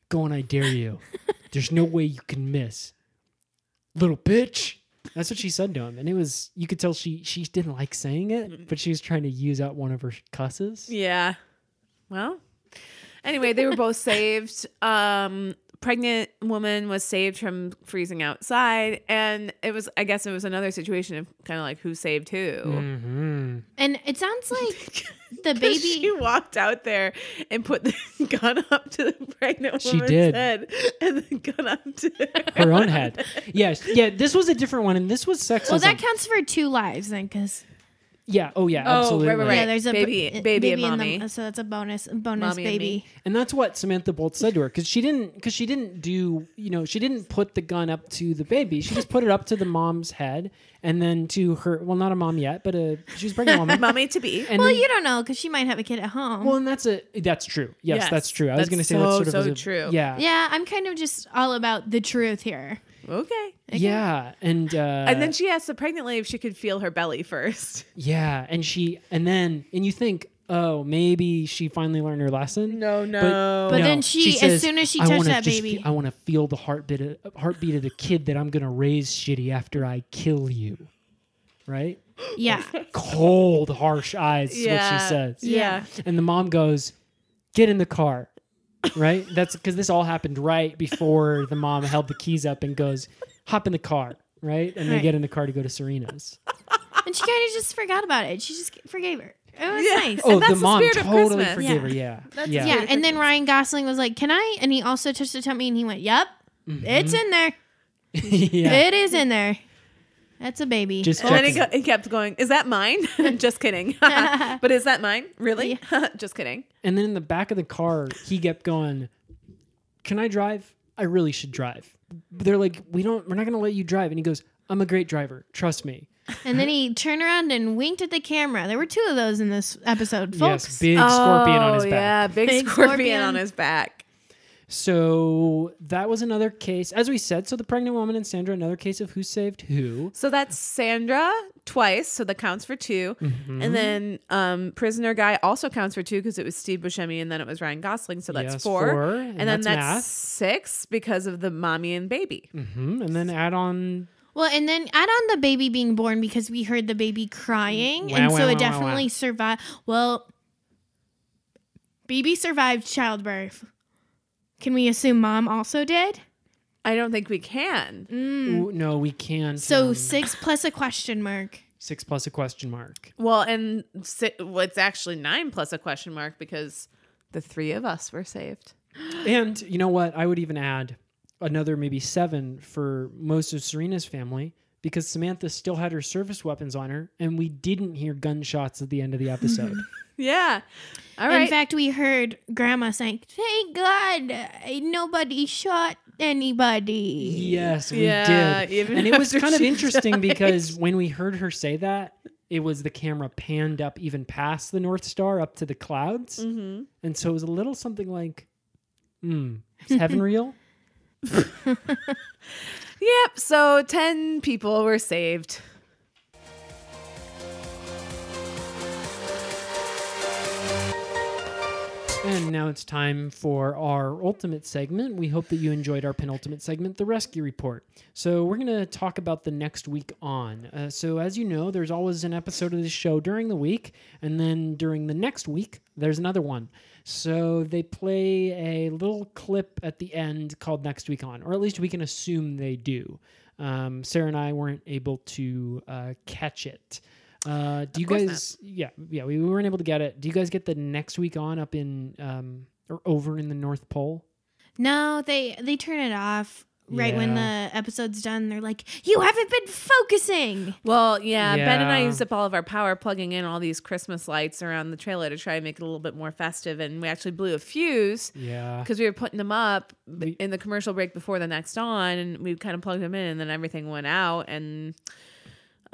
[SPEAKER 4] Go on, I dare you. There's no way you can miss. Little bitch. That's what she said to him. And it was you could tell she she didn't like saying it, but she was trying to use out one of her cusses.
[SPEAKER 1] Yeah. Well, anyway, they were both saved. Um, pregnant woman was saved from freezing outside, and it was, I guess, it was another situation of kind of like who saved who.
[SPEAKER 4] Hmm.
[SPEAKER 5] And it sounds like the
[SPEAKER 1] 'Cause
[SPEAKER 5] baby.
[SPEAKER 1] She walked out there and put the gun up to the pregnant
[SPEAKER 4] She
[SPEAKER 1] woman's
[SPEAKER 4] did.
[SPEAKER 1] head, and the gun up to
[SPEAKER 4] Her own head. Yes. Yeah, this was a different one and this was sexism.
[SPEAKER 5] well, that counts for two lives then, because
[SPEAKER 4] yeah, oh yeah, absolutely.
[SPEAKER 1] right, right, right.
[SPEAKER 5] yeah, there's a
[SPEAKER 1] Baby-
[SPEAKER 5] uh,
[SPEAKER 1] baby and mommy.
[SPEAKER 5] The, so that's a bonus, bonus
[SPEAKER 1] Mommy and
[SPEAKER 5] baby.
[SPEAKER 1] me.
[SPEAKER 4] And that's what Samantha Bolt said to her because she didn't because she didn't do you know she didn't put the gun up to the baby she just put it up to the mom's head and then to her well not a mom yet but a she was a pregnant woman
[SPEAKER 1] mommy to be.
[SPEAKER 4] and
[SPEAKER 5] Well,
[SPEAKER 4] then-
[SPEAKER 5] you don't know because she might have a kid at home.
[SPEAKER 4] well and that's a that's true yes,
[SPEAKER 1] Yes,
[SPEAKER 4] that's true I was
[SPEAKER 1] that's
[SPEAKER 4] gonna say
[SPEAKER 1] so,
[SPEAKER 4] that's sort of
[SPEAKER 1] so
[SPEAKER 4] as a-
[SPEAKER 1] true.
[SPEAKER 4] yeah
[SPEAKER 5] yeah, I'm kind of just all about the truth here.
[SPEAKER 1] Okay.
[SPEAKER 4] yeah and uh,
[SPEAKER 1] And then she asked the pregnant lady if she could feel her belly first.
[SPEAKER 4] yeah and she and then and you think oh maybe she finally learned her lesson
[SPEAKER 1] No, no.
[SPEAKER 5] But then she- as soon as she
[SPEAKER 4] "I
[SPEAKER 5] touched
[SPEAKER 4] wanna
[SPEAKER 5] that
[SPEAKER 4] just
[SPEAKER 5] baby-
[SPEAKER 4] fe- I want to feel the heartbeat of, heartbeat of the kid that I'm gonna raise shitty after I kill you, right?
[SPEAKER 5] Yeah.
[SPEAKER 4] Cold, harsh eyes is what she says.
[SPEAKER 1] Yeah.
[SPEAKER 4] And the mom goes, "Get in the car," right? That's because this all happened right before the mom held the keys up and goes, "Hop in the car," right? And they
[SPEAKER 5] Right.
[SPEAKER 4] get in the car to go to Serena's.
[SPEAKER 5] and she kind of just forgot about it. She just forgave her. It was
[SPEAKER 1] Yeah.
[SPEAKER 5] nice.
[SPEAKER 4] Oh,
[SPEAKER 1] that's
[SPEAKER 4] the
[SPEAKER 1] the
[SPEAKER 4] mom
[SPEAKER 1] spirit of
[SPEAKER 4] totally
[SPEAKER 1] Christmas.
[SPEAKER 4] forgave
[SPEAKER 5] Yeah.
[SPEAKER 4] her. Yeah,
[SPEAKER 5] yeah.
[SPEAKER 4] yeah.
[SPEAKER 5] And then Ryan Gosling was like, Can I? And he also touched the tummy and he went, Yep. It's in there.
[SPEAKER 4] Mm-hmm. yeah.
[SPEAKER 5] It is in there. That's a baby.
[SPEAKER 4] Just
[SPEAKER 1] Oh, And then he,
[SPEAKER 4] checking.
[SPEAKER 1] go, he kept going, Is that mine? Just kidding. but is that mine? Really? Just kidding.
[SPEAKER 4] And then in the back of the car, he kept going, Can I drive? I really should drive. They're like, We don't, we're not going to let you drive. And he goes, I'm a great driver. Trust me.
[SPEAKER 5] and then he turned around and winked at the camera. There were two of those in this episode, folks.
[SPEAKER 4] Yes, big scorpion on his
[SPEAKER 1] Oh,
[SPEAKER 4] back.
[SPEAKER 1] Yeah, big,
[SPEAKER 5] Big
[SPEAKER 1] scorpion,
[SPEAKER 5] scorpion.
[SPEAKER 1] on his back.
[SPEAKER 4] So that was another case. As we said, so the pregnant woman and Sandra, another case of who saved who.
[SPEAKER 1] So that's Sandra twice, so that counts for 2
[SPEAKER 4] Mm-hmm.
[SPEAKER 1] And then um, prisoner guy also counts for two because it was Steve Buscemi and then it was Ryan Gosling, so that's
[SPEAKER 4] Yes,
[SPEAKER 1] four.
[SPEAKER 4] four,
[SPEAKER 1] And,
[SPEAKER 4] and
[SPEAKER 1] then
[SPEAKER 4] that's
[SPEAKER 1] that's,
[SPEAKER 4] math.
[SPEAKER 1] six because of the mommy and baby.
[SPEAKER 4] Hmm, And then add on,
[SPEAKER 5] Well, and then add on the baby being born because we heard the baby crying,
[SPEAKER 4] Wah,
[SPEAKER 5] and
[SPEAKER 4] wah,
[SPEAKER 5] so
[SPEAKER 4] wah, wah,
[SPEAKER 5] it definitely
[SPEAKER 4] wah.
[SPEAKER 5] survived. Well, baby survived childbirth. Can we assume mom also did?
[SPEAKER 1] I don't think we can.
[SPEAKER 4] ooh, no, we can't.
[SPEAKER 5] So
[SPEAKER 4] um,
[SPEAKER 5] six plus a question mark.
[SPEAKER 4] six plus a question mark.
[SPEAKER 1] Well, and si- well, it's actually nine plus a question mark because the three of us were saved.
[SPEAKER 4] And you know what? I would even add another maybe seven for most of Serena's family because Samantha still had her service weapons on her, and we didn't hear gunshots at the end of the episode.
[SPEAKER 1] Yeah. All
[SPEAKER 5] In
[SPEAKER 1] right.
[SPEAKER 5] fact, we heard grandma saying, "Thank God uh, nobody shot anybody."
[SPEAKER 4] yes, we
[SPEAKER 1] Yeah,
[SPEAKER 4] did.
[SPEAKER 1] even
[SPEAKER 4] and it was
[SPEAKER 1] after
[SPEAKER 4] kind of
[SPEAKER 1] she
[SPEAKER 4] interesting because when we heard her say that, it was the camera panned up even past the North Star up to the clouds. Mm-hmm. And so it was a little something like, hmm, is heaven real?
[SPEAKER 1] yep. So 10 people were saved.
[SPEAKER 4] And now it's time for our ultimate segment. We hope that you enjoyed our penultimate segment, the rescue report. So we're going to talk about the next week on. Uh, so as you know, there's always an episode of this show during the week, and then during the next week, there's another one. So they play a little clip at the end called "Next Week On," or at least we can assume they do. Um, Sarah and I weren't able to uh, catch it. Uh, do you
[SPEAKER 1] course not.
[SPEAKER 4] guys? Yeah, yeah, we weren't able to get it. Do you guys get the next week on up in um or over in the North Pole?
[SPEAKER 5] No, they they turn it off right when
[SPEAKER 4] Yeah.
[SPEAKER 5] the episode's done. They're like, "You haven't been focusing."
[SPEAKER 1] Well, yeah, Ben and I
[SPEAKER 4] Yeah.
[SPEAKER 1] used up all of our power plugging in all these Christmas lights around the trailer to try and make it a little bit more festive. And we actually blew a fuse
[SPEAKER 4] Yeah,
[SPEAKER 1] because we were putting them up b
[SPEAKER 4] We-
[SPEAKER 1] in the commercial break before the next on. And we kind of plugged them in and then everything went out. And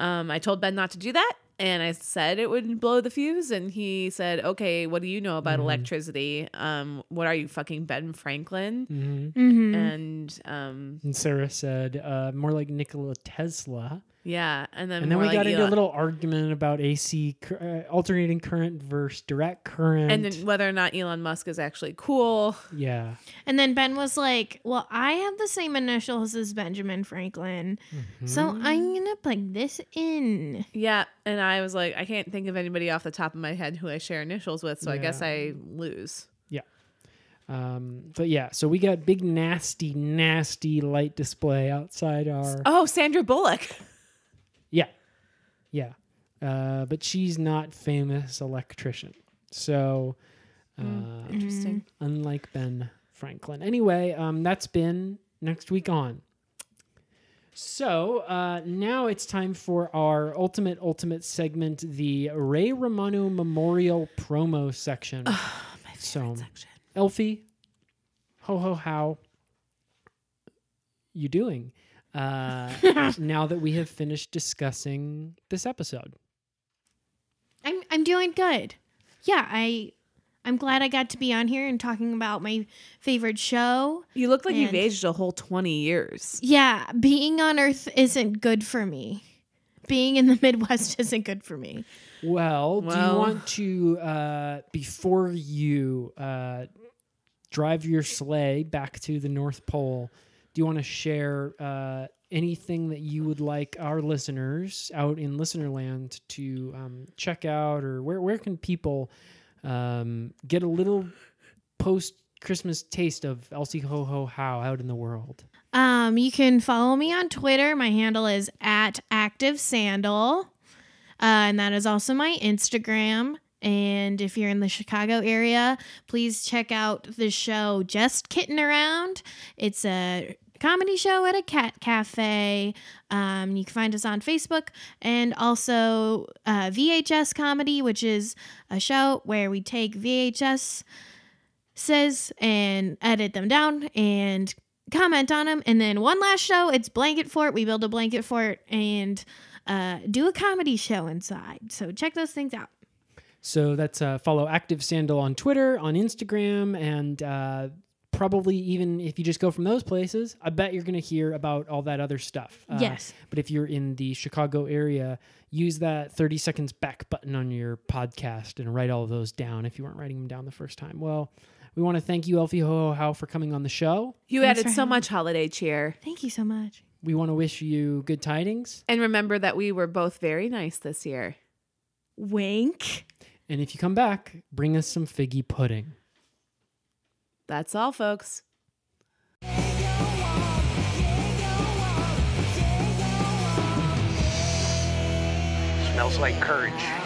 [SPEAKER 1] um, I told Ben not to do that. and I said it would blow the fuse, and he said, "Okay, what do you know
[SPEAKER 4] Mm-hmm.
[SPEAKER 1] about electricity? Um, what are you fucking Ben Franklin?"
[SPEAKER 4] hmm
[SPEAKER 5] Mm-hmm.
[SPEAKER 1] And um,
[SPEAKER 4] And Sarah said, uh, more like Nikola Tesla.
[SPEAKER 1] yeah, and then
[SPEAKER 4] And then
[SPEAKER 1] more
[SPEAKER 4] we
[SPEAKER 1] like
[SPEAKER 4] got into
[SPEAKER 1] Elon-
[SPEAKER 4] a little argument about AC, cur- uh, alternating current versus direct current.
[SPEAKER 1] and then whether or not Elon Musk is actually cool.
[SPEAKER 4] yeah.
[SPEAKER 5] And then Ben was like, Well, I have the same initials as Benjamin Franklin. So I'm going to plug this in.
[SPEAKER 1] Yeah, and I was like, I can't think of anybody off the top of my head who I share initials with, so I guess
[SPEAKER 4] Yeah.
[SPEAKER 1] I lose.
[SPEAKER 4] Um, but yeah, so we got big, nasty, nasty light display outside our.
[SPEAKER 1] Oh, Sandra Bullock.
[SPEAKER 4] Yeah. Yeah. Uh, but she's not famous electrician. So uh,
[SPEAKER 1] Interesting.
[SPEAKER 4] unlike Ben Franklin. Anyway, um, that's been next week on. So uh, now it's time for our ultimate, ultimate segment, the Ray Romano Memorial promo section. so, Elfie, ho ho how you doing? Uh, now that we have finished discussing this episode.
[SPEAKER 5] I'm, I'm doing good. Yeah, I. I'm glad I got to be on here and talking about my favorite show.
[SPEAKER 1] You look like you've
[SPEAKER 5] And-
[SPEAKER 1] aged a whole twenty years.
[SPEAKER 5] Yeah, being on Earth isn't good for me. Being in the Midwest isn't good for me.
[SPEAKER 4] Well, do you
[SPEAKER 1] Well-
[SPEAKER 4] want to uh, before you uh, drive your sleigh back to the North Pole? Do you want to share uh, anything that you would like our listeners out in Listenerland to um, check out, or where where can people um, get a little post Christmas taste of Elsie Ho Ho How out in the world?
[SPEAKER 5] Um, you can follow me on Twitter. My handle is at Active Sandal. Uh, and that is also my Instagram. And if you're in the Chicago area, please check out the show Just Kitten Around. It's a comedy show at a cat cafe. Um, you can find us on Facebook and also uh, VHS Comedy, which is a show where we take VHS says and edit them down and comment on them. And then one last show, it's Blanket Fort. We build a blanket fort and uh, do a comedy show inside. So check those things out.
[SPEAKER 4] So that's uh, follow Active Sandal on Twitter, on Instagram, and uh, probably even if you just go from those places, I bet you're going to hear about all that other stuff. Uh,
[SPEAKER 5] Yes.
[SPEAKER 4] But if you're in the Chicago area, use that 30 seconds back button on your podcast and write all of those down if you weren't writing them down the first time. Well, we want to thank you, Elfie Ho Ho How, for coming on the show.
[SPEAKER 1] You
[SPEAKER 5] Thanks
[SPEAKER 1] added
[SPEAKER 5] for
[SPEAKER 1] so
[SPEAKER 5] having
[SPEAKER 1] much holiday cheer.
[SPEAKER 5] Thank you so much.
[SPEAKER 4] We want to wish you good tidings.
[SPEAKER 1] And remember that we were both very nice this year.
[SPEAKER 5] Wink.
[SPEAKER 4] And if you come back, bring us some figgy pudding.
[SPEAKER 1] That's all, folks.
[SPEAKER 7] Smells like courage.